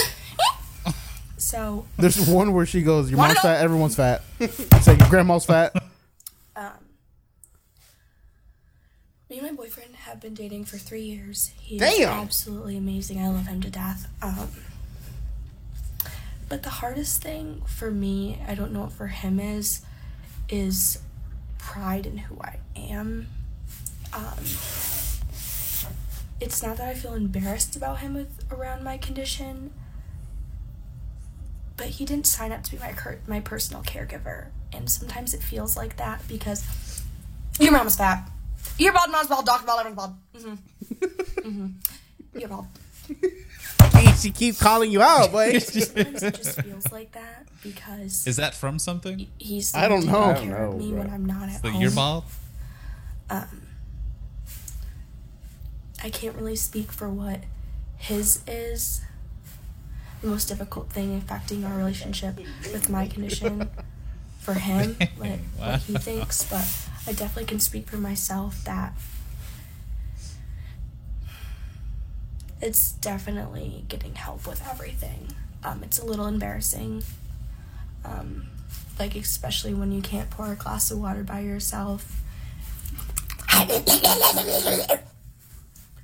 S9: So
S4: There's one where she goes, "Your
S9: Wanna
S4: mom's
S9: know-
S4: fat. Everyone's fat." Say, "Your grandma's fat."
S9: Um, me and my boyfriend have been dating for three years. He is
S28: Damn.
S9: absolutely amazing. I love him to death. Um, but the hardest thing for me, I don't know what for him is, is pride in who I am. Um, it's not that I feel embarrassed about him with, around my condition, but he didn't sign up to be my cur- my personal caregiver, and sometimes it feels like that because your mom is fat, you're bald, mom's bald, doctor bald, everyone's bald. *laughs* Mm-hmm. mm-hmm. You're bald.
S3: she keeps calling you out,
S5: *laughs*
S3: boy.
S9: Sometimes it
S3: *laughs*
S9: just feels like that because
S5: Is that from something?
S9: he's the one taking care of me when I'm not
S5: It's
S9: at
S5: like
S9: home.
S5: your mom.
S9: Um, I can't really speak for what his is. The most difficult thing affecting our relationship with my condition for
S5: *laughs*
S9: him, like what he
S26: *laughs*
S9: thinks, but I definitely can speak for myself that it's definitely getting help with everything. Um, it's a little embarrassing, um, like especially when you can't pour a glass of water by yourself.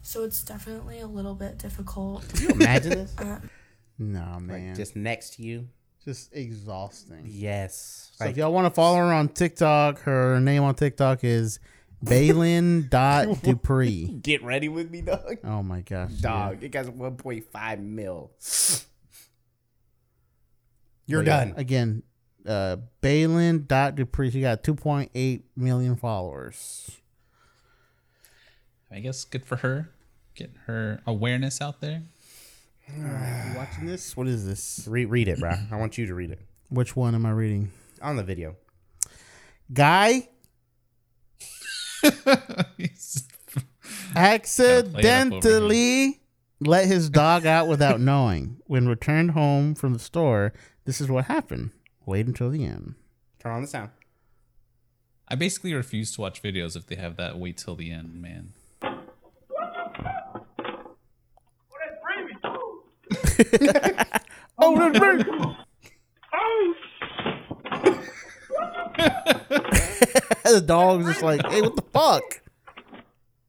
S9: So it's definitely a little bit difficult. Can
S3: you imagine this?
S9: Um,
S4: No man,
S3: just next to you.
S4: Just exhausting.
S3: Yes.
S4: So
S3: Like,
S4: if y'all want to follow her on TikTok, her name on TikTok is Balin dot Dupree.
S3: get ready with me, dog.
S4: Oh my gosh, dude.
S3: Dog, it got 1.5 mil.
S4: But yeah, again. Uh, Balin dot Dupree. She got 2.8 million followers.
S5: I guess good for her. Getting her awareness out there.
S4: watching this? What is this?
S3: Re- read it, bro. I want you to read it
S4: Which one am I reading?
S3: on the video.
S4: *laughs* Guy accidentally let his dog out *laughs* without knowing. When returned home from the store, this is what happened. Wait until the end.
S3: Turn on the sound.
S5: I basically refuse to watch videos if they have that wait till the end, man.
S4: Oh, that's me. *laughs*
S3: Oh.
S4: the dog's just like, hey, what the fuck?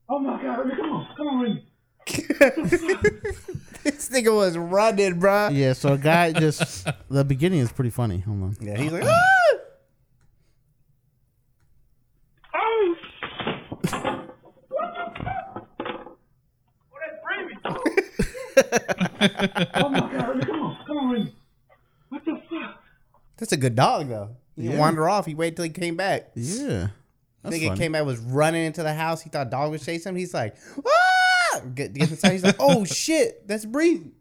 S1: Oh my god, Remy, come on, come on, Remy.
S3: *laughs* This nigga was running, bro.
S4: Yeah, so a *laughs* guy just the beginning is pretty funny. Hold on. Uh,
S3: Yeah, he's like, "Ah!"
S4: "Ah!"
S1: *laughs* oh my god, Remy, come on, come on, Remy. What the fuck?
S3: That's a good dog though. He didn't
S4: Yeah.
S3: wander off. He waited till he came back.
S4: Yeah. That's
S3: Nigga
S4: funny.
S3: came back was running into the house. He thought dog was chasing him. He's like, ah! Get, gets inside. He's like,
S4: *laughs*
S3: oh shit, that's breathing.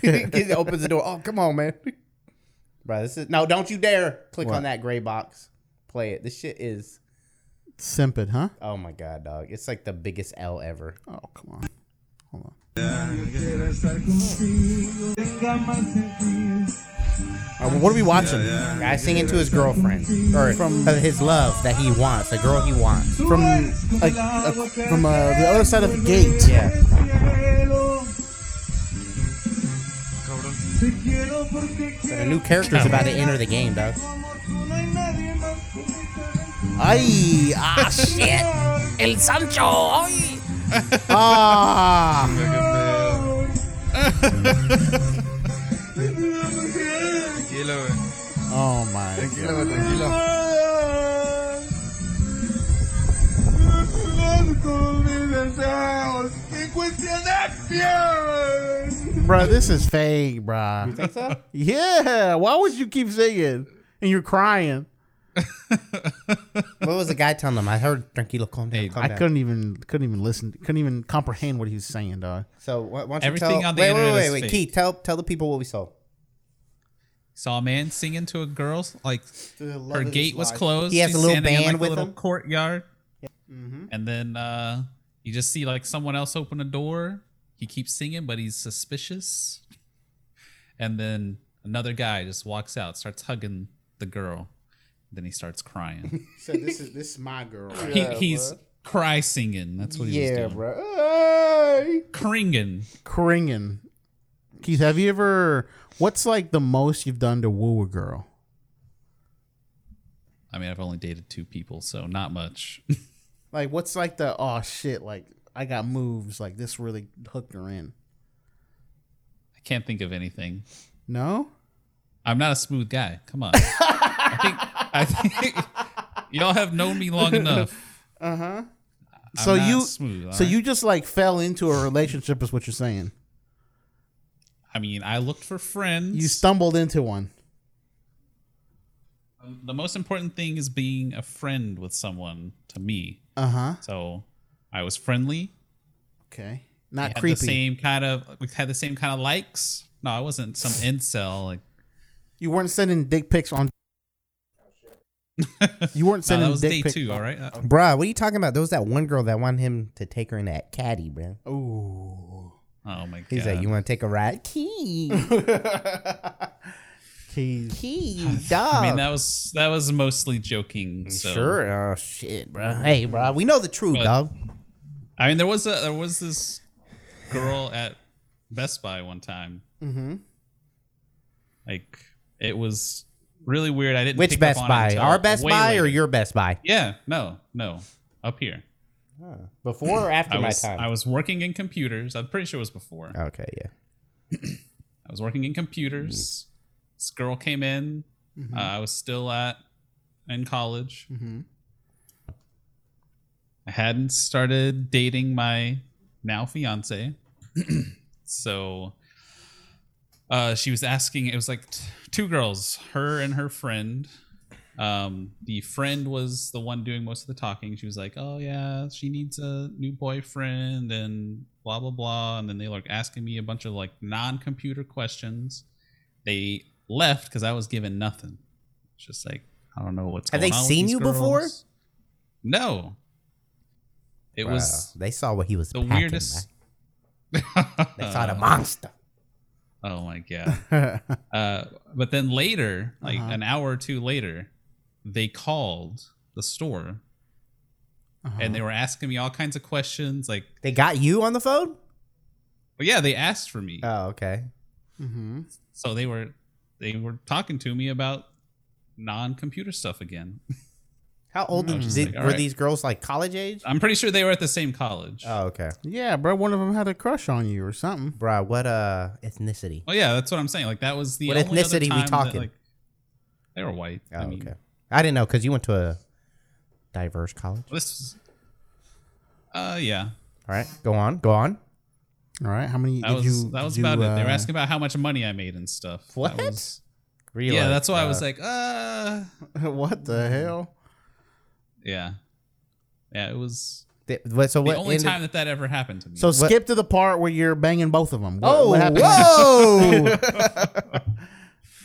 S3: he opens the door. Oh come on, man. Bro, this is no. Don't you dare click
S4: What?
S3: on that gray box. Play it. This shit is.
S4: Simpid, huh?
S3: Oh my god, dog. It's like the biggest L ever.
S4: Oh come on. Hold on.
S3: *laughs*
S4: Uh, what are we watching?
S3: Guy singing to his girlfriend or from his love that he wants, the girl he wants.
S4: From a, a, from uh, the other side of the gate.
S3: Yeah. So the new character's about to enter the game, dog.
S4: Ay, ah, shit. El Sancho. Ay. Ah.
S1: Tranquilo, güey.
S4: Oh my.
S1: güey, tranquilo.
S4: Bro, this is fake, bro. You
S3: think so?
S4: *laughs* Yeah. Why would you keep singing and you're crying?
S3: What was the guy telling him? I heard Tranquilo calm down. calm
S4: I
S3: down.
S4: couldn't even couldn't even listen. Couldn't even comprehend what he was saying, dog.
S3: So why why don't you
S5: Everything
S3: tell?
S5: on the
S3: wait, wait,
S5: internet
S3: wait,
S5: is
S3: wait,
S5: fake.
S3: Keith, tell tell the people what we saw.
S5: Saw a man singing to a girl. Like
S3: love
S5: her
S3: of his
S5: gate was
S3: life.
S5: closed.
S3: He has
S5: She's
S3: a little
S5: standing in,
S3: band
S5: like, a
S3: with
S5: little
S3: him.
S5: courtyard.
S3: Mhm.
S5: And then uh, you just see like someone else open a door. He keeps singing, but he's suspicious. *laughs* And then another guy just walks out, starts hugging the girl. Then he starts crying.
S4: *laughs* So this is this is my girl.
S5: he, he's cry singing. That's what he was doing.
S4: bro.
S5: Kringing.
S4: Kringing. Keith, have you ever? What's like the most you've done to woo a girl?
S5: I mean, I've only dated two people, so not much.
S4: Like, what's like the oh shit? Like, I got moves. Like, this really hooked her in.
S5: I can't think of anything.
S4: No,
S5: I'm not a smooth guy. Come on. *laughs* I think *laughs* I think y'all have known me
S4: *laughs*
S5: long enough.
S4: Uh huh.
S5: I'm
S4: so
S5: not
S4: you,
S5: smooth, all
S4: so
S5: right?
S4: you just like fell into a relationship, is what you're saying.
S5: I mean, I looked for friends.
S4: You stumbled into one.
S5: Um, the most important thing is being a friend with someone to me.
S4: Uh-huh.
S5: So I was friendly.
S4: Okay.
S5: We
S4: Not
S5: had
S4: creepy.
S5: The same kind of we had the same kind of likes. No, I wasn't some incel. Like
S4: You weren't sending dick pics
S5: *laughs*
S4: on. you weren't
S5: no,
S4: sending
S5: that was
S4: dick
S5: day
S4: pic-
S5: two. All right. Uh,
S26: Bruh, what are you talking about? There was that one girl that wanted him to take her in that caddy, bruh.
S4: Ooh.
S5: Oh my god.
S26: He's like, you want to take a ride? Key.
S4: Key.
S1: *laughs*
S26: Key, dog.
S5: I mean, that was that was mostly joking. So.
S26: Oh. Sure. Oh shit, bro. Hey, bro. We know the truth, dog.
S5: I mean, there was a there was this girl at Best Buy one time.
S26: Mhm.
S5: Like it was really weird. I didn't.
S26: Which
S5: pick
S26: Best
S5: up on it
S26: Buy?
S5: until
S26: Our Best
S5: way
S26: Buy or
S5: later.
S26: your Best Buy?
S5: Yeah. No. No. Up here.
S26: Before
S5: *laughs*
S26: or after
S5: I
S26: my
S5: was-
S26: time?
S5: I was working in computers. I'm pretty sure it was before.
S26: Okay, yeah. Mm-hmm.
S5: I was working in computers. This girl came in.
S26: Mhm.
S5: Uh, I was still at in college.
S4: Mhm.
S5: I hadn't started dating my now
S26: *clears throat*
S5: fiance, so uh, she was asking. It was like t- two girls, her and her friend. Um, the friend was the one doing most of the talking. She was like, "Oh yeah, she needs a new boyfriend," and blah blah blah. And then they like asking me a bunch of like non-computer questions. They left because I was given nothing. It's just like I don't know what's.
S26: Have
S5: going
S26: they
S5: on with
S26: seen
S5: these
S26: you before?
S5: girls. No. It
S26: Bruh,
S5: was
S26: They saw what he was.
S5: the
S26: packing,
S5: weirdest. *laughs*
S26: bruh. They saw the monster.
S5: Oh my
S26: *laughs*
S5: god. uh, but then later, like
S26: Uh-huh.
S5: an hour or two later, they called the store and they were asking me all kinds of questions. Like
S26: Uh-huh. they got you on the phone.
S5: Well, yeah, they asked for me.
S26: Oh, okay.
S4: Mm-hmm.
S5: So they were they were talking to me about non-computer stuff again.
S26: How old
S5: I was just
S26: did,
S5: like, all
S26: were
S5: right.
S26: these girls? Like college age?
S5: I'm pretty sure they were at the same college.
S26: Oh, okay.
S4: Yeah, bro. One of them had a crush on you or something.
S26: Bro, what uh ethnicity?
S5: Oh yeah, that's what I'm saying. Like that was the
S26: What
S5: only other
S26: ethnicity we
S5: time that,
S26: talking?
S5: like, they were white.
S26: Oh,
S5: I mean,
S26: okay. I didn't know because you went to a diverse college.
S5: This, uh, yeah,
S26: All right, go on, go on.
S4: All right, how many
S5: that was *laughs* that was about it. They were asking about how much money I made and stuff. That
S26: uh, What?
S5: was-
S26: Really?
S5: yeah, that's why I was
S26: Uh,
S5: like, uh,
S4: *laughs* what
S26: Mm.
S4: the hell?
S5: yeah, yeah. It was
S26: Th- what- so
S5: the
S26: what
S5: only
S26: ended-
S5: time that that ever happened to me.
S4: So skip to the part where you're banging both of them.
S26: Oh,
S4: Oh,
S26: *laughs*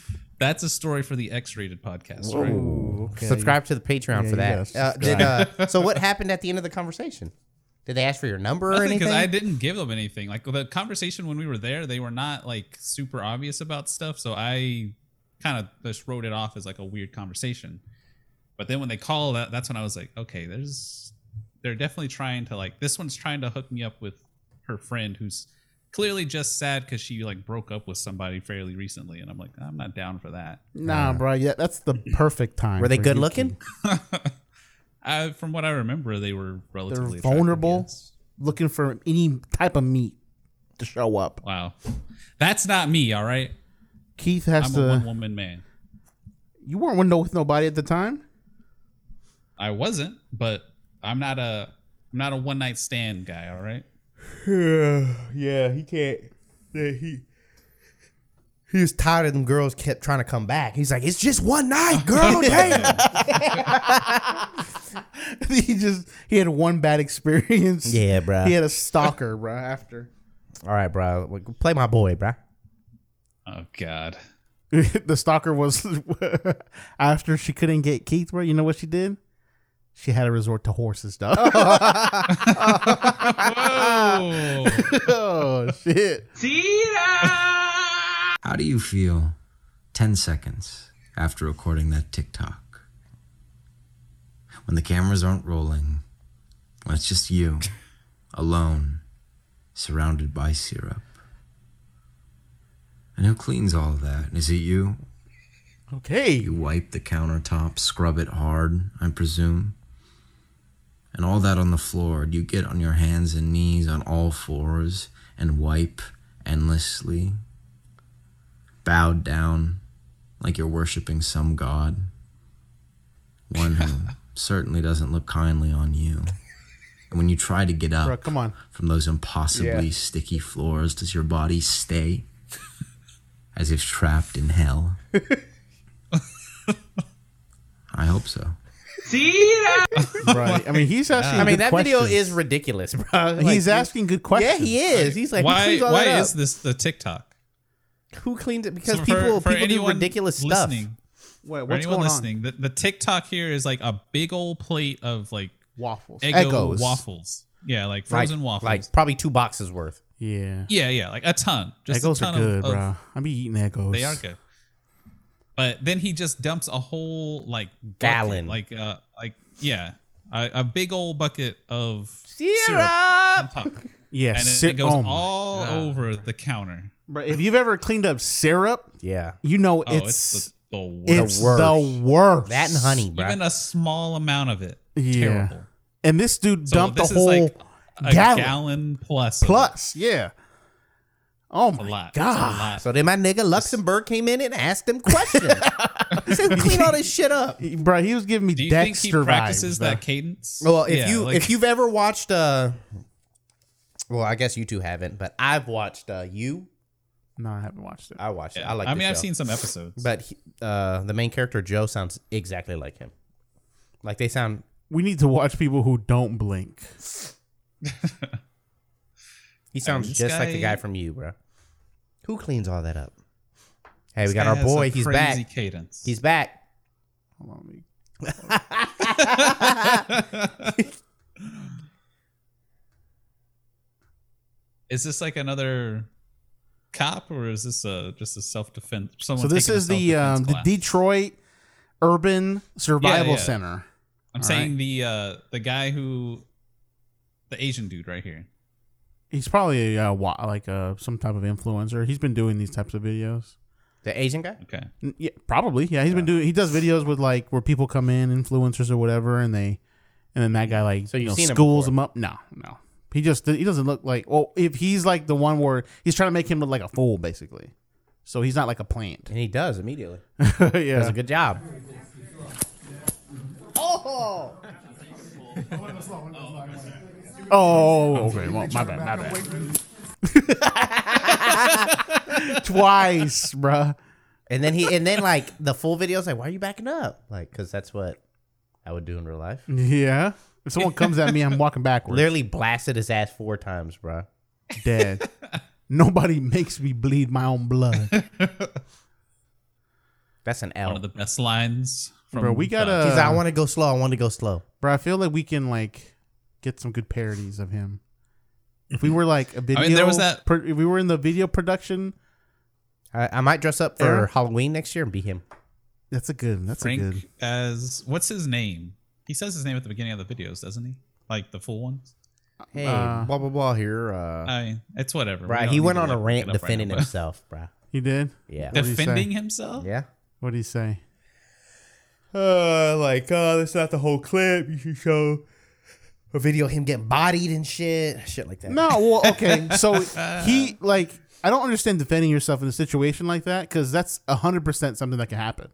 S4: *laughs*
S5: That's a story for the X-rated podcast. right?
S26: Whoa, Subscribe to the Patreon Yeah, for you that. gotta Uh, did, subscribe. uh, so what happened at the end of the conversation? Did they ask for your number or anything?
S5: Because I didn't give them anything. Like the conversation when we were there, they were not like super obvious about stuff. So I kind of just wrote it off as like a weird conversation. But then when they called, that, that's when I was like, okay, there's they're definitely trying to like this one's trying to hook me up with her friend who's clearly just sad because she like broke up with somebody fairly recently, and I'm like, I'm not down for that.
S4: *laughs* Nah, bro. Yeah, that's the perfect time.
S26: Were they
S4: for
S26: good
S4: you
S26: looking?
S5: *laughs* I, from what I remember, they were
S4: to- They're
S5: relatively attractive.
S4: vulnerable, looking for any type of meat to show up.
S5: Wow, that's not me. All right,
S4: Keith has
S5: I'm
S4: to.
S5: a one woman man.
S4: You weren't window with nobody at the time.
S5: I wasn't, but I'm not a I'm not a one night stand guy. All right.
S26: *sighs* yeah, he can't. *laughs* he he was tired of them girls kept trying to come back. He's like, it's just one
S5: *laughs*
S26: night, girl. damn.
S4: *laughs* he just he had one bad experience.
S26: Yeah, bruh.
S4: He had a stalker, bro. After *laughs*
S26: All right, bro. Play my boy, bro.
S5: Oh God.
S4: the stalker was *laughs* after she couldn't get Keith, bro. You know what she did? She had to resort to horses, *laughs* dog. oh shit! *laughs*
S29: How do you feel 10 seconds after recording that TikTok? When the cameras aren't rolling, when it's just you, alone, surrounded by syrup. And who cleans all of that? Is it you? Okay. You wipe the countertop, scrub it hard, I presume. And all that on the floor. Do you get on your hands and knees on all fours and wipe endlessly? Bowed down like you're worshiping some god? One
S4: *laughs*
S29: who certainly doesn't look kindly on you. And when you try to get up
S4: Bro, come on.
S29: from those impossibly
S4: Yeah.
S29: sticky floors, does your body stay as if trapped in hell? I hope so.
S1: See
S4: *laughs* Right. I mean, he's asking.
S3: I mean,
S4: good
S3: that video
S4: questions.
S3: is ridiculous, bro.
S4: He's asking good questions.
S3: Yeah, he is. He's like,
S5: why?
S3: who cleans all
S5: Why
S3: that up?
S5: is this the TikTok?
S3: Who cleans it? Because
S5: So for-
S3: people
S5: for
S3: people do
S5: anyone
S3: ridiculous stuff.
S5: listening,
S4: Wait,
S5: For anyone listening, the, the TikTok here is like a big old plate of like
S4: waffles,
S3: Eggos.
S5: waffles. Yeah, like frozen waffles.
S3: like probably two boxes worth.
S5: Yeah. Yeah, yeah, like a ton. Just a
S3: Eggos are
S5: ton
S3: good,
S5: of, of-
S3: bro. I be eating Eggos.
S5: They are good. But then he just dumps a whole like bucket,
S3: Gallon.
S5: like uh, like yeah, a, a big old bucket of
S3: Syrup!
S5: on top.
S4: *laughs*
S3: Yeah,
S5: and it,
S3: syrup.
S5: it goes
S3: Oh my
S5: all
S3: God.
S5: over the counter.
S4: Bro, if you've ever cleaned up syrup,
S3: yeah,
S4: you know
S5: Oh,
S4: it's
S5: it's the- the worst.
S4: it's
S5: The worst.
S4: the worst.
S3: That and honey, bro.
S5: Even a small amount of it,
S4: Yeah.
S5: terrible.
S4: And this dude
S5: So
S4: dumped
S5: this
S4: a
S5: is
S4: whole
S5: like a
S4: gallon.
S5: gallon plus. of
S4: Plus, yeah. Oh my
S3: God. So then my nigga Luxembourg came in and asked him
S5: *laughs*
S3: questions. he said, "Clean all this shit up."
S4: Bro, he was giving me
S3: Do you think
S4: Dexter
S3: he
S4: vibes,
S3: practices
S4: bro.
S5: that cadence?
S3: Well, if
S5: Yeah,
S3: you
S5: like-
S3: if you've ever watched, uh, well, I guess you two haven't, but I've watched uh, you.
S4: No, I haven't watched it.
S3: I watched it. I like.
S5: I
S3: the
S5: mean, I've
S3: show.
S5: seen some episodes.
S3: but he, uh, the main character Joe sounds exactly like him. Like they sound.
S4: We need to watch people who don't
S5: *laughs*
S4: blink.
S3: He sounds this just like the guy- guy from you, bro. Who cleans all that up? Hey, we This got guy our has a boy. He's crazy back.
S5: cadence.
S3: He's back.
S4: Hold on, let me.
S3: *laughs*
S5: Is this like another cop, or is this a just a self defense?
S4: So this is the um, the Detroit Urban Survival Center.
S5: I'm
S4: All
S5: saying
S4: right?
S5: the uh, the guy who the Asian dude right here.
S4: he's probably uh, wa- like uh, some type of influencer. He's been doing these types of videos.
S3: The Asian guy.
S5: Okay.
S4: N- Yeah, probably. Yeah, he's been doing. He does videos with like where people come in, influencers or whatever, and they, and then that guy like you
S3: you've
S4: know,
S3: seen him
S4: schools him up. No, no, he just he doesn't look like. Well, if he's like the one where he's trying to make him look like a fool, basically. So
S3: *laughs*
S4: he's not like a plant.
S3: And he does immediately.
S4: *laughs* yeah,
S3: Does a good job.
S1: Oh!
S4: Oh, okay. Well, my bad, my
S26: *laughs*
S4: bad. Twice, bruh.
S3: And then he, and then like the full video is like, why are you backing up? Like, cause that's what I would do in real life.
S4: Yeah. If someone comes at me, I'm walking backwards.
S3: Literally blasted his ass four times, bro. *laughs*
S4: Dead. Nobody makes me bleed my own blood.
S3: That's an
S5: One
S3: L.
S5: of the best lines. From
S4: Bro, we got
S5: uh,
S4: a.
S3: He's like, I want to go slow. I want to go slow.
S4: Bro, I feel like we can like get some good parodies of him. If
S3: *laughs*
S4: we were like a video,
S3: mean, there was that-
S4: pro- if we were in the video production,
S3: I, I might dress up for
S4: Aaron?
S3: Halloween next year and be him.
S4: that's a good. That's
S5: Frank
S4: a good.
S5: as what's his name? He says his name at the beginning of the videos, doesn't he? Like the full ones.
S3: Hey,
S4: Uh,
S3: blah blah blah. Here, uh,
S5: I mean, it's whatever. We
S3: bro.
S5: don't
S3: He
S5: need
S3: went
S5: to
S3: on a
S5: look it
S3: rant
S5: up right
S3: defending
S5: now, but-
S3: himself, bro.
S4: He did.
S3: Yeah.
S4: What'd he say?
S5: Defending himself.
S3: Yeah.
S4: What do you say?
S3: Uh, like, oh, that's not the whole clip. You should show a video of him getting bodied and shit, shit like that.
S4: No, well, okay.
S3: *laughs*
S4: So he like I don't understand defending yourself in a situation like that because that's hundred percent something that can happen.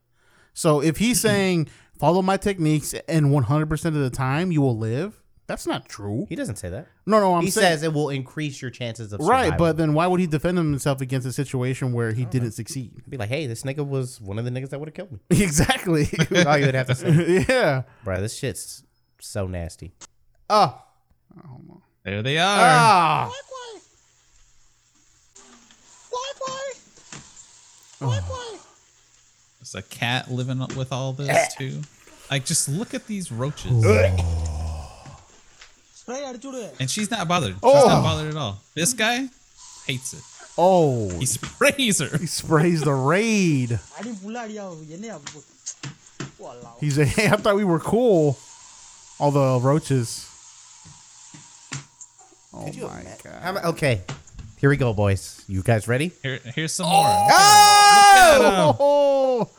S4: So if
S3: *clears throat*
S4: he's saying follow my techniques and one hundred percent of the time you will live, that's not true.
S3: He doesn't say that.
S4: No, no, I'm
S3: he
S4: saying
S3: says it will increase your chances of survival.
S4: right. But then why would he defend himself against a situation where he didn't succeed?
S3: be like, hey, this nigga was one of the niggas that would have killed me.
S4: *laughs* Exactly.
S3: *laughs* That's all you would have to say.
S4: *laughs* yeah.
S3: Bro, this shit's so nasty.
S4: Oh.
S5: There they are.
S3: Ah.
S5: There's a cat living up with all
S3: Eh.
S5: this too. Like, just look at these roaches. and she's not bothered. She's
S4: Oh.
S5: not bothered at all. This guy hates it.
S4: Oh.
S5: He sprays her. He
S4: sprays the raid.
S17: oh,
S4: He's
S26: *laughs*
S4: a. *laughs* Hey, I thought we were cool. All the roaches. Oh my god.
S3: okay. Here we go, boys. You guys ready?
S5: Here, here's some more.
S3: Oh!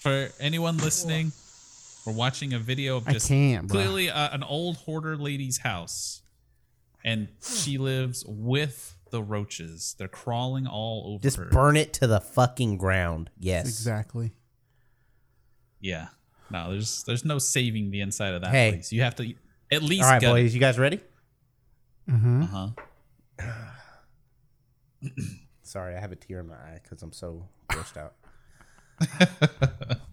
S5: For anyone listening, we're watching a video of
S4: I
S5: just
S4: can't, bro.
S5: clearly uh, an old hoarder lady's house, and she lives with the roaches. They're crawling all over
S3: Just
S5: her.
S3: burn it to the fucking ground. Yes.
S4: Exactly.
S5: Yeah. No, there's there's no saving the inside of that
S3: Hey.
S5: place. You have to at least.
S3: All right,
S5: gut
S3: boys.
S5: it.
S3: You guys ready?
S4: Mm-hmm.
S5: Uh-huh.
S3: Sorry, I have a tear in my eye because I'm so grossed out.
S4: *laughs*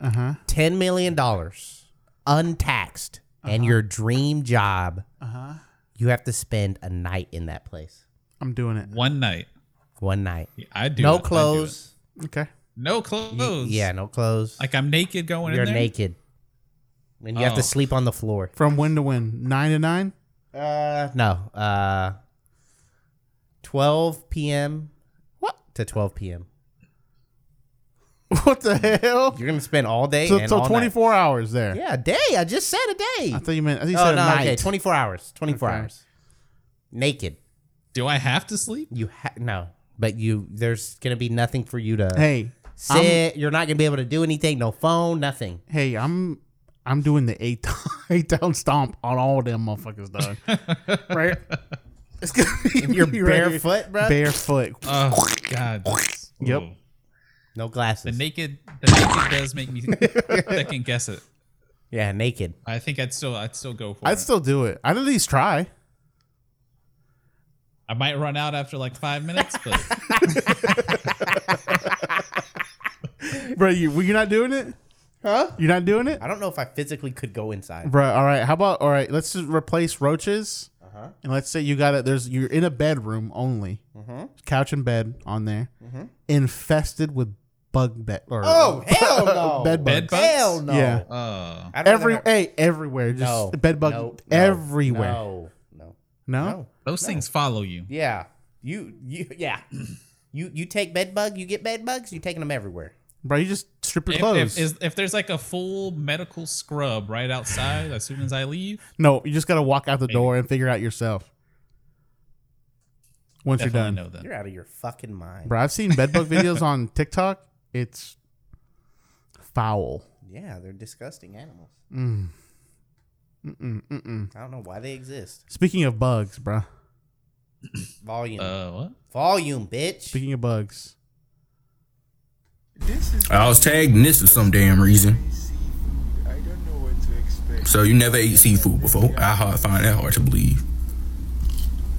S4: Uh-huh.
S3: Ten million dollars, untaxed, and your dream job.
S4: Uh-huh.
S3: You have to spend a night in that place.
S4: I'm doing it.
S5: One night.
S3: One night.
S5: I do.
S3: No
S5: it. I do
S3: clothes.
S4: Okay.
S5: No clothes.
S3: yeah, no clothes.
S5: Like I'm naked going
S3: You're
S5: in there.
S3: naked. And you have
S5: Oh.
S3: to sleep on the floor.
S4: From when to when? Nine to nine.
S3: Uh, no. Uh, 12 p.m. What? To 12 *laughs* p.m.
S4: What the hell?
S3: You're gonna spend all day.
S4: So,
S3: and
S4: so
S3: all night.
S4: 24 hours there.
S3: Yeah, a day. I just said a day.
S4: I thought you meant. I thought you
S3: oh
S4: said
S3: no,
S4: a night.
S3: okay, 24 hours. 24
S4: Okay.
S3: hours. Naked.
S5: Do I have to sleep?
S3: You ha- no, but you there's gonna be nothing for you to
S4: Hey,
S3: sit. You're not gonna be able to do anything. No phone. Nothing.
S4: Hey, I'm I'm doing the eight *laughs* eight down stomp on all them motherfuckers, dog.
S3: *laughs*
S4: right? It's gonna be
S3: You're
S4: me right here.
S3: barefoot, bruh?
S4: Barefoot.
S5: Oh God.
S4: Yep.
S5: Ooh.
S3: No glasses.
S5: The naked, the naked does make me
S3: *laughs*
S5: second guess it.
S3: Yeah, naked.
S5: I think I'd still, I'd still go for
S4: I'd
S5: it.
S4: still do it. I'd at least try.
S5: I might run out after like five minutes,
S3: *laughs*
S5: but
S4: Bro, you well, you're not doing it? Huh? You're not doing it?
S3: I don't know if I physically could go inside.
S4: Bro, all right. How about all right, let's just replace roaches.
S3: Uh-huh.
S4: And let's say you got it. There's you're in a bedroom only,
S3: Mhm.
S4: couch and bed on there,
S3: Mhm.
S4: infested with bug bed. Or *laughs*
S3: Oh, hell no.
S4: bed bugs.
S3: Bed bugs? Hell no.
S4: Yeah,
S5: Oh.
S3: I'd rather
S4: every
S3: not-
S4: hey everywhere, just
S3: No,
S4: bed bug
S3: no, no,
S4: everywhere.
S3: No, no,
S4: No?
S5: those things follow you.
S3: Yeah, you, you, yeah. You you take bed bug, you get bed bugs. You taking them everywhere.
S4: Bro, you just strip your
S5: If,
S4: clothes.
S5: if, is, if there's like a full medical scrub right outside as soon as I leave,
S4: no, you just gotta walk out the door and figure it out yourself. Once you're
S5: definitely
S4: done,
S5: know that.
S3: You're out of your fucking
S4: *laughs*
S3: mind.
S4: bro. I've seen bed bug
S3: *laughs*
S4: videos on TikTok. It's foul.
S3: Yeah, they're disgusting animals.
S4: Mm. Mm-mm, mm-mm.
S3: I don't know why they exist.
S4: Speaking of bugs, bro.
S3: Volume,
S5: Uh, what?
S3: volume, bitch.
S4: Speaking of
S3: *laughs*
S4: bugs,
S13: I was tagged in this for some damn reason. So you never ate seafood before? I hard find that hard to believe.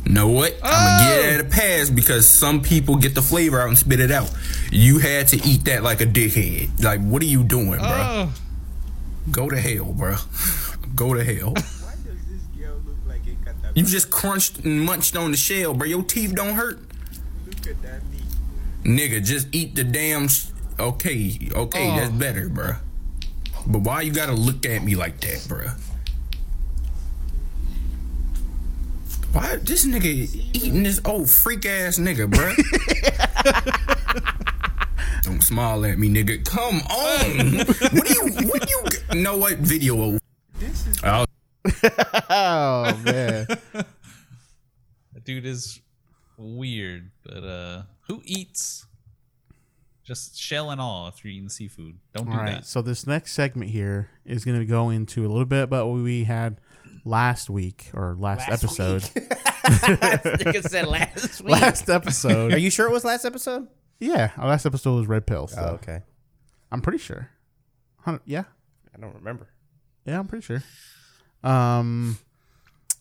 S13: Know what? I'ma give it a pass because some people get the flavor out and spit it out. You had to eat that like a dickhead. Like, what are you doing,
S17: Oh. Uh.
S13: bruh? Go to hell, bruh. Go to hell. You just crunched and munched on the shell, bruh. Your teeth don't hurt. Nigga, just eat the damn. Sh- okay, okay,
S17: Oh.
S13: that's better, bruh. But why you gotta look at me like that, bruh? Why this nigga eating this old freak ass nigga,
S17: *laughs*
S13: bruh? Don't smile at me, nigga. Come on. what do you? What do you? Know what video? over. I'll-
S4: oh man,
S5: That dude is weird, but uh, who eats just shell and all if you're eating seafood? Don't do
S4: All right.
S5: that.
S4: So this next segment here is going to go into a little bit about what we had last week or last,
S3: Last
S4: episode.
S3: week. *laughs* Nigga
S4: *laughs*
S3: said last week.
S4: Last episode.
S3: Are you sure it was last episode?
S4: yeah, our last episode was Red Pill. So
S3: Oh, okay.
S4: I'm pretty sure. Hun- Uh, Yeah,
S3: I don't remember.
S4: yeah, I'm pretty sure. Um,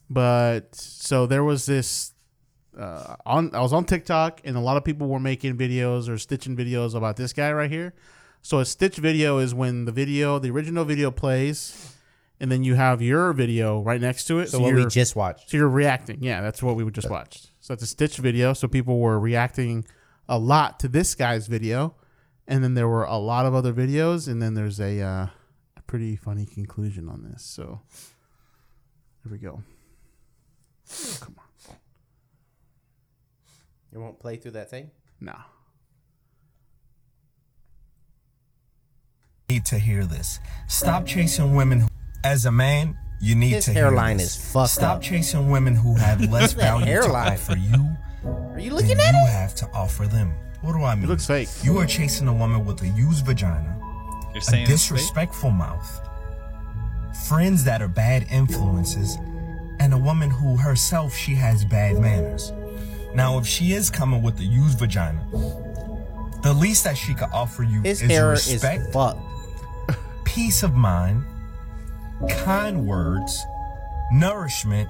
S4: but so there was this. Uh, on I was on TikTok and a lot of people were making videos or stitching videos about this guy right here. So a stitch video is when the video, the original video plays, and then you have your video right next to it.
S3: So what we
S4: you're-
S3: just watched.
S4: So you're reacting. Yeah, that's what we just watched. So that's a Stitch video. So people were reacting a lot to this guy's video. And then there were a lot of other videos. And then there's a, uh, a pretty funny conclusion on this. So there we go. Come on.
S3: You won't play through that thing.
S4: Nah.
S17: need to hear this. Stop chasing women. As a man, You need
S26: His
S17: to hear
S26: hairline
S17: this.
S26: is fucked
S17: Stop
S26: up.
S17: chasing women who
S26: *laughs*
S17: have less
S26: Look at that
S17: value
S26: hairline.
S17: to offer you. Are
S26: you
S17: looking at you it? have to offer them. What do I mean? It looks
S4: fake.
S17: You are chasing a woman with a used vagina,
S5: You're
S17: a
S5: saying it's fake?
S17: disrespectful mouth, friends that are bad influences, and a woman who herself she has bad manners. Now, if she is coming with a used vagina, the least that she could offer you
S26: His
S17: is
S26: hair is
S17: respect, peace of mind, kind words, nourishment,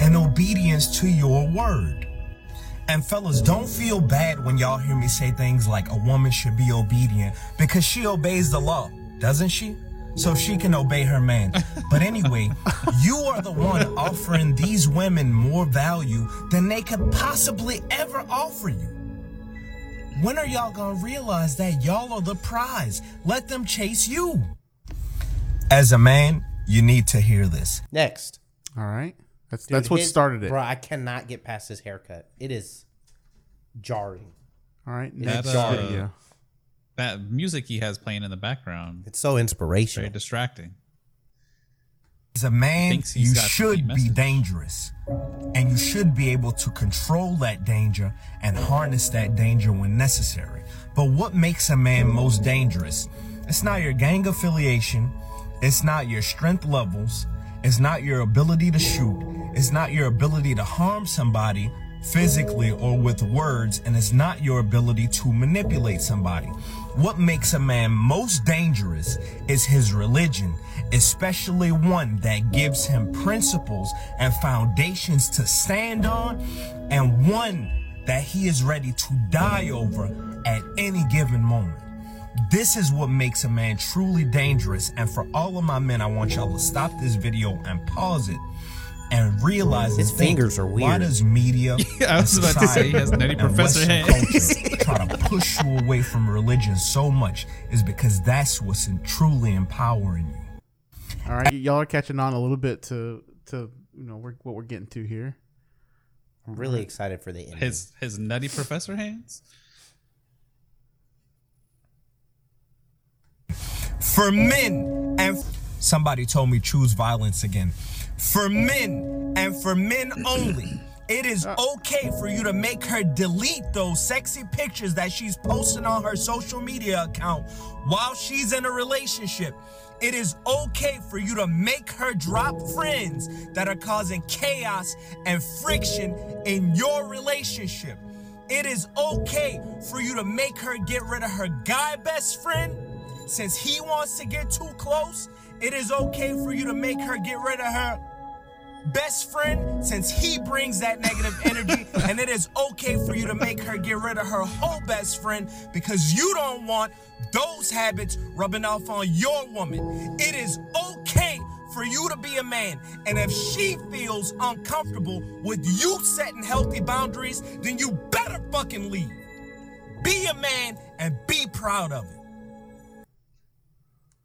S17: and obedience to your word. And fellas, don't feel bad when y'all hear me say things like a woman should be obedient because she obeys the law, doesn't she? So she can obey her man. But anyway, you are the one offering these women more value than they could possibly ever offer you. When are y'all gonna realize that y'all are the prize? Let them chase you. As a man, you need to hear this.
S26: Next.
S4: All right. That's
S26: Dude,
S4: that's what
S26: his-
S4: started it.
S26: Bro, I cannot get past his haircut. It is jarring.
S4: All right,
S26: It is
S5: That,
S26: jarring.
S5: uh, that music he has playing in the background.
S26: It's so inspirational.
S5: Very distracting.
S17: As a man,
S5: Thinks he's
S17: you
S5: got the
S17: should be dangerous. And you should be able to control that danger and harness that danger when necessary. But what makes a man most dangerous? It's not your gang affiliation, it's not your strength levels, it's not your ability to shoot, it's not your ability to harm somebody physically or with words, and it's not your ability to manipulate somebody. What makes a man most dangerous is his religion, especially one that gives him principles and foundations to stand on, and one that he is ready to die over at any given moment. This is what makes a man truly dangerous. And for all of my men, I want y'all to stop this video and pause it and realize
S26: His
S17: and think,
S26: fingers are
S17: Why
S26: weird.
S17: does media,
S5: *laughs* Yeah, I
S17: and
S5: was about to say,
S17: society,
S5: he has nutty
S17: and
S5: professor
S17: Western
S5: *laughs* hands.
S17: culture try to push you away from religion so much? Is because that's what's in- truly empowering you.
S4: All right, y- y'all are catching on a little bit to to you know we're, what we're getting to here.
S26: I'm really excited for the ending.
S5: His his nutty professor hands.
S17: For men and somebody told me choose violence again. For men and for men only. It is okay for you to make her delete those sexy pictures that she's posting on her social media account while she's in a relationship. It is okay for you to make her drop friends that are causing chaos and friction in your relationship. It is okay for you to make her get rid of her guy best friend since he wants to get too close, it is okay for you to make her get rid of her best friend since he brings that negative energy. and it is okay for you to make her get rid of her whole best friend because you don't want those habits rubbing off on your woman. It is okay for you to be a man. And if she feels uncomfortable with you setting healthy boundaries, then you better fucking leave. Be a man and be proud of it.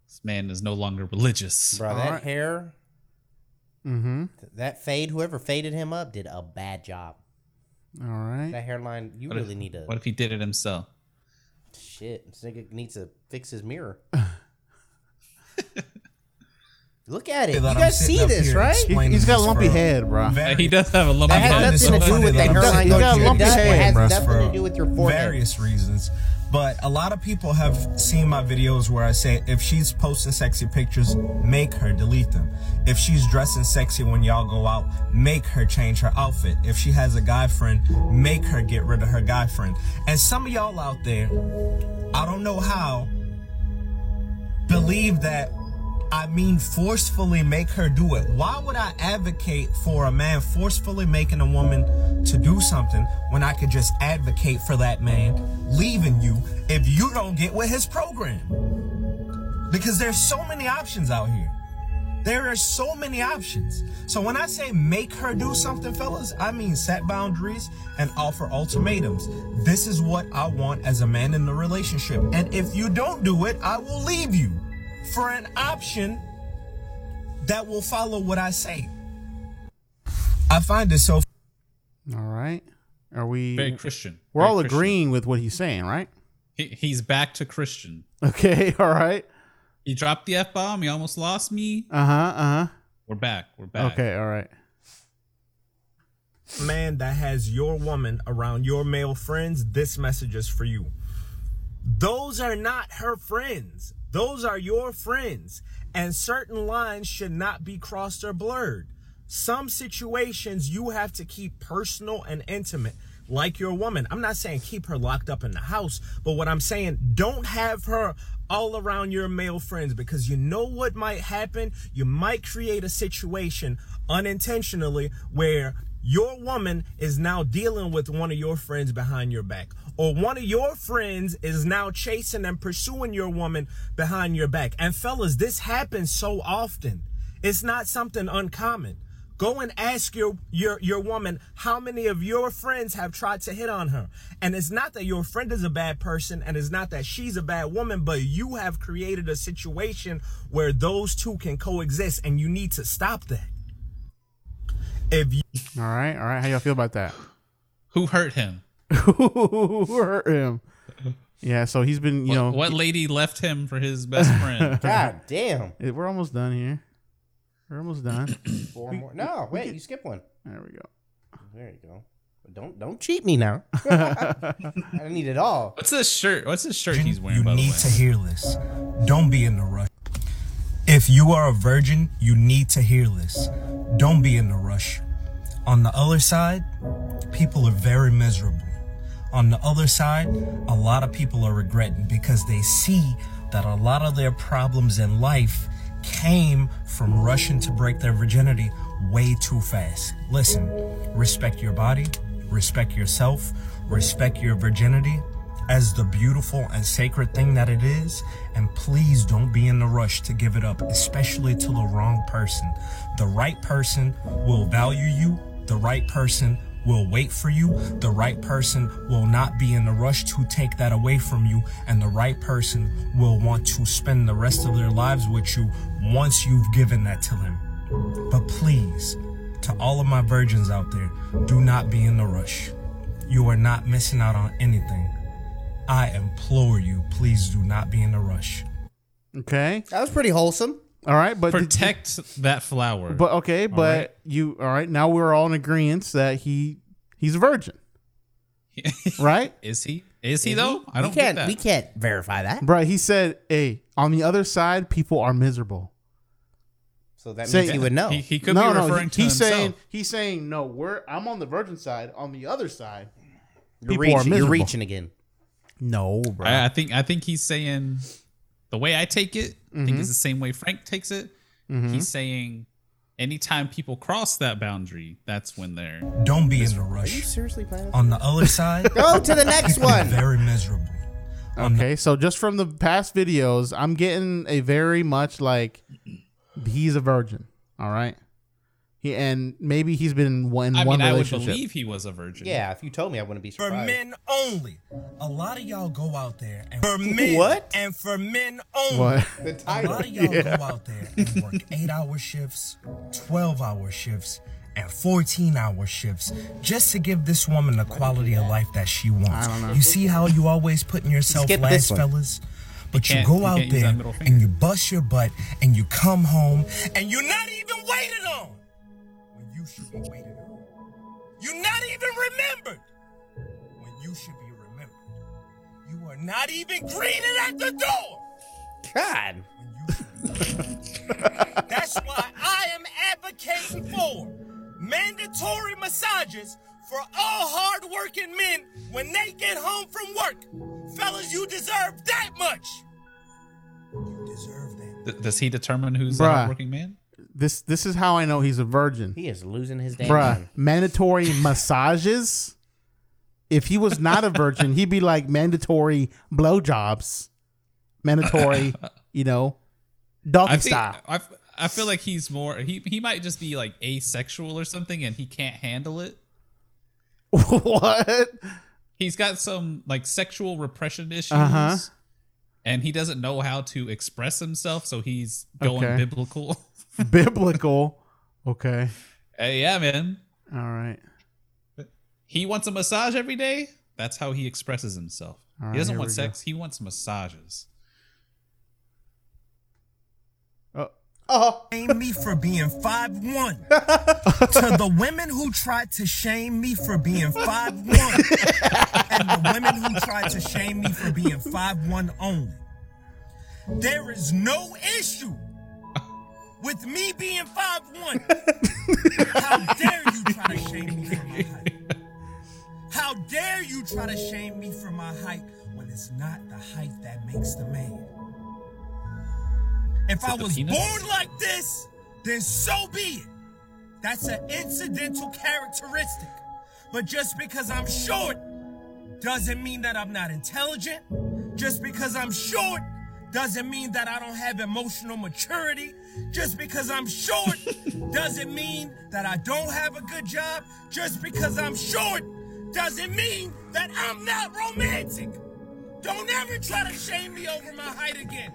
S5: This man is no longer religious.
S26: Bro, that hair,
S4: Mm-hmm.
S26: th- that fade, whoever faded him up did a bad job.
S4: All right.
S26: That hairline, you
S5: What if-
S26: really need to.
S5: What if he did it himself?
S26: Shit, this nigga needs to fix his
S4: *laughs*
S26: mirror. Look at it. You
S17: That I'm
S26: guys
S17: sitting
S26: see
S17: up
S26: this,
S17: here
S26: right?
S17: explaining
S4: He's got
S17: this
S4: a lumpy
S17: for
S4: head, bro.
S17: very-
S5: He does have a lumpy
S17: That has
S5: head.
S26: nothing to do with the
S17: That does-
S26: hairline.
S17: you got a
S26: It
S17: lumpy
S26: does- it
S17: head,
S26: has
S17: bro.
S26: nothing to do with your forehead.
S17: various reasons. But a lot of people have seen my videos where I say if she's posting sexy pictures, make her delete them. If she's dressing sexy when y'all go out, make her change her outfit. If she has a guy friend, make her get rid of her guy friend. And some of y'all out there, I don't know how, believe that I mean forcefully make her do it. Why would I advocate for a man forcefully making a woman to do something when I could just advocate for that man leaving you if you don't get with his program? Because there's so many options out here. There are so many options. So when I say make her do something, fellas, I mean set boundaries and offer ultimatums. This is what I want as a man in the relationship. And if you don't do it, I will leave you for an option that will follow what I say. I find it so.
S4: All right. Are we
S5: Very Christian.
S4: We're
S5: Very
S4: all
S5: Christian.
S4: agreeing with what he's saying, right?
S5: He, he's back to Christian.
S4: Okay. *laughs* All right.
S5: He dropped the f bomb. He almost lost me.
S4: Uh huh. Uh huh.
S5: We're back. We're back.
S4: Okay, all right.
S17: man that has your woman around your male friends, this message is for you. Those are not her friends. Those are your friends. And certain lines should not be crossed or blurred. Some situations you have to keep personal and intimate, like your woman. I'm not saying keep her locked up in the house, but what I'm saying, don't have her all around your male friends because you know what might happen. You might create a situation unintentionally where your woman is now dealing with one of your friends behind your back, or one of your friends is now chasing and pursuing your woman behind your back. And fellas, this happens so often. It's not something uncommon. Go and ask your, your your woman how many of your friends have tried to hit on her. And it's not that your friend is a bad person and it's not that she's a bad woman, but you have created a situation where those two can coexist and you need to stop that. If you
S4: All right, all right. How y'all feel about that?
S5: Who hurt him?
S4: *laughs* Who hurt him? Yeah, so he's been, you
S5: What,
S4: know, *laughs*
S5: what lady left him for his best friend?
S4: damn. Eh, We're almost done here. We're almost done.
S26: Four
S4: We-
S26: more. No,
S4: we
S26: wait,
S4: get-
S26: you skip one.
S4: There we go.
S26: There you go. But don't don't *clears throat* cheat me now. I don't need it all.
S5: What's this shirt? What's this shirt he's wearing? by the
S17: need
S5: way?
S17: to hear this. Don't be in the rush. If you are a virgin, you need to hear this. Don't be in the rush. On the other side, people are very miserable. On the other side, a lot of people are regretting because they see that a lot of their problems in life came from rushing to break their virginity way too fast. Listen, respect your body, respect yourself, respect your virginity as the beautiful and sacred thing that it is, and please don't be in the rush to give it up, especially to the wrong person. The right person will value you, the right person will wait for you, the right person will not be in the rush to take that away from you, and the right person will want to spend the rest of their lives with you once you've given that to them. But please, to all of my virgins out there, do not be in the rush. You are not missing out on anything. I implore you, please do not be in a rush.
S4: Okay.
S26: That was pretty wholesome.
S4: All right, but did you-
S5: protect that flower.
S4: But okay,
S5: All
S4: but
S5: right?
S4: you all right? Now we're all in agreement that he he's a
S5: *laughs*
S4: virgin, right?
S5: is he? Is he though? I don't
S26: we
S5: get
S26: can't
S5: that.
S26: we can't verify that.
S4: Right? He said, "Hey, on the other side, people are miserable."
S26: So that
S4: Say-
S26: means he would know.
S5: He- he could be referring to
S4: he's
S5: himself.
S4: saying he's saying no. We're I'm on the virgin side. On the other side,
S26: You're reaching, you're reaching again.
S4: No, bro.
S5: I, I think I think he's saying the way I take it. I
S26: Mm-hmm.
S5: think it's the same way Frank takes it.
S17: Mhm.
S5: He's saying anytime people cross that boundary, that's when they're
S17: Don't be in a rush.
S26: seriously planning?
S17: On the
S26: *laughs*
S17: other side,
S26: Go to the next
S17: people
S26: one.
S17: are Very miserable.
S4: Okay, so just from the past videos, I'm getting a very much like he's a virgin. All right, he and maybe he's been in one,
S5: I
S4: one
S5: mean, I would
S4: relationship.
S5: believe he was a virgin.
S26: Yeah, if you told me, I wouldn't be
S17: For
S26: surprised.
S17: men only. A lot of y'all go out there and for men
S26: What?
S17: and for men only.
S26: What?
S17: The
S26: The
S17: title.
S26: title.
S17: A lot of y'all
S26: Yeah.
S17: go out there and work eight-hour shifts, twelve-hour shifts, and fourteen-hour shifts just to give this woman the quality of life that she wants. You see how you always putting yourself
S26: Skip
S17: last,
S26: this one.
S17: fellas. But you,
S26: can't-
S17: go
S26: you
S17: out
S26: can't use
S17: there
S26: that middle
S17: and you bust your butt and you come home *laughs* and you're not even waited on. When you should be waited on. You're not even remembered when you should be remembered. You are not even greeted at the door.
S26: God.
S17: That's why I am advocating for mandatory massages for all hardworking men when they get home from work. Fellas, you deserve that much.
S5: Th- does he determine who's
S4: Bruh.
S5: a working man?
S4: This this is how I know he's a virgin.
S26: He is losing his damn
S4: Bruh,
S26: mind. *laughs*
S4: mandatory massages. If he was not a virgin, he'd be like mandatory blowjobs,
S5: *laughs*
S4: mandatory, you know, doggy
S5: I think
S4: style.
S5: I, f- I feel like he's more. He he might just be like asexual or something, and he can't handle it.
S4: *laughs* what?
S5: He's got some like sexual repression issues,
S4: Uh-huh.
S5: and he doesn't know how to express himself, so he's going
S4: Okay.
S5: biblical.
S4: Biblical. Okay.
S5: Hey, yeah, man.
S4: All right.
S5: He wants a massage every day. That's how he expresses himself.
S4: All right,
S5: he doesn't
S4: here
S5: want
S4: we
S5: sex. He wants massages.
S17: Shame me for being 5'1. to the women who tried to shame me for being 5'1. and the women who tried to shame me for being 5'1 only. There is no issue with me being 5'1. How dare you try to shame me for my height? How dare you try to shame me for my height when it's not the height that makes the man? If I was born like this, then so be it. That's an incidental characteristic. But just because I'm short doesn't mean that I'm not intelligent. Just because I'm short doesn't mean that I don't have emotional maturity. Just because I'm short doesn't mean that I don't have a good job. Just because I'm short doesn't mean that I'm not romantic. Don't ever try to shame me over my height again.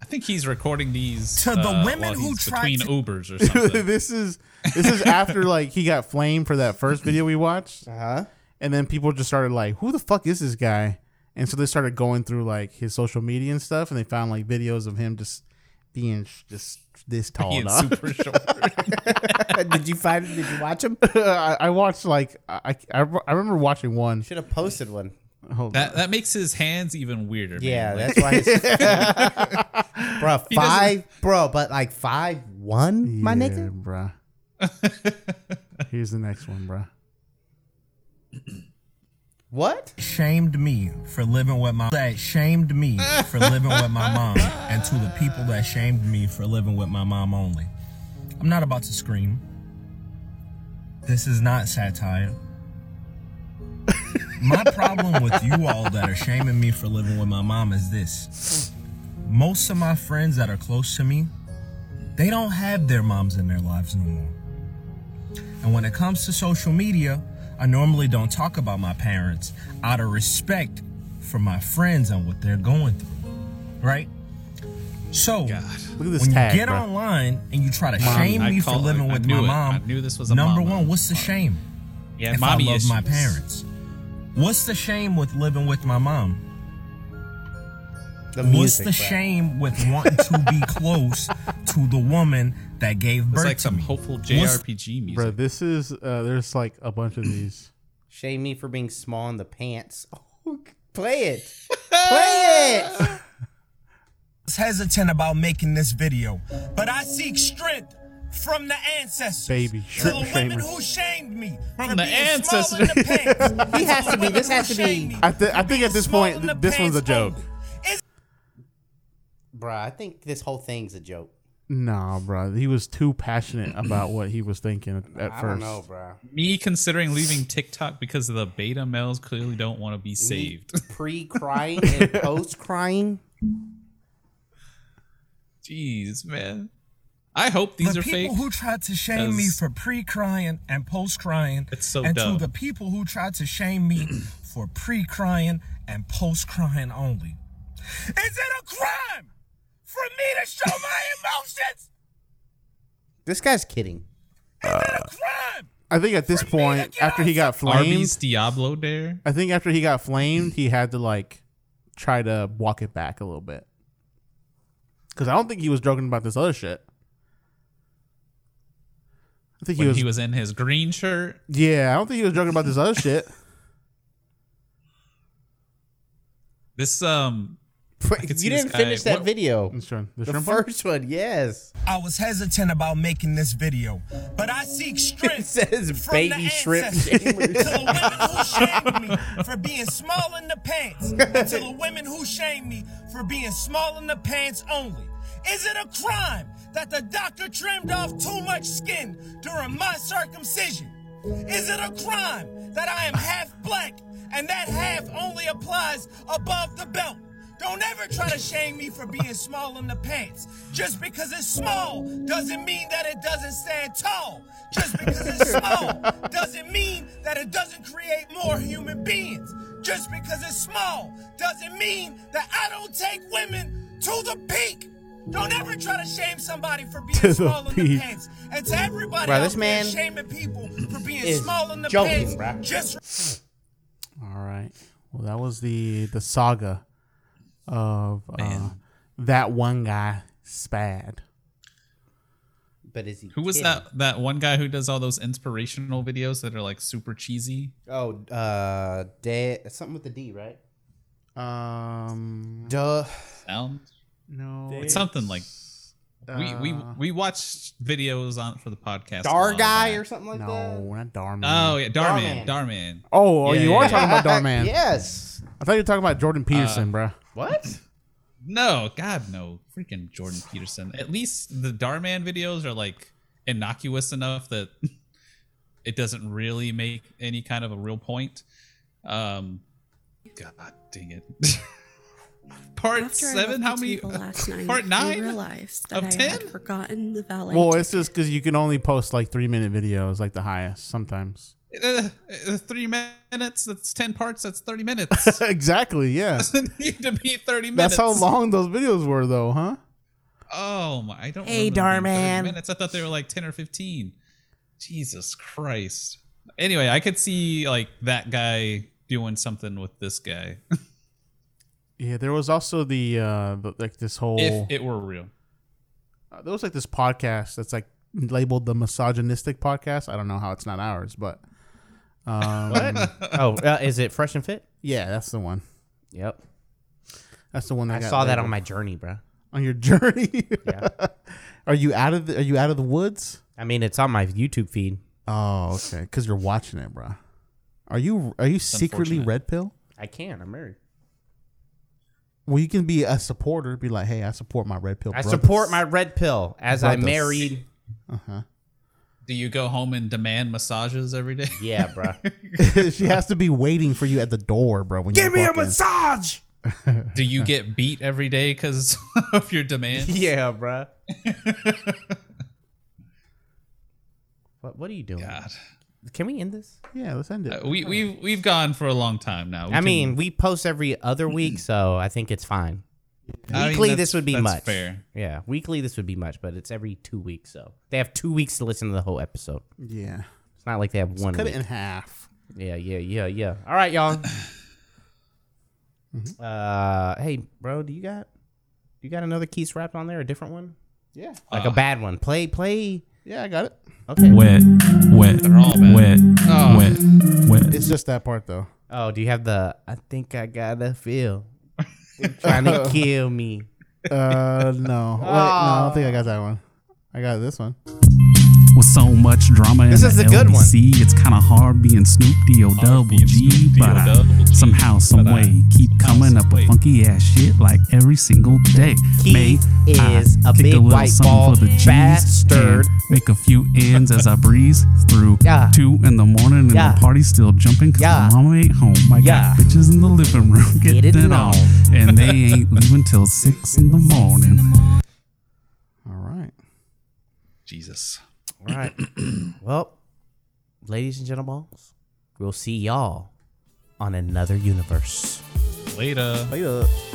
S5: I think he's recording these
S17: To the
S5: uh,
S17: women
S5: while
S17: who
S5: he's
S17: tried
S4: *laughs*
S5: between
S17: to-
S5: Ubers or something.
S4: this is this is after like he got flamed for that first video we watched. Uh-huh. And then people just started like, "Who the fuck is this guy?" And so they started going through like his social media and stuff, and they found like videos of him just being sh- just this tall.
S26: Being
S4: dog. *laughs*
S26: super short. Did you find- did you watch him?
S4: I, I watched like I, I I remember watching one. Should
S26: have posted one.
S4: Hold
S5: That, that makes his hands even weirder.
S26: Yeah,
S5: man. Like-
S26: that's why. It's, bro,
S5: He doesn't-
S26: five, bro, but like five one, my
S4: Yeah,
S26: nigga.
S4: bruh.
S5: *laughs*
S4: Here's the next one, bruh.
S26: What?
S17: Shamed me for living with my that shamed me for living with my mom, and to the people that shamed me for living with my mom only. I'm not about to scream. This is not satire. My problem with you all that are shaming me for living with my mom is this. Most of my friends that are close to me, they don't have their moms in their lives no more. And when it comes to social media, I normally don't talk about my parents out of respect for my friends and what they're going through. Right? So,
S4: Look at this
S17: when
S4: tag,
S17: you get
S4: bro.
S17: online and you try to
S4: Mom.
S17: shame
S4: I
S17: me for
S4: call-
S17: living
S4: I
S17: with
S4: knew
S17: my
S4: it.
S17: mom,
S4: I knew this was a
S17: number
S4: mama.
S17: one, what's the shame?
S5: Yeah,
S17: if
S5: mommy
S17: I love my
S5: issues.
S17: parents, what's the shame with living with my mom?
S26: The
S17: What's
S26: music, bro.
S17: the shame with wanting to
S26: *laughs*
S17: be close to the woman that gave birth
S5: It's like
S17: to
S5: some
S17: me?
S5: hopeful
S17: What's-
S5: JRPG music.
S4: Bro, this is uh, there's like a bunch of
S17: *clears throat*
S4: these.
S26: Shame me for being small in the pants. Play it. *laughs* Play it.
S17: was hesitant about making this video, *laughs* but I seek strength from the ancestors.
S4: Baby,
S17: To the
S4: shrimp
S17: women
S4: famous.
S17: who shamed me
S5: from
S17: for
S5: the
S17: being small in the
S26: ancestors.
S17: pants.
S26: He has
S17: To
S26: to
S17: the
S26: be- this
S17: women
S26: has
S17: who
S26: to be-
S17: shamed me.
S4: I, th- I think at this point,
S17: in the
S4: th- this one's a joke.
S26: Bro, I think this whole thing's a joke.
S4: Nah, bro, he was too passionate about what he was thinking at, at
S26: I don't
S4: first.
S26: know, bro.
S5: Me considering leaving TikTok because the beta males clearly don't want to be saved. *laughs*
S26: Pre crying and post crying.
S5: Jeez, man. I hope these
S17: the
S5: are
S17: people
S5: fake.
S17: who tried to shame me for pre-crying and post-crying,
S5: It's so
S17: and
S5: dumb.
S17: to the people who tried to shame
S5: *clears throat*
S17: me for pre-crying and post-crying only. Is it a crime for me to show my emotions?
S26: This guy's kidding.
S4: I think at this point, after he got
S5: Arby's
S4: flamed,
S5: Diablo Dare.
S4: I think after he got flamed, he had to like try to walk it back a little bit. Because I don't think he was joking about this other shit. I think
S5: when
S4: he was.
S5: he was in his green shirt.
S4: yeah, I don't think he was joking about this other shit.
S5: *laughs* This um I could see
S26: you
S5: this
S26: didn't
S5: guy-
S26: finish that
S5: what-
S26: video.
S4: the
S26: the
S4: shrimp one?
S26: first one, yes.
S17: I was hesitant about making this video, but I
S26: *laughs*
S17: seek strength.
S26: says
S17: from
S26: baby
S17: the
S26: shrimp
S17: ancestors, To
S26: shamers.
S17: the women who shamed me for being small in the pants, and to the women who shamed me for being small in the pants only. Is it a crime that the doctor trimmed off too much skin during my circumcision? Is it a crime that I am half black and that half only applies above the belt? Don't ever try to shame me for being small in the pants. Just because it's small doesn't mean that it doesn't stand tall. Just because it's small doesn't mean that it doesn't create more human beings. Just because it's small doesn't mean that I don't take women to the peak. Don't ever try to shame somebody for being
S26: To the
S17: small in the
S26: peak.
S17: pants. And to everybody
S26: Bruh,
S17: else
S26: this man
S17: that's shaming people for being
S26: is
S17: small in the
S26: joking,
S17: pants,
S26: bruh.
S17: just
S4: All right. Well, that was the the saga of uh, that one guy spad.
S3: But is he?
S5: Who was that? That one guy who does all those inspirational videos that are like super cheesy.
S3: Oh, uh, dead. Something with the D, right?
S4: Um,
S3: duh.
S5: Sound.
S4: No,
S5: It's something like we
S4: uh,
S5: we we watched videos on for the podcast. a
S3: Dar
S5: while
S3: guy
S5: back.
S3: or something like
S4: no, not
S3: that.
S4: Darman.
S5: Oh yeah, Darman. Darman.
S4: Oh,
S5: Yeah,
S4: you
S5: yeah,
S4: are
S5: yeah. Uh,
S4: talking about
S3: *laughs*
S5: *laughs*
S4: Darman.
S3: Yes.
S4: I thought you were talking about Jordan Peterson, bruh.
S3: What?
S5: No, God, no. Freaking Jordan Peterson. At least the Darman videos are like innocuous enough that *laughs* it doesn't really make any kind of a real point. Um, God dang it. *laughs* part
S9: After I
S5: seven?
S9: left
S5: How
S9: the
S5: many?
S9: table
S5: *laughs*
S9: last night,
S5: part
S9: I
S5: nine?
S9: realized that
S5: of
S9: I had
S5: 10?
S9: forgotten the valet.
S4: Well, it's just because you can only post like three minute videos, like the highest *laughs* sometimes.
S5: Uh, uh, three minutes. That's 10 parts. That's 30 minutes.
S4: exactly.
S5: *laughs*
S4: Yeah.
S5: doesn't need to be 30
S4: That's
S5: minutes.
S4: how long those videos were, though, huh?
S5: Oh my! I don't.
S4: Hey,
S5: remember them being 30
S4: Darman.
S5: Minutes. I thought they were like ten or fifteen. Jesus Christ. Anyway, I could see like that guy doing something with this guy
S4: Yeah, there was also the uh the, like this
S3: Oh.
S4: whole
S5: if it were real.
S4: uh, there was like this podcast that's like labeled the misogynistic podcast. I don't know how it's not ours, but um,
S3: *laughs* oh, uh, is it fresh and fit?
S4: Yeah, that's the one.
S3: Yep.
S4: That's the one that
S3: I
S4: got
S3: saw that
S4: labeled.
S3: on my journey, bro.
S4: on your journey. yeah. *laughs* Are you out of the Are you out of the woods?
S3: I mean, it's on my YouTube feed.
S4: Oh, okay. Because you're watching it, bro. Are you Are you secretly
S3: unfortunate.
S4: red pill?
S3: I can. I'm married.
S4: Well, you can be a supporter. Be like, hey, I support my red pill.
S3: I support my red pill as I
S4: Brothers.
S3: married.
S4: Uh
S3: Uh-huh.
S4: huh.
S5: Do you go home and demand massages every day? *laughs*
S3: Yeah, bro.
S4: *laughs* she has to be waiting for you at the door, bro. When you walk in.
S5: massage. Do you get beat every day because *laughs* of your
S3: *laughs*
S5: demands?
S3: Yeah, bro. what What are you doing? Can we end this?
S4: Yeah, let's end it.
S5: Uh, we we've we've gone for a long time now. We
S3: I
S5: can-
S3: mean, we post every other week, so I think it's fine.
S5: I mean,
S3: weekly,
S5: that's-
S3: this would be
S5: that's
S3: much.
S5: fair.
S3: Yeah, weekly, this would be much, but it's every two weeks, so they have two weeks to listen to the whole episode.
S4: Yeah.
S3: it's not like they have one.
S4: Cut
S3: week.
S4: it in half.
S3: Yeah, yeah, yeah, yeah. All right, y'all.
S4: Mm-hmm.
S3: uh, hey, bro, do you got you got another keys wrapped on there? A different one?
S4: Yeah.
S3: Like
S5: Uh,
S3: a bad one. Play, play.
S4: Yeah, I got it.
S3: Okay.
S4: Wet,
S3: wet,
S5: They're all bad.
S3: wet,
S5: Oh.
S3: wet, wet.
S4: It's just that part
S5: *laughs*
S4: though.
S3: Oh, do you have the? I think I gotta feel. They're trying to kill me.
S4: Uh, no. Wait, no, I don't think I got that one. I got this one.
S1: With so much drama
S4: This
S1: in
S4: is
S1: the,
S4: the good one.
S1: LBC, it's kind of hard being Snoop D-O double G, but I somehow, some way, keep coming up with funky ass shit like every single day.
S3: He is a
S1: kick
S3: big
S1: little
S3: white
S1: something
S3: ball
S1: Gs
S3: bastard.
S1: and Make a few ends as I breeze through
S3: *laughs* Yeah.
S1: two in the morning and Yeah. the party's still jumping because Yeah. mama ain't home. I Yeah. got bitches in the living room
S3: Get it
S1: getting it
S3: on.
S1: on, and they ain't leaving till six in the morning.
S4: All right.
S5: Jesus.
S3: All
S5: *clears throat*
S3: right. well, ladies and gentlemen, we'll see y'all on another universe.
S5: Later.
S4: Later.